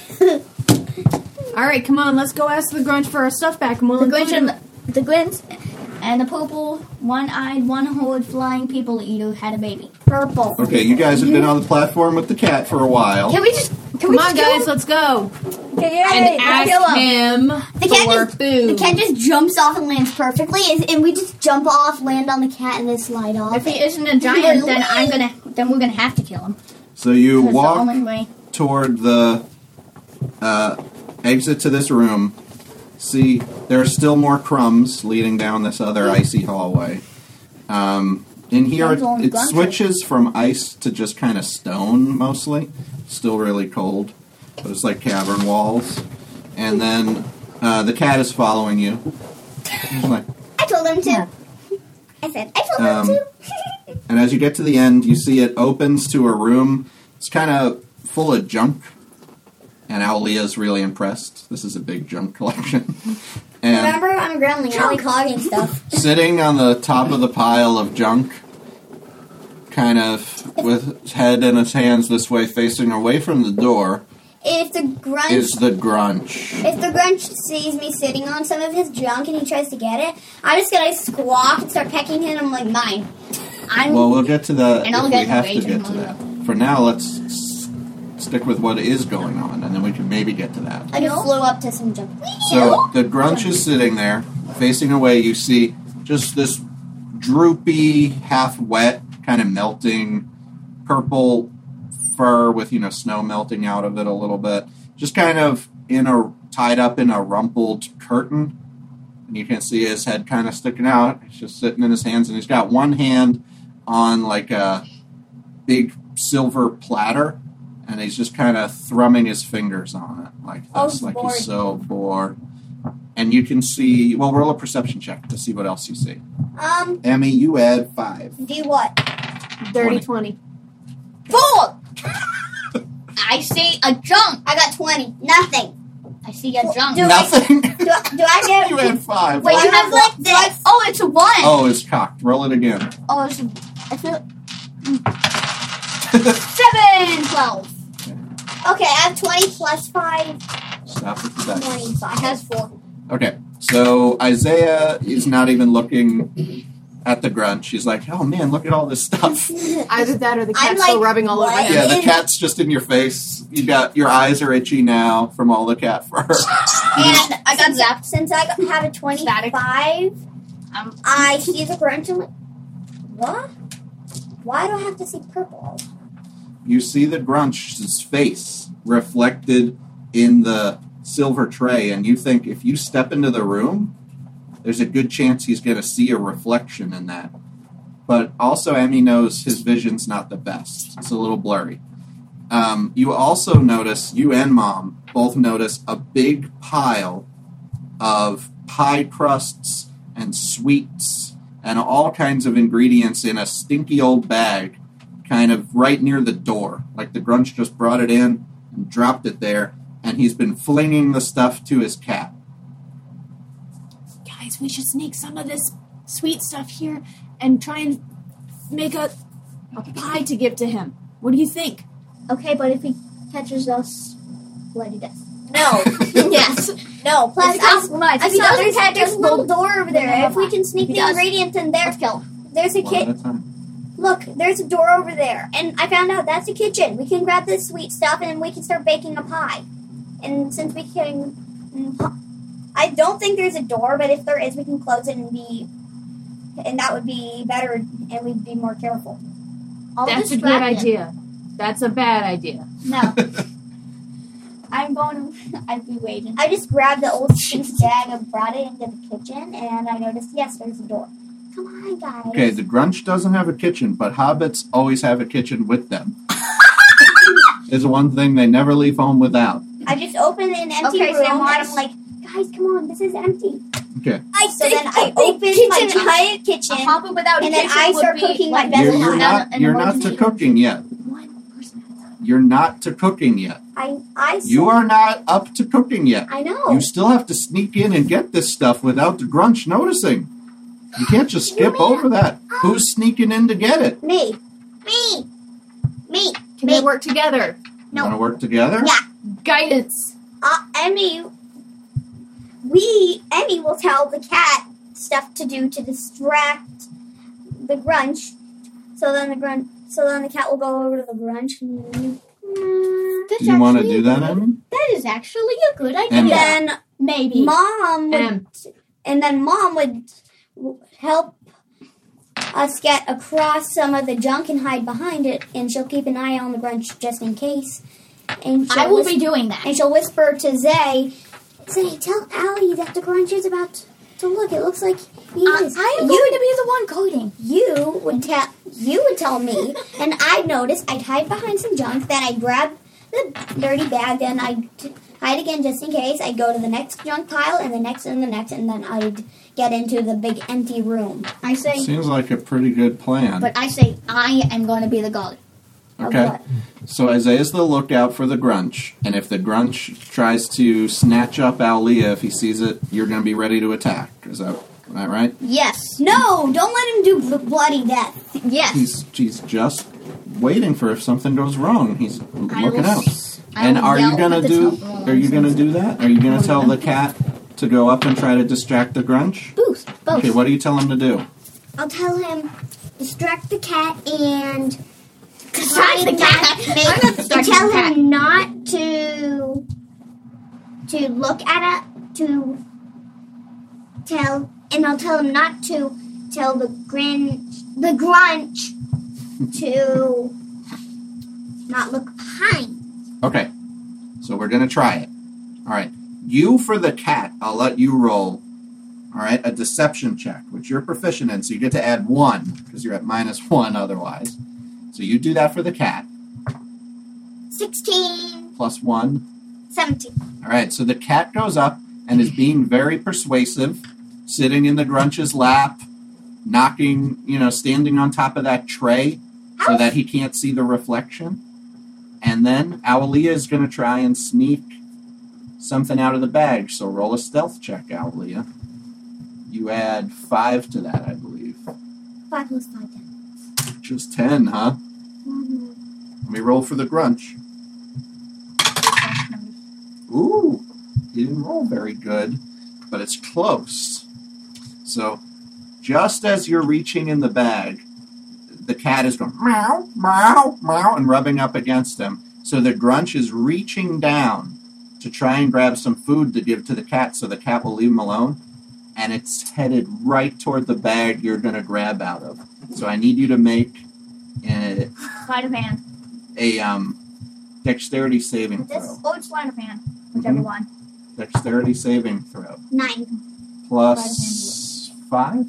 S4: All right, come on, let's go ask the Grunch for our stuff back, and we'll
S3: The Grinch
S4: include
S3: and
S4: him.
S3: the, the Grinch and the purple, one-eyed, one-horned, flying people eater had a baby. Purple.
S5: Okay, you guys have been on the platform with the cat for a while.
S3: Can we just? Can we
S4: Come on,
S3: just kill
S4: guys, let's go
S1: Okay,
S4: and
S3: kill
S4: ask him
S2: cat
S4: for
S2: is- The
S4: food.
S2: cat just jumps off and lands perfectly, and, and we just jump off, land on the cat, and then slide
S3: him?
S2: off.
S3: If he isn't a giant, then I'm gonna. Then we're gonna have to kill him.
S5: So you
S3: That's
S5: walk
S3: the only way.
S5: toward the uh, exit to this room. See, there are still more crumbs leading down this other icy hallway. Um, in here, it,
S3: Crumbs on
S5: it
S3: blanket.
S5: switches from ice to just kind of stone mostly. Still really cold, but it's like cavern walls. And then uh, the cat is following you. He's like,
S2: I told him to. I said, I told
S5: Um,
S2: him to.
S5: And as you get to the end, you see it opens to a room. It's kind of full of junk. And Aulia's really impressed. This is a big junk collection. And
S1: Remember, I'm a groundling. I like hogging stuff.
S5: sitting on the top of the pile of junk, kind of with his head and his hands this way, facing away from the door,
S2: if the grunge
S5: is the Grunch.
S2: If the Grinch sees me sitting on some of his junk and he tries to get it, I'm just gonna squawk and start pecking him. I'm like, mine.
S3: I'm.
S5: Well, we'll get to that
S3: And I'll
S5: if we
S3: get in the
S5: have
S3: way
S5: to
S3: to
S5: get
S3: the
S5: to that.
S3: moment.
S5: For now, let's s- stick with what is going on, and then we can maybe get to that.
S2: I just flew up to some junk.
S5: So the grunch is sitting there, facing away. You see just this droopy, half wet, kind of melting purple fur with, you know, snow melting out of it a little bit. Just kind of in a tied up in a rumpled curtain. And you can see his head kind of sticking out. He's just sitting in his hands and he's got one hand on like a big silver platter and he's just kind of thrumming his fingers on it like
S1: Oh,
S5: this, like
S1: bored.
S5: he's so bored. And you can see. Well, roll a perception check to see what else you see.
S2: Um,
S5: Emmy, you add five.
S1: Do what?
S4: Dirty twenty.
S3: Fool! I see a junk.
S2: I got 20. Nothing.
S3: I see a junk.
S5: Nothing.
S2: Do I, do I get.
S5: you add five.
S3: Wait,
S5: What?
S3: you have like this. Oh, it's a one.
S5: oh, it's cocked. Roll it again.
S3: Oh, it's a, I feel seven, twelve.
S2: Okay, I have 20 plus 5.
S5: Stop with the dice.
S2: 25. Has 4.
S5: Okay, so Isaiah is not even looking at the grunge. He's like, "Oh man, look at all this stuff."
S4: Either that or the
S2: I'm
S4: cat's still
S2: like,
S4: rubbing all over
S2: what?
S4: him.
S5: Yeah, the cat's just in your face. You got your eyes are itchy now from all the cat fur.
S2: And
S3: I got zapped.
S2: since I got- have a 25,
S3: Um,
S2: I see the Grinch and like, what? Why do I have to see purple?
S5: you see the Grunch's face reflected in the silver tray, and you think if you step into the room, there's a good chance he's going to see a reflection in that. But also, Emmy knows his vision's not the best, it's a little blurry. Um, you also notice, you and mom both notice a big pile of pie crusts and sweets and all kinds of ingredients in a stinky old bag kind of right near the door. Like the Grunch just brought it in and dropped it there, and he's been flinging the stuff to his cat.
S4: Guys, we should sneak some of this sweet stuff here and try and make a, a pie to give to him. What do you think?
S3: okay, but if he catches us, bloody death.
S1: No.
S3: yes.
S1: No.
S2: Plus,
S3: If he
S2: I,
S3: comes- I
S2: I
S3: see
S2: saw
S3: others
S2: there's,
S3: had
S2: there's
S3: just
S2: a little door over there. If we can sneak
S3: He
S2: the
S3: does.
S2: ingredients in there,
S3: Let's kill.
S2: there's a
S5: One at
S2: kit.
S5: a time.
S2: Look, there's a door over there, and I found out that's a kitchen. We can grab this sweet stuff, and we can start baking a pie. And since we can, mm, I don't think there's a door, but if there is, we can close it and be and that would be better, and we'd be more careful.
S3: I'll
S4: That's a good
S3: distract him.
S4: idea. That's a bad idea.
S3: No. I'm going. to I'd be waiting.
S2: I just grabbed the old chief's bag and brought it into the kitchen, and I noticed yes, there's a door. Come on, guys.
S5: Okay, the Grunch doesn't have a kitchen, but hobbits always have a kitchen with them. Is one thing they never leave home without.
S2: I just opened an empty
S3: Okay, so
S2: room, and
S3: Marge-
S2: I'm like, guys, come on, this is empty.
S5: Okay.
S2: I so then I
S9: think the
S2: opened my Uh-huh.
S9: kitchen
S2: giant kitchen,
S3: A hobbit without
S2: and
S3: a
S2: then
S3: kitchen
S2: I
S3: would
S2: start
S3: be
S2: cooking my
S3: like-
S2: best
S5: You're,
S2: Bezel
S5: you're
S2: had
S5: not
S3: an
S5: you're not to
S3: emergency.
S5: cooking yet.
S2: one person at a time.
S5: You're not to cooking yet.
S2: I, I,
S5: You are not up to cooking yet.
S2: I know.
S5: You still have to sneak in and get this stuff without the Grunch noticing. You can't just skip over that. Who's sneaking in to get it?
S2: me.
S9: Me. Me.
S4: Can
S9: Me.
S4: they work together?
S5: You want to work together?
S9: Yeah.
S4: Guidance.
S2: Uh, Emmy, we Emmy will tell the cat stuff to do to distract the Grunch. So then the Grunch, so then the cat will go over to the Grunch, and
S3: That's
S5: Do you want to
S3: actually
S5: do
S3: a
S5: that,
S3: good-
S5: Emmy?
S3: That is actually a good idea.
S5: And-
S2: then
S3: Maybe.
S2: mom would,
S4: M.
S2: and then mom would w- help us get across some of the junk and hide behind it, and she'll keep an eye on the Grunch just in case. And
S3: I
S2: she'll
S3: will
S2: whisper-
S3: be doing that.
S2: And she'll whisper to Zay, Zay, tell Allie that the grunge is about to look. It looks like he is. you,
S3: am going to be the one coding.
S2: you would tell you would tell me, and I'd notice. I'd hide behind some junk. Then I'd grab the dirty bag. Then I'd t- hide again just in case. I'd go to the next junk pile, and the next, and the next, and then I'd get into the big empty room.
S3: I say,
S5: Seems like a pretty good plan.
S3: but I say I am going to be the golden.
S2: of
S5: Okay.
S2: what-
S5: So Isaiah's the lookout for the Grunch, and if the Grunch tries to snatch up Alia, if he sees it, you're going to be ready to attack. Is that, is that right?
S3: Yes.
S2: No, don't let him do bl- bloody death.
S3: Yes.
S5: He's he's just waiting for if something goes wrong. He's looking
S3: will
S5: out.
S3: s- I
S5: and
S3: will
S5: are you
S3: yell
S5: gonna
S3: at the
S5: do?
S3: top of my
S5: Are you gonna
S3: lungs.
S5: do that? Are you gonna tell the cat to go up and try to distract the Grunch?
S3: Both. Both.
S5: Okay, what do you tell him to do?
S2: I'll tell him distract the cat and
S3: Besides the cat. I'm not
S2: and
S3: distracting
S2: tell
S3: the cat.
S2: him not to to look at it to tell and I'll tell him not to tell the grin the grunch to not look behind.
S5: Okay, so we're gonna try it. All right, you for the cat. I'll let you roll. All right, a deception check, which you're proficient in, so you get to add one because you're at minus one otherwise. So you do that for the cat.
S2: 16
S5: Plus one.
S2: 17
S5: All right, so the cat goes up and is being very persuasive, sitting in the Grunch's lap, knocking, you know, standing on top of that tray so that he can't see the reflection. And then Owlia is going to try and sneak something out of the bag. So roll a stealth check, Owlia. You add five to that, I believe.
S2: 5 plus 5 10.
S5: Just ten, huh? Let me roll for the Grunch. Ooh, you didn't roll very good, but it's close. So, just as you're reaching in the bag, the cat is going meow, meow, meow, and rubbing up against him. So the grunch is reaching down to try and grab some food to give to the cat so the cat will leave him alone. And it's headed right toward the bag you're going to grab out of. So I need you to make a,
S3: Spider Man.
S5: a um, dexterity saving
S3: This
S5: throw.
S3: old Spider Man. Oh, Whichever
S5: Mhm.
S3: one.
S5: Dexterity saving throw.
S2: 9
S5: plus five?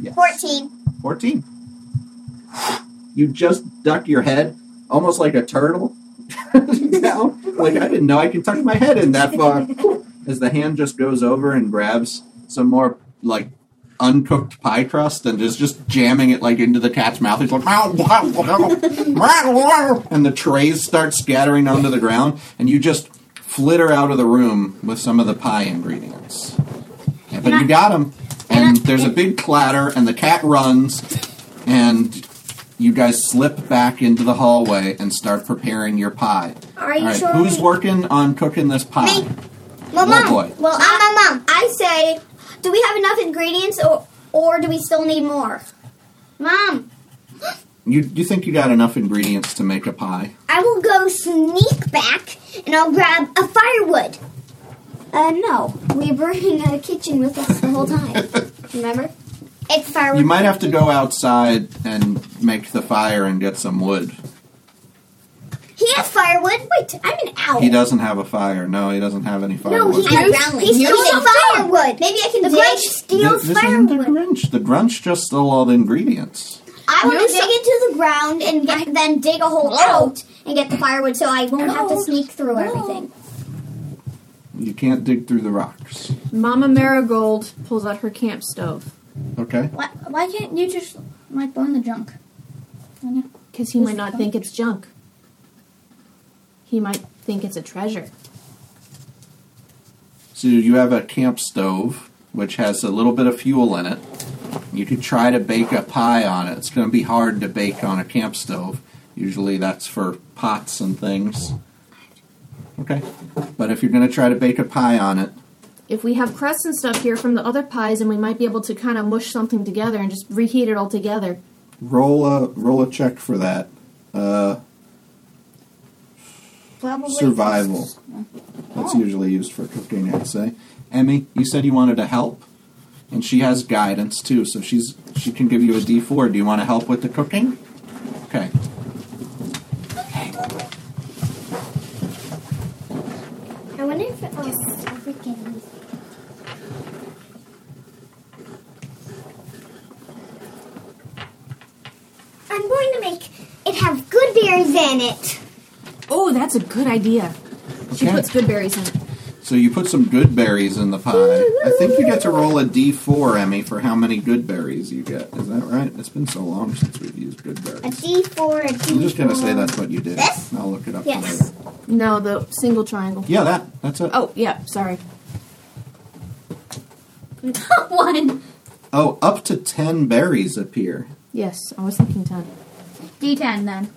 S5: Yes.
S2: 14
S5: 14. You just duck your head almost like a turtle. now, like I didn't know I can tuck my head in that far. As the hand just goes over and grabs some more like uncooked pie crust and is just jamming it like into the cat's mouth. He's like wow, wow, wow, wow, wow," and the trays start scattering onto the ground and you just flitter out of the room with some of the pie ingredients. Yeah, but you got him. And there's a big clatter, and the cat runs, and you guys slip back into the hallway and start preparing your pie.
S2: Are you
S5: All right,
S2: sure
S5: who's
S2: we-
S5: working on cooking this pie?
S2: Me. Well,
S5: Oh,
S2: mom.
S5: boy.
S2: Well, I, mom. I say, do we have enough ingredients, or or do we still need more? Mom,
S5: You you think you got enough ingredients to make a pie?
S2: I will go sneak back, and I'll grab a firewood. Uh, no, we were in the kitchen with us the whole time. Remember? It's firewood.
S5: You might have to go outside and make the fire and get some wood.
S2: He has firewood. Wait, I'm an owl.
S5: He doesn't have a fire. No, he doesn't have any
S2: No,
S5: firewood.
S2: he has groundlings. He
S4: Use
S2: steals
S4: some
S2: firewood. Maybe I can the dig.
S10: Grinch
S5: Th-
S2: steals
S5: this isn't the Grunch. The Grunch just stole all the ingredients.
S2: I want to
S4: Use
S2: dig
S4: some-
S2: into the ground and get, then dig a hole out and get the firewood, so I won't have to sneak through everything.
S5: You can't dig through the rocks.
S4: Mama Marigold pulls out her camp stove
S5: Okay.
S3: Why, why can't you just like burn the junk?
S4: because he might not think it's junk. He might think it's a treasure.
S5: So you have a camp stove, which has a little bit of fuel in it. You could try to bake a pie on it. It's going to be hard to bake on a camp stove. Usually that's for pots and things. Okay. But if you're going to try to bake a pie on it,
S4: If we have crusts and stuff here from the other pies, and we might be able to kind of mush something together and just reheat it all together.
S5: roll a roll a check for that. Uh,
S3: Probably
S5: survival. That's usually used for cooking, I'd say. Emmy, you said you wanted to help, and she has guidance too, so she's she can give you a D four. Do you want to help with the cooking? Okay.
S2: I wonder if it was freaking. I'm going to make it have good berries in it.
S4: Oh, that's a good idea. She
S5: Okay.
S4: puts good berries in it.
S5: So you put some good berries in the pie. I think you get to roll a D four, Emmy, for how many good berries you get. Is that right? It's been so long since we've used good
S2: A
S5: berries.
S2: D4, a D4.
S5: I'm just gonna say that's what you did.
S2: This?
S5: I'll look it up
S2: Yes.
S5: later.
S4: No, the single triangle.
S5: Yeah, that that's it.
S4: Oh, yeah, sorry.
S3: One.
S5: oh, up to ten berries appear.
S4: Yes, I was thinking 10.
S3: D10 then.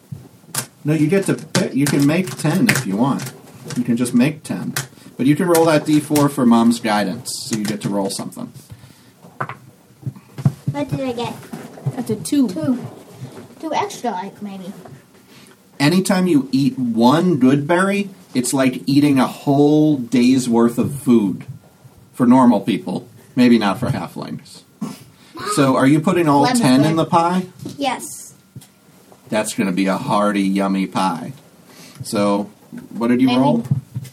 S5: No, you get to pick. You can make 10 if you want. You can just make 10. But you can roll that d4 for mom's guidance, so you get to roll something.
S2: What did I get?
S4: That's a 2.
S3: Two. Two extra, like maybe.
S5: Anytime you eat one good berry, it's like eating a whole day's worth of food for normal people. Maybe not for halflings. So, are you putting all
S3: Lemon
S5: 10 in
S3: bread.
S5: the pie?
S2: Yes.
S5: That's going to be a hearty, yummy pie. So, what did you
S3: Maybe
S5: roll?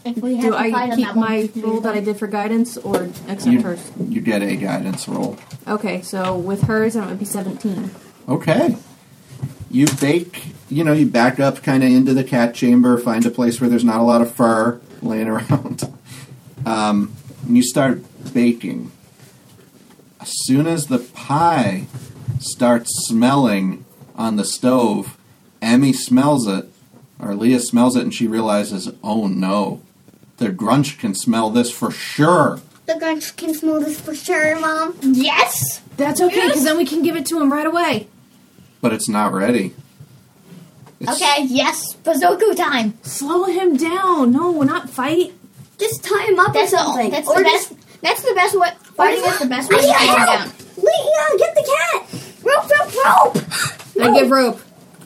S3: If we have
S4: Do
S3: to fight
S4: I
S3: on
S4: keep
S3: that one,
S4: my
S3: we
S4: roll
S3: do.
S4: that I did for guidance or accept
S5: You,
S4: hers?
S5: you get a guidance roll.
S4: Okay, so with hers, it would be 17.
S5: Okay. You bake, you know, you back up kind of into the cat chamber, find a place where there's not a lot of fur laying around. Um, and you start baking. As soon as the pie starts smelling on the stove, Emmy smells it, or Leah smells it, and she realizes, oh no, the grunch can smell this for sure.
S2: The Grinch can smell this for sure, Mom.
S3: Yes!
S4: That's okay, because then we can give it to him right away.
S5: But it's not ready. It's-
S3: Okay, yes. Bazooka time.
S4: Slow him down. No, we're not fight.
S2: Just tie him up
S3: That's
S2: or
S3: the,
S2: something.
S3: that's
S2: or
S3: the
S2: just,
S3: best. That's the best way. Fighting is the best way to
S2: I need
S3: tie him
S2: help.
S3: down.
S2: Leah, get the cat! Rope, rope, rope!
S4: I give rope.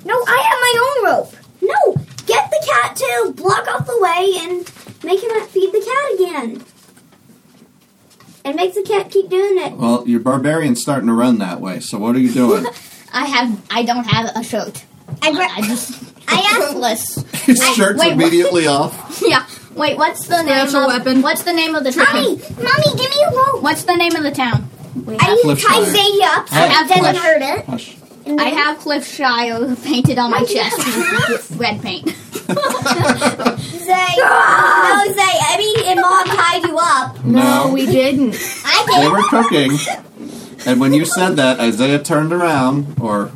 S2: No, I have my own rope. No, get the cat to block off the way and make him feed the cat again. And make the cat keep doing it.
S5: Well, your barbarian's starting to run that way, so what are you doing?
S3: I have. I don't have a shirt.
S2: I, gra-
S3: I just.
S2: I asked-
S3: shirtless.
S5: His shirt's
S3: wait, what?
S5: immediately off.
S3: yeah. Wait, what's the name
S4: Spiritual
S3: of
S4: weapon.
S3: What's the name of the town?
S2: mommy, mommy, give me a rope.
S3: What's the name of the town? We
S2: I
S3: have,
S2: need to tie
S5: Flip side.
S2: Zaya up so
S5: Hey,
S2: it doesn't
S5: Flash.
S2: hurt it.
S5: Hush.
S2: And
S3: I have Cliffshire painted on my
S2: Why do you
S3: chest
S2: have
S3: with red paint.
S2: Zaya. No, Zaya. I mean, and mom tied you up.
S5: No,
S4: we didn't.
S2: I
S5: they
S2: can't.
S5: were cooking, and when you said that, Isaiah turned around, or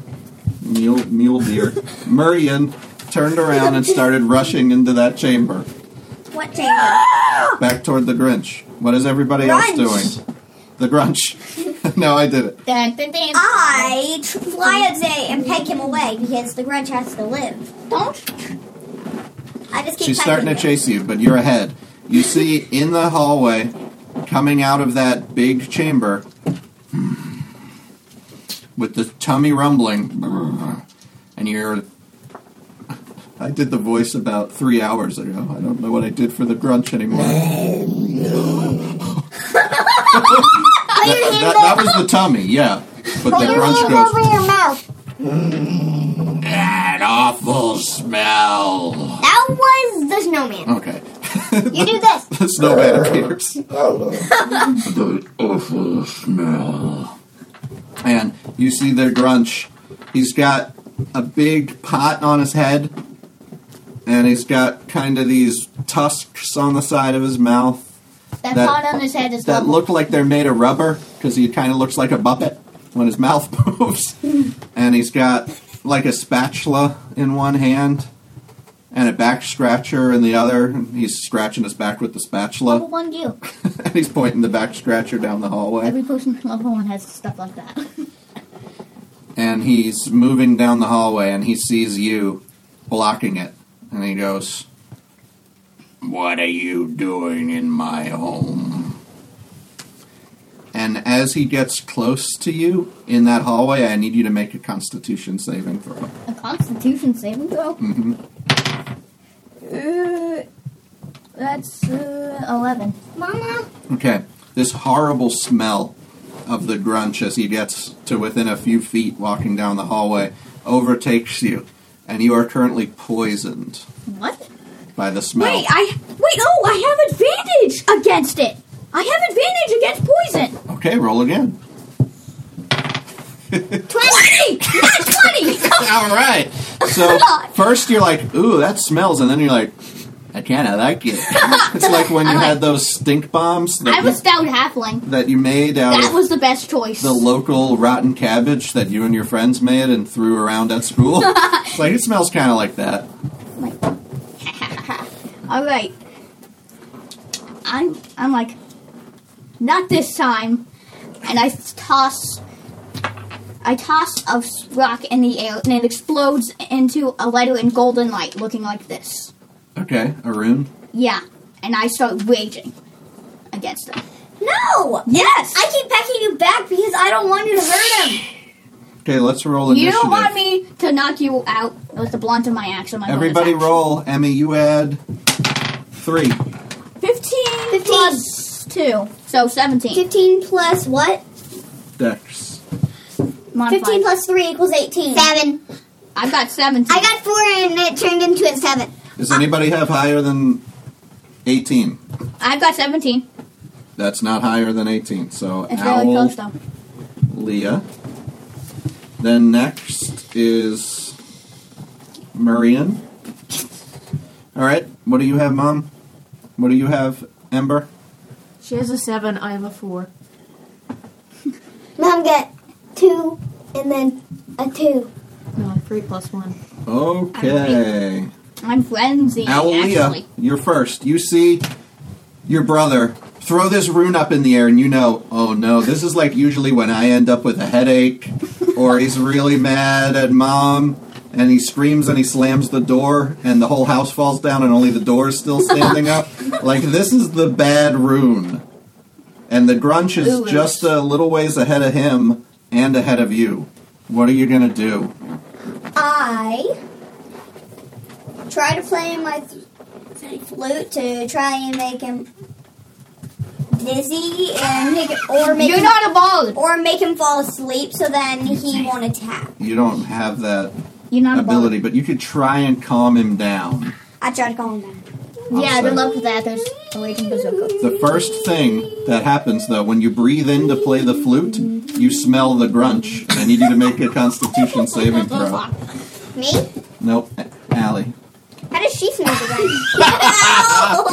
S5: mule mule deer, Murian turned around and started rushing into that chamber,
S2: What Zaya?
S5: back toward the Grinch. What is everybody else
S2: Grunch.
S5: doing? The Grunch. no, I did it.
S3: Dun, dun, dun.
S2: I tr- fly up Zaya and peg him away because the Grinch has to live.
S3: don't.
S2: I just keep pecking
S5: She's starting to
S2: him.
S5: chase you, but you're ahead. You see in the hallway, coming out of that big chamber, with the tummy rumbling, and you're. I did the voice about three hours ago. I don't know what I did for the grunch anymore. that, that- that was the tummy, yeah. But the grunch
S11: Hand over
S5: goes,
S11: your mouth.
S1: That awful smell.
S11: That was the snowman.
S5: okay.
S11: You do this.
S5: the snowman appears.
S1: The
S5: oh,
S1: awful smell.
S5: and you see the grunch. He's got a big pot on his head, and he's got kind of these tusks on the side of his mouth
S3: That,
S5: That-
S3: pot on his head is
S5: that
S3: level.
S5: look like they're made of rubber because he kind of looks like a puppet when his mouth moves. and he's got like a spatula in one hand and a back scratcher in the other. And he's scratching his back with the
S3: level
S5: spatula,
S3: one you.
S5: and he's pointing the back scratcher down the hallway.
S3: Every person from level one has stuff like that.
S5: and he's moving down the hallway and he sees you blocking it and he goes
S1: What are you doing in my home?
S5: and as he gets close to you in that hallway i need you to make a constitution saving throw
S3: a constitution saving throw?
S5: hmm
S3: Uh, that's uh, 11.
S11: Mama,
S5: okay this horrible smell of the grunch as he gets to within a few feet walking down the hallway overtakes you and you are currently poisoned
S3: What?
S5: by the smell
S3: I. Wait, oh, I have advantage against it! I have advantage against poison!
S5: okay roll again
S3: 20! Not 20!
S5: All right. So first you're like, ooh, that smells, and then you're like, I kind of like it. It's like when you
S3: I'm like-
S5: had those stink bombs that,
S3: I
S5: you-
S3: was down halfling.
S5: that you made out
S3: That
S5: of
S3: was the best choice.
S5: the local rotten cabbage that you and your friends made and threw around at school. it's like it smells kind of like that.
S3: All right. I'm I'm like, not this time, and I toss. I toss a rock in the air and it explodes into a lighter and golden light, looking like this.
S5: Okay, Arun.
S3: Yeah, and I start raging against them.
S2: No!
S3: Yes,
S2: I keep pecking you back because I don't want you to hurt him.
S5: Okay, let's roll
S3: you
S5: initiative.
S3: don't want me to knock you out. It was the blunt of my axe. and My bonus
S5: Everybody
S3: action.
S5: roll. Emmy, you add three.
S3: Fifteen, plus two, so seventeen.
S2: 15 plus what?
S5: Dex.
S3: Modified.
S2: 15 plus 3 equals 18.
S11: seven.
S3: I've got seventeen.
S11: I got four, and it turned into a seven.
S5: Does anybody have higher than eighteen?
S3: I've got seventeen.
S5: That's not higher than eighteen. So
S3: It's
S5: Owl,
S3: really close though.
S5: Leah. Then next is Marian. All right, what do you have, Mom? What do you have, Ember?
S4: She has a seven. I have a four.
S11: Mom got two, and then a two.
S4: No, three plus one.
S5: Okay.
S3: I'm frenzied.
S5: Owl Leah,
S3: actually.
S5: you're first. You see your brother throw this rune up in the air, and you know, oh no, this is like usually when I end up with a headache, or he's really mad at mom, and he screams and he slams the door, and the whole house falls down, and only the door is still standing up. Like, this is the bad rune. And the grunch is
S3: Ooh,
S5: just a little ways ahead of him and ahead of you. What are you gonna do?
S2: I try to play my th- flute to try and make him dizzy and make or make
S3: You're
S2: him,
S3: not a bard.
S2: or make him fall asleep so then he won't attack.
S5: You don't have that
S3: You're not
S5: ability, but you could try and calm him down.
S2: I try to calm him down.
S3: a bard. Yeah,
S5: I'll
S3: I'd
S5: say.
S3: love that. There's a raging berserker.
S5: The first thing that happens, though, when you breathe in to play the flute, you smell the grunge. I need you to make a Constitution saving throw.
S11: Me?
S5: Nope, A- Allie.
S11: How does she smell the gun?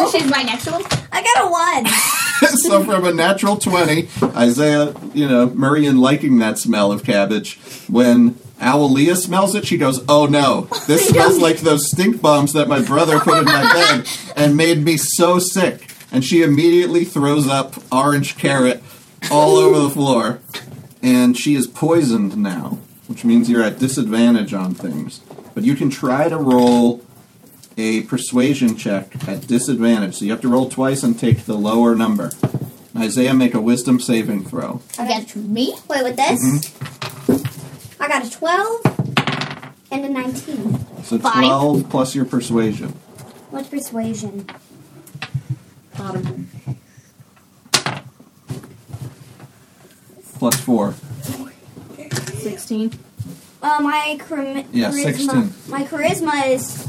S3: So she's right next to him.
S2: I got a one.
S5: so from a natural twenty, Isaiah, you know, Marian liking that smell of cabbage. When Owlia smells it, she goes, "Oh no, this smells like those stink bombs that my brother put in my bed and made me so sick." And she immediately throws up orange carrot all over the floor, and she is poisoned now, which means you're at disadvantage on things. But you can try to roll a persuasion check at disadvantage. So you have to roll twice and take the lower number. Isaiah, make a wisdom saving throw.
S3: Against me? Mm-hmm.
S2: Wait, with this? I got a 12 and a 19.
S5: So
S3: Five.
S5: 12 plus your persuasion.
S2: What's persuasion?
S4: Bottom.
S5: Plus 4.
S4: 16.
S2: Uh, my chari-
S5: Yeah,
S2: charisma.
S5: 16.
S2: My charisma is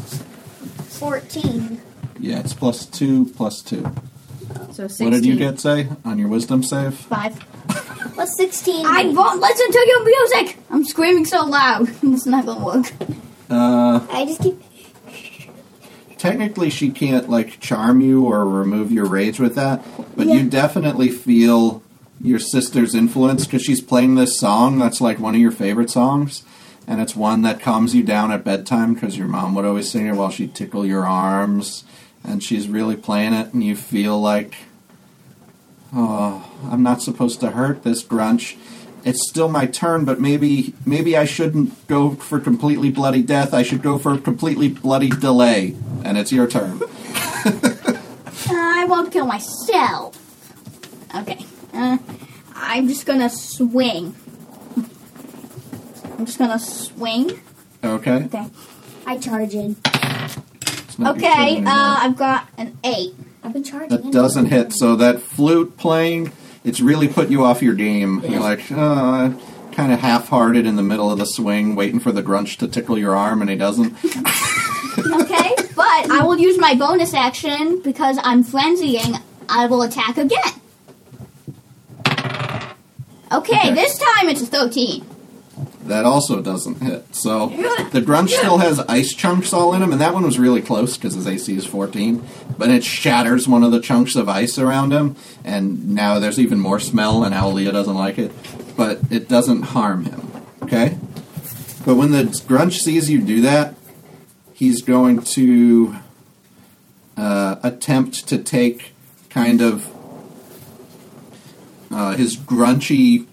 S2: fourteen.
S5: Yeah, it's plus two, plus two.
S4: So 16.
S5: What did you get, say, on your wisdom save?
S3: Five.
S2: What's sixteen?
S3: I won't listen to your music! I'm screaming so loud. it's not gonna work.
S5: Uh,
S2: I just keep.
S5: technically, she can't, like, charm you or remove your rage with that, but you definitely feel your sister's influence because she's playing this song that's, like, one of your favorite songs, and it's one that calms you down at bedtime because your mom would always sing it while she'd tickle your arms, and she's really playing it, and you feel like. I'm not supposed to hurt this grunch. It's still my turn, but maybe maybe I shouldn't go for completely bloody death. I should go for completely bloody delay. And it's your turn.
S3: I won't kill myself. Okay. Uh, I'm just gonna swing. I'm just gonna swing.
S5: Okay.
S2: I charge in.
S5: It's not your turn
S3: Okay, uh,
S5: anymore.
S3: I've got an eight.
S2: I've been charging.
S5: that doesn't hit. So that flute playing, it's really put you off your game. You're like, uh, kind of half-hearted in the middle of the swing, waiting for the grunch to tickle your arm, and he doesn't.
S3: Okay, but I will use my bonus action because I'm frenzying. I will attack again. Okay,
S5: Okay.
S3: this time it's a 13.
S5: That also doesn't hit. So the grunge still has ice chunks all in him, and that one was really close because his AC is 14. But it shatters one of the chunks of ice around him, and now there's even more smell, and Owlia doesn't like it. But it doesn't harm him, okay? But when the grunge sees you do that, he's going to uh, attempt to take kind of uh, his grunchy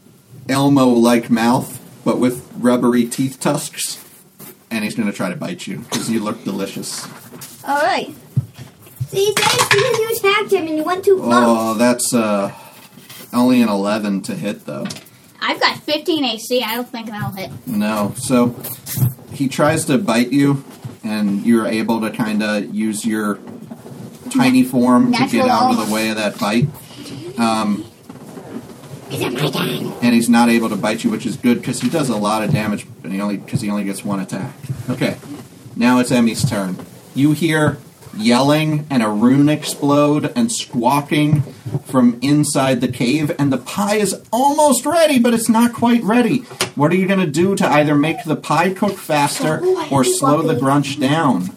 S5: Elmo like mouth, but with rubbery teeth tusks. And he's going to try to bite you because you look delicious.
S3: Alright.
S2: See, thanks because you attacked him and you went too close.
S5: Oh, that's uh, only an 11 to hit, though.
S3: I've got 15 AC. I don't think that'll hit.
S5: No. So he tries to bite you, and you're able to kind of use your tiny form to get
S3: Natural
S5: out of
S3: armor.
S5: the way of that bite. Um, and he's not able to bite you, which is good because he does a lot of damage, but he only because he only gets one attack. Okay, now it's Emmy's turn. You hear yelling and a rune explode and squawking from inside the cave, and the pie is almost ready, but it's not quite ready. What are you going to do to either make the pie cook faster or slow the grunch down?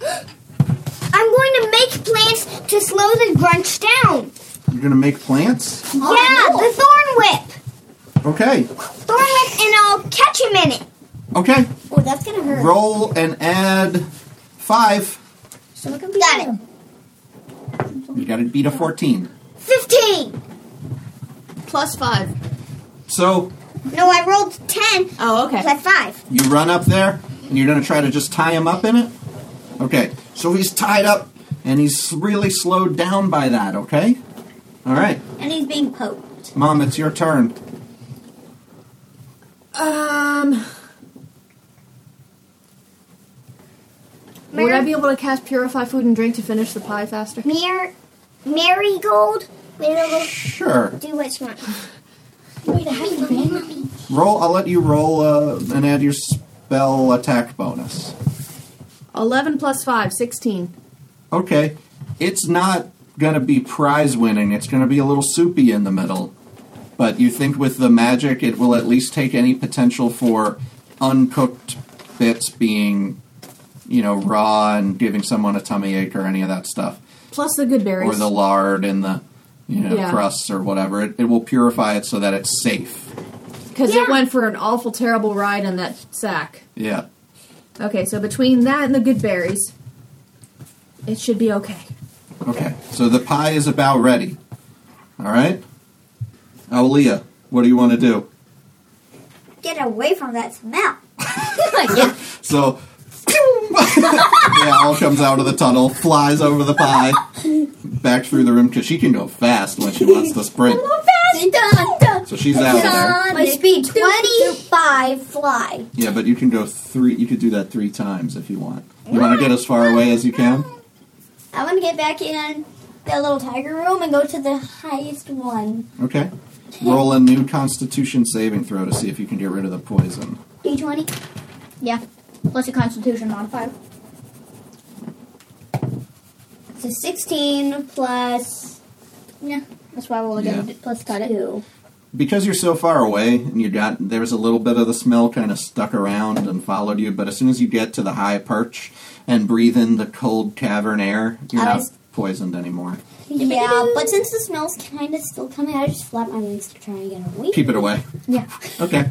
S12: I'm going to make plants to slow the grunch down.
S5: You're going to make plants.
S12: yeah, the thorn whip.
S5: Okay,
S12: Thorn whip, and I'll catch him in it.
S5: okay.
S2: Oh, that's gonna hurt.
S5: Roll and add five.
S2: So it can be
S12: Got it.
S2: him.
S5: You got to beat a fourteen.
S12: 15.
S4: Plus 5.
S5: So
S12: No, I rolled 10
S4: Oh, okay.
S12: plus 5.
S5: You run up there, and you're going to try to just tie him up in it? Okay, so he's tied up, and he's really slowed down by that, okay? All right.
S2: And he's being poked.
S5: Mom, it's your turn.
S4: Um. Would I be able to cast Purify Food and Drink to finish the pie faster?
S12: Mir- marigold. Wait, no, no,
S5: Sure.
S12: do what you want.
S5: Roll. I'll let you roll uh, and add your spell attack bonus.
S4: 11 plus 5, 16.
S5: Okay, it's not going to be prize winning. It's going to be a little soupy in the middle. But you think with the magic, it will at least take any potential for uncooked bits being, you know, raw and giving someone a tummy ache or any of that stuff.
S4: Plus the good berries.
S5: Or the lard and the, you know,
S4: Yeah.
S5: crusts or whatever. It, it will purify it so that it's safe.
S4: Because it went for an awful, terrible ride in that sack.
S5: Yeah.
S4: Okay, so between that and the good berries, it should be okay.
S5: Okay. So the pie is about ready. All right? Aulia, what do you want to do?
S2: Get away from that smell.
S5: So, yeah, all comes out of the tunnel, flies over the pie, back through the room because she can go fast when she wants to sprint. So she's out there.
S2: My speed twenty-five fly.
S5: Yeah, but you can go three. You could do that three times if you want. You want to get as far away as you can.
S2: I want to get back in the little tiger room and go to the highest one.
S5: Okay. Roll a new Constitution saving throw to see if you can get rid of the poison.
S2: D20.
S3: Yeah. Plus your constitution modifier.
S2: So 16 plus
S3: Yeah. That's why we're
S5: Yeah.
S3: gonna do Let's cut it.
S2: 2.
S5: Because you're so far away, and you got there was a little bit of the smell kind of stuck around and followed you. But as soon as you get to the high perch and breathe in the cold cavern air, you're
S2: I
S5: not
S2: was-
S5: poisoned anymore.
S2: Yeah, but since the smell's kind of still coming, I just flap my wings to try and get away.
S5: Keep it away.
S3: Yeah.
S5: Okay.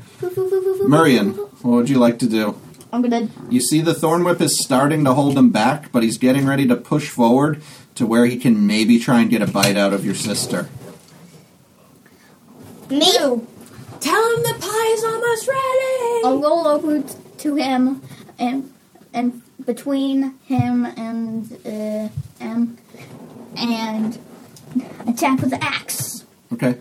S5: Murian, what would you like to do?
S3: I'm gonna
S5: You see the thorn whip is starting to hold him back, but he's getting ready to push forward to where he can maybe try and get a bite out of your sister.
S13: Me?
S4: Tell him the pie is almost ready.
S3: I'll roll over t- to him and and between him and uh M and attack with the axe.
S5: Okay.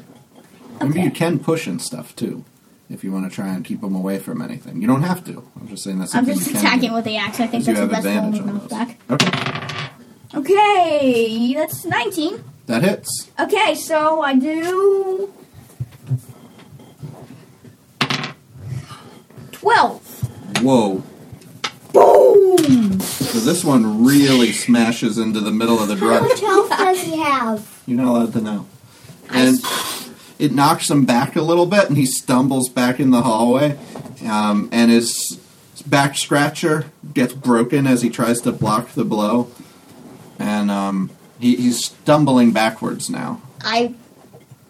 S5: Maybe you can push and stuff too, if you want to try and keep him away from anything. You don't have to. I'm just saying that's
S3: I'm
S5: something
S3: just
S5: you can do,
S3: attacking with the axe. I think
S5: 'cause you
S3: that's the
S5: have
S3: best form of
S5: advantage on those.
S3: knockback.
S5: Okay,
S3: Okay, that's 19.
S5: that hits.
S3: Okay, so I do 12.
S5: Whoa. Boom! So this one really smashes into the middle of the
S2: Which
S5: grudge.
S2: health does he have?
S5: You're not allowed to know. And it knocks him back a little bit, and he stumbles back in the hallway. Um, and his back scratcher gets broken as he tries to block the blow. And um, he, he's stumbling backwards now.
S3: I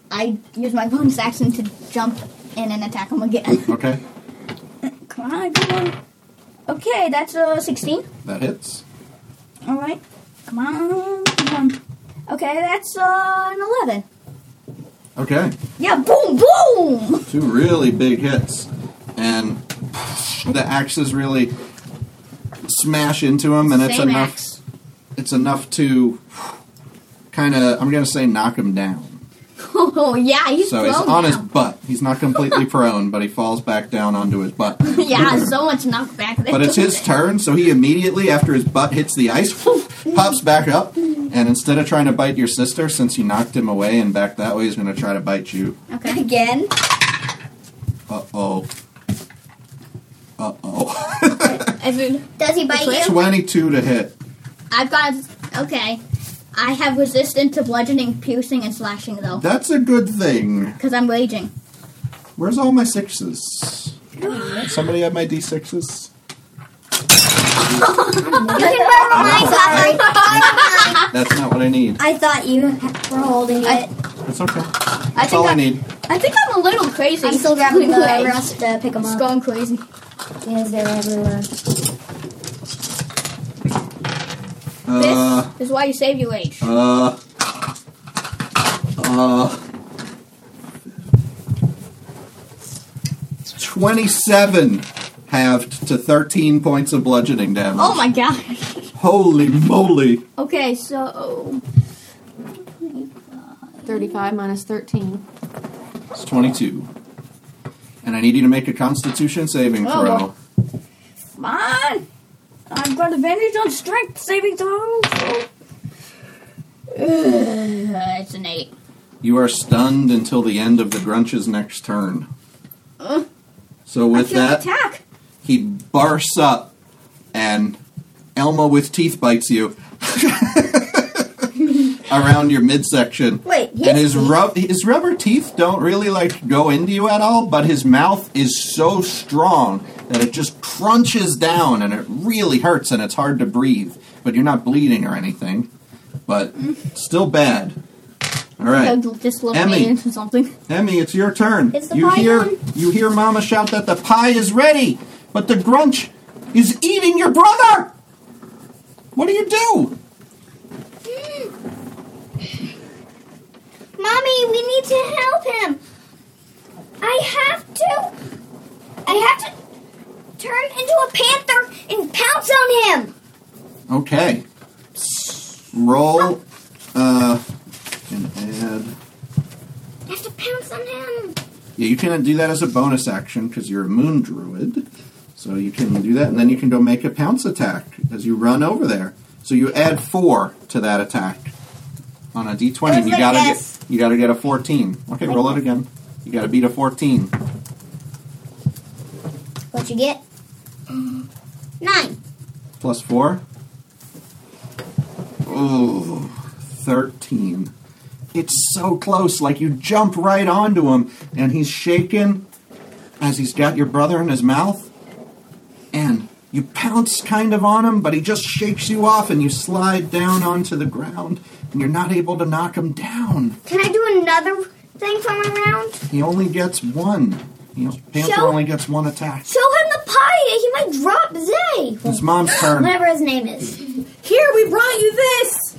S3: I use my bonus action to jump in and attack him again.
S5: Okay,
S3: Come on, come on. Okay, that's uh, 16.
S5: that hits.
S3: All right. Come on, come on. Okay, that's uh, an 11.
S5: Okay,
S3: Yeah, boom, boom!
S5: two really big hits. And the axes really smash into him, and it's
S3: Same
S5: enough.
S3: axe.
S5: It's enough to kind of, I'm going to say, knock him down.
S3: Oh, yeah, he's
S5: So
S3: thrown
S5: he's on his
S3: now.
S5: butt. He's not completely prone, but he falls back down onto his butt.
S3: yeah, so much knockback there.
S5: But it's his turn, so he immediately, after his butt hits the ice, pops back up. And instead of trying to bite your sister, since you knocked him away and back that way, he's going to try to bite you.
S3: Okay.
S2: Again?
S5: Uh oh. Uh oh.
S3: I mean,
S13: Does he bite you?
S5: 22 to hit.
S3: I've got okay. I have resistant to bludgeoning, piercing, and slashing though,
S5: That's a good thing.
S3: because I'm raging.
S5: Where's all my sixes? Somebody have my d6s?
S13: You can roll mine, Papa.
S5: That's not what I need.
S2: I thought you ha- were holding it.
S5: That's okay. That's
S3: I think
S5: all I
S3: I'm,
S5: need.
S3: I think I'm a little crazy.
S2: I'm still grabbing the
S3: Going crazy.
S2: rest to pick them
S3: It's
S2: up.
S3: going crazy.
S2: Yes, they're everywhere.
S5: Uh,
S3: this is why you save your rage.
S5: uh, uh, 27 halved to 13 points of bludgeoning damage.
S3: oh my god.
S5: Holy moly.
S3: Okay, so uh,
S4: 35 minus 13.
S5: It's 22. And I need you to make a constitution saving
S3: Oh,
S5: throw.
S3: Lord. come on. I've got advantage on strength saving throws. Ugh, it's an eight.
S5: You are stunned until the end of the Grunch's next turn. So with
S3: Feel
S5: that,
S3: attack.
S5: he barfs up, and Elmo with teeth bites you around your midsection.
S2: Wait, his
S5: and his rub- his rubber teeth don't really like go into you at all, but his mouth is so strong that it just crunches down, and it really hurts, and it's hard to breathe. But you're not bleeding or anything, but still bad. All right.
S3: Mm. So just look
S5: Emmy.
S3: me into something.
S5: Emmy, it's your turn.
S2: Is the
S5: you
S2: pie
S5: hear
S2: done?
S5: you hear Mama shout that the pie is ready, but the Grunch is eating your brother. What do you do?
S13: Mommy, we need to help him. I have to. I have to turn into a panther and pounce on him.
S5: Okay, roll uh, and add.
S13: I have to pounce on him.
S5: Yeah, you can do that as a bonus action because you're a moon druid. So you can do that, and then you can go make a pounce attack as you run over there. So you add four to that attack. on a d20. And you
S14: like
S5: gotta
S14: this.
S5: get you gotta get a 14. Okay, roll it again. You gotta beat a 14.
S14: What you get? Nine.
S5: Plus four. Ooh, 13. It's so close, like you jump right onto him, and he's shaking as he's got your brother in his mouth. And you pounce kind of on him, but he just shakes you off, and you slide down onto the ground, and you're not able to knock him down.
S14: Can I do another thing from my round?
S5: He only gets one. You know, Panther
S14: Show-
S5: only gets one attack.
S14: Show him the pie. He might drop Zay.
S5: His mom's turn.
S14: Whatever his name is.
S4: Here, we brought you this.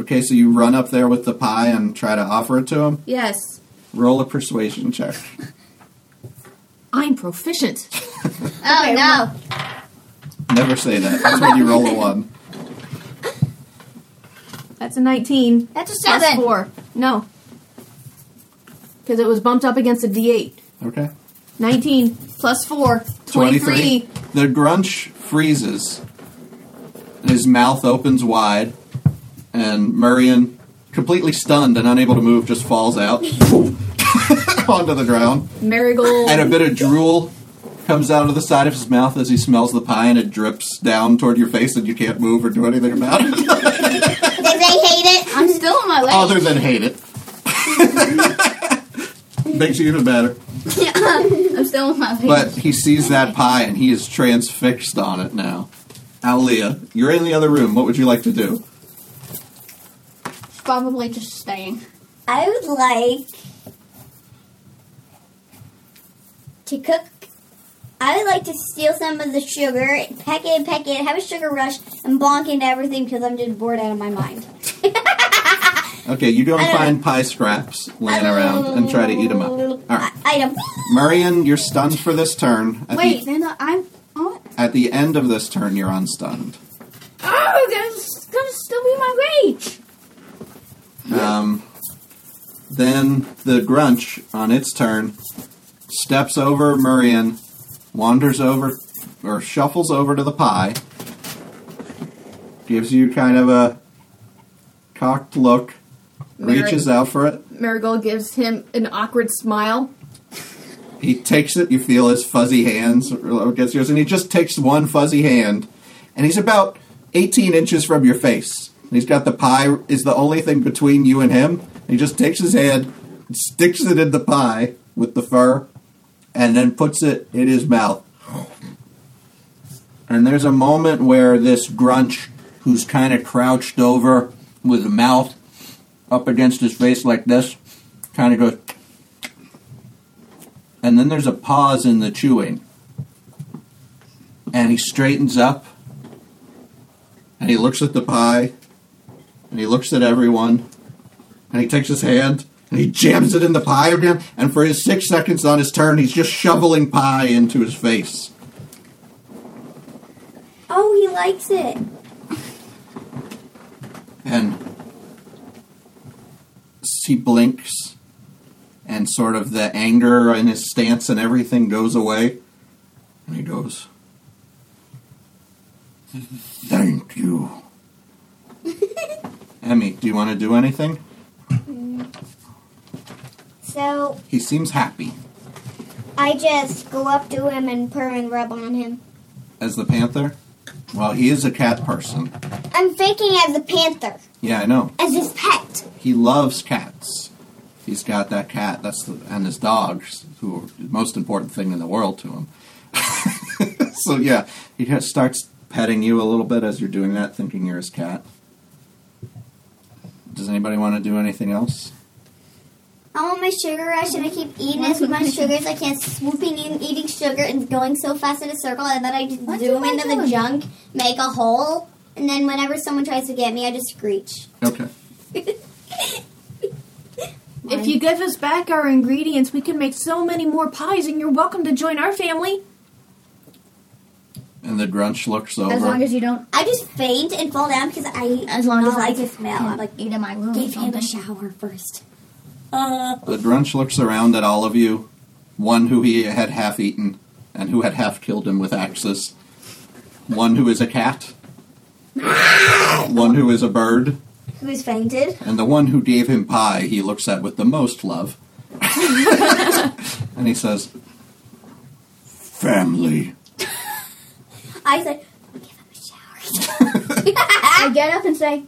S5: Okay, so you run up there with the pie and try to offer it to him.
S4: Yes,
S5: Roll a persuasion check.
S4: I'm proficient.
S3: Oh no.
S5: Never say that. That's when you roll a one.
S4: That's a 19
S3: That's a
S4: plus
S3: seven.
S4: four. No, because it was bumped up against a d8.
S5: Okay.
S4: 19 plus four. 23.
S5: The grunch freezes. His mouth opens wide, and Murian, completely stunned and unable to move, just falls out onto the ground.
S4: Marigold.
S5: And a bit of drool comes out of the side of his mouth as he smells the pie, and it drips down toward your face, and you can't move or do anything about it,
S14: Did they hate it?
S3: I'm still on my way.
S5: other than hate it. Makes you even better.
S3: I'm still on my way.
S5: But he sees that pie and he is transfixed on it now. Alia, you're in the other room. What would you like to do?
S3: Probably just staying.
S2: I would like to cook. I would like to steal some of the sugar, peck it, peck it, have a sugar rush, and bonk into everything because I'm just bored out of my mind.
S5: Okay, you go and
S2: I don't-
S5: find pie scraps laying around and try to eat them up. All right,
S2: Item.
S5: Marion, you're stunned for this turn. At
S3: Wait,
S5: the,
S3: then I'm on.
S5: at the end of this turn, you're unstunned.
S3: Oh, that's gonna still be my rage.
S5: Um, then the Grunch, on its turn, steps over Murian, wanders over, or shuffles over to the pie, gives you kind of a cocked look, reaches out for it.
S4: Marigold gives him an awkward smile.
S5: He takes it. You feel his fuzzy hands against yours, and he just takes one fuzzy hand, and he's about 18 inches from your face. And he's got the pie is the only thing between you and him. And he just takes his hand, and sticks it in the pie with the fur, and then puts it in his mouth. And there's a moment where this grunch, who's kind of crouched over with the mouth up against his face like this, kind of goes. And then there's a pause in the chewing. And he straightens up. And he looks at the pie. And he looks at everyone. And he takes his hand. And he jams it in the pie again. And for his six seconds on his turn, he's just shoveling pie into his face.
S2: Oh, he likes it.
S5: And he blinks, and sort of the anger in his stance and everything goes away. And he goes, Thank you. Emmy, do you want to do anything?
S2: So
S5: He seems happy.
S2: I just go up to him and purr and rub on him.
S5: As the panther? Well, he is a cat person.
S2: I'm faking as a panther,
S5: Yeah, I know.
S2: as his pet.
S5: he loves cats. He's got that cat. That's the, and his dogs, who are the most important thing in the world to him. so yeah, he kind of starts petting you a little bit as you're doing that, thinking you're his cat. Does anybody want to do anything else?
S2: I want my sugar rush and I keep eating as much sugar as I can, swooping in, eating sugar and going so fast in a circle and then I just zoom into the junk, make a hole, and then whenever someone tries to get me I just screech.
S5: Okay.
S4: If you give us back our ingredients, we can make so many more pies, and you're welcome to join our family.
S5: And the Grunch looks over.
S3: As long as you don't,
S2: I just faint and fall down because I
S3: As long
S2: don't
S3: as I
S2: like the smell. I'm like
S3: eat in my room. or
S2: give him a
S3: something.
S2: shower first. Uh,
S5: The Grunch looks around at all of you, one who he had half eaten and who had half killed him with axes, one who is a cat, one who is a bird,
S2: Who is fainted?
S5: and the one who gave him pie he looks at with the most love. and he says, Family.
S2: I said,
S3: I get up and say,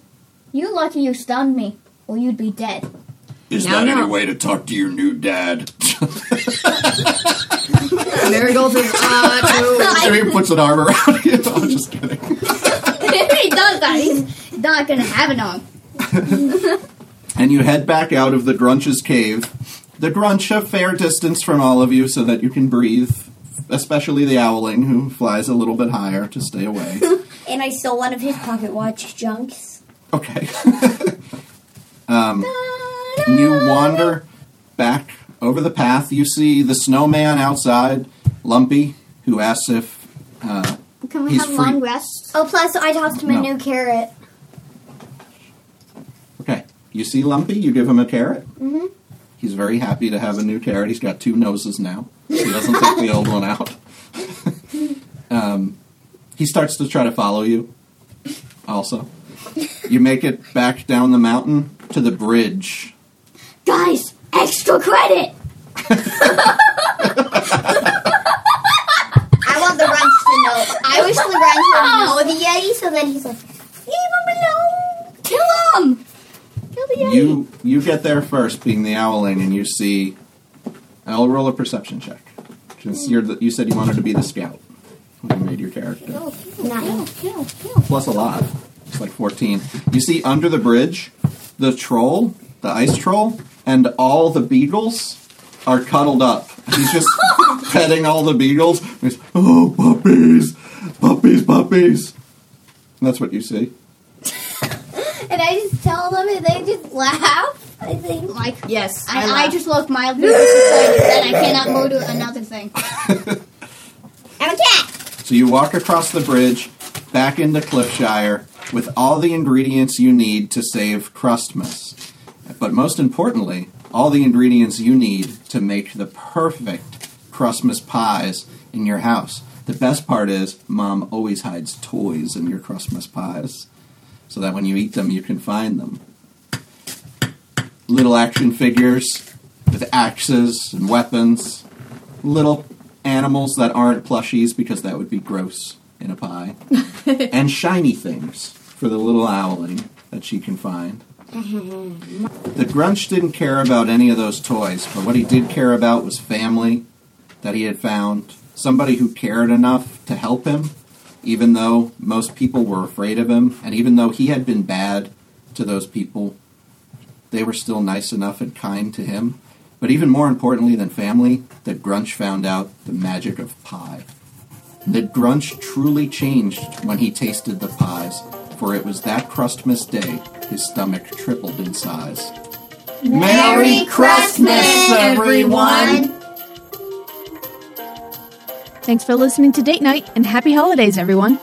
S3: "You lucky you stunned me, or you'd be dead."
S5: Is
S1: No,
S5: that
S1: no.
S5: any way to talk to your new dad?
S1: Marigold says, uh, no.
S5: so he puts an arm around you. I'm just kidding.
S3: if he does that, he's not gonna have it on.
S5: and you head back out of the Grunch's cave. The Grunch a fair distance from all of you so that you can breathe, especially the Owling, who flies a little bit higher to stay away.
S2: and I stole one of his pocket watch junks.
S5: okay. um,
S2: Ah,
S5: you wander back over the path. You see the snowman outside, Lumpy, who asks if uh,
S3: Can we
S5: He's
S3: have
S5: free.
S3: long rest?
S2: Oh, plus I tossed him
S5: No.
S2: a new carrot.
S5: Okay. You see Lumpy, you give him a carrot. Mm-hmm. He's very happy to have a new carrot. He's got two noses now. He doesn't take the old one out. um, he starts to try to follow you, also. You make it back down the mountain to the bridge.
S2: Guys, extra credit.
S15: I want the Grunch to know. I wish the Grunch would know the Yeti so that he's like,
S3: Kill him! Kill the Yeti!
S5: You you get there first, being the owling, and you see. I'll roll a perception check. Since you're the, you said you wanted to be the scout when you made your character.
S2: Nine.
S5: plus a lot. It's like 14. You see under the bridge, the troll, the ice troll, and all the beagles are cuddled up. He's just petting all the beagles. He's, oh, puppies, puppies, puppies. And that's what you see.
S3: And I just tell them and they just laugh. I think. Like,
S1: yes.
S3: I, I,
S1: laugh.
S3: just look mildly disappointed that I cannot go to another thing.
S15: I'm a cat.
S5: So you walk across the bridge, back into Cliffshire, with all the ingredients you need to save Crustmas. But most importantly, all the ingredients you need to make the perfect Crustmas pies in your house. The best part is, Mom always hides toys in your Crustmas pies, so that when you eat them, you can find them. Little action figures with axes and weapons little animals that aren't plushies because that would be gross in a pie, and shiny things for the little owling that she can find. the Grunch didn't care about any of those toys, but what he did care about was family that he had found, somebody who cared enough to help him, even though most people were afraid of him, and even though he had been bad to those people, they were still nice enough and kind to him. But even more importantly than family, the Grunch found out the magic of pie. The Grunch truly changed when he tasted the pies, for it was that Crustmas day his stomach tripled in size. Merry Christmas, everyone!
S4: Thanks for listening to Date Night and happy holidays, everyone.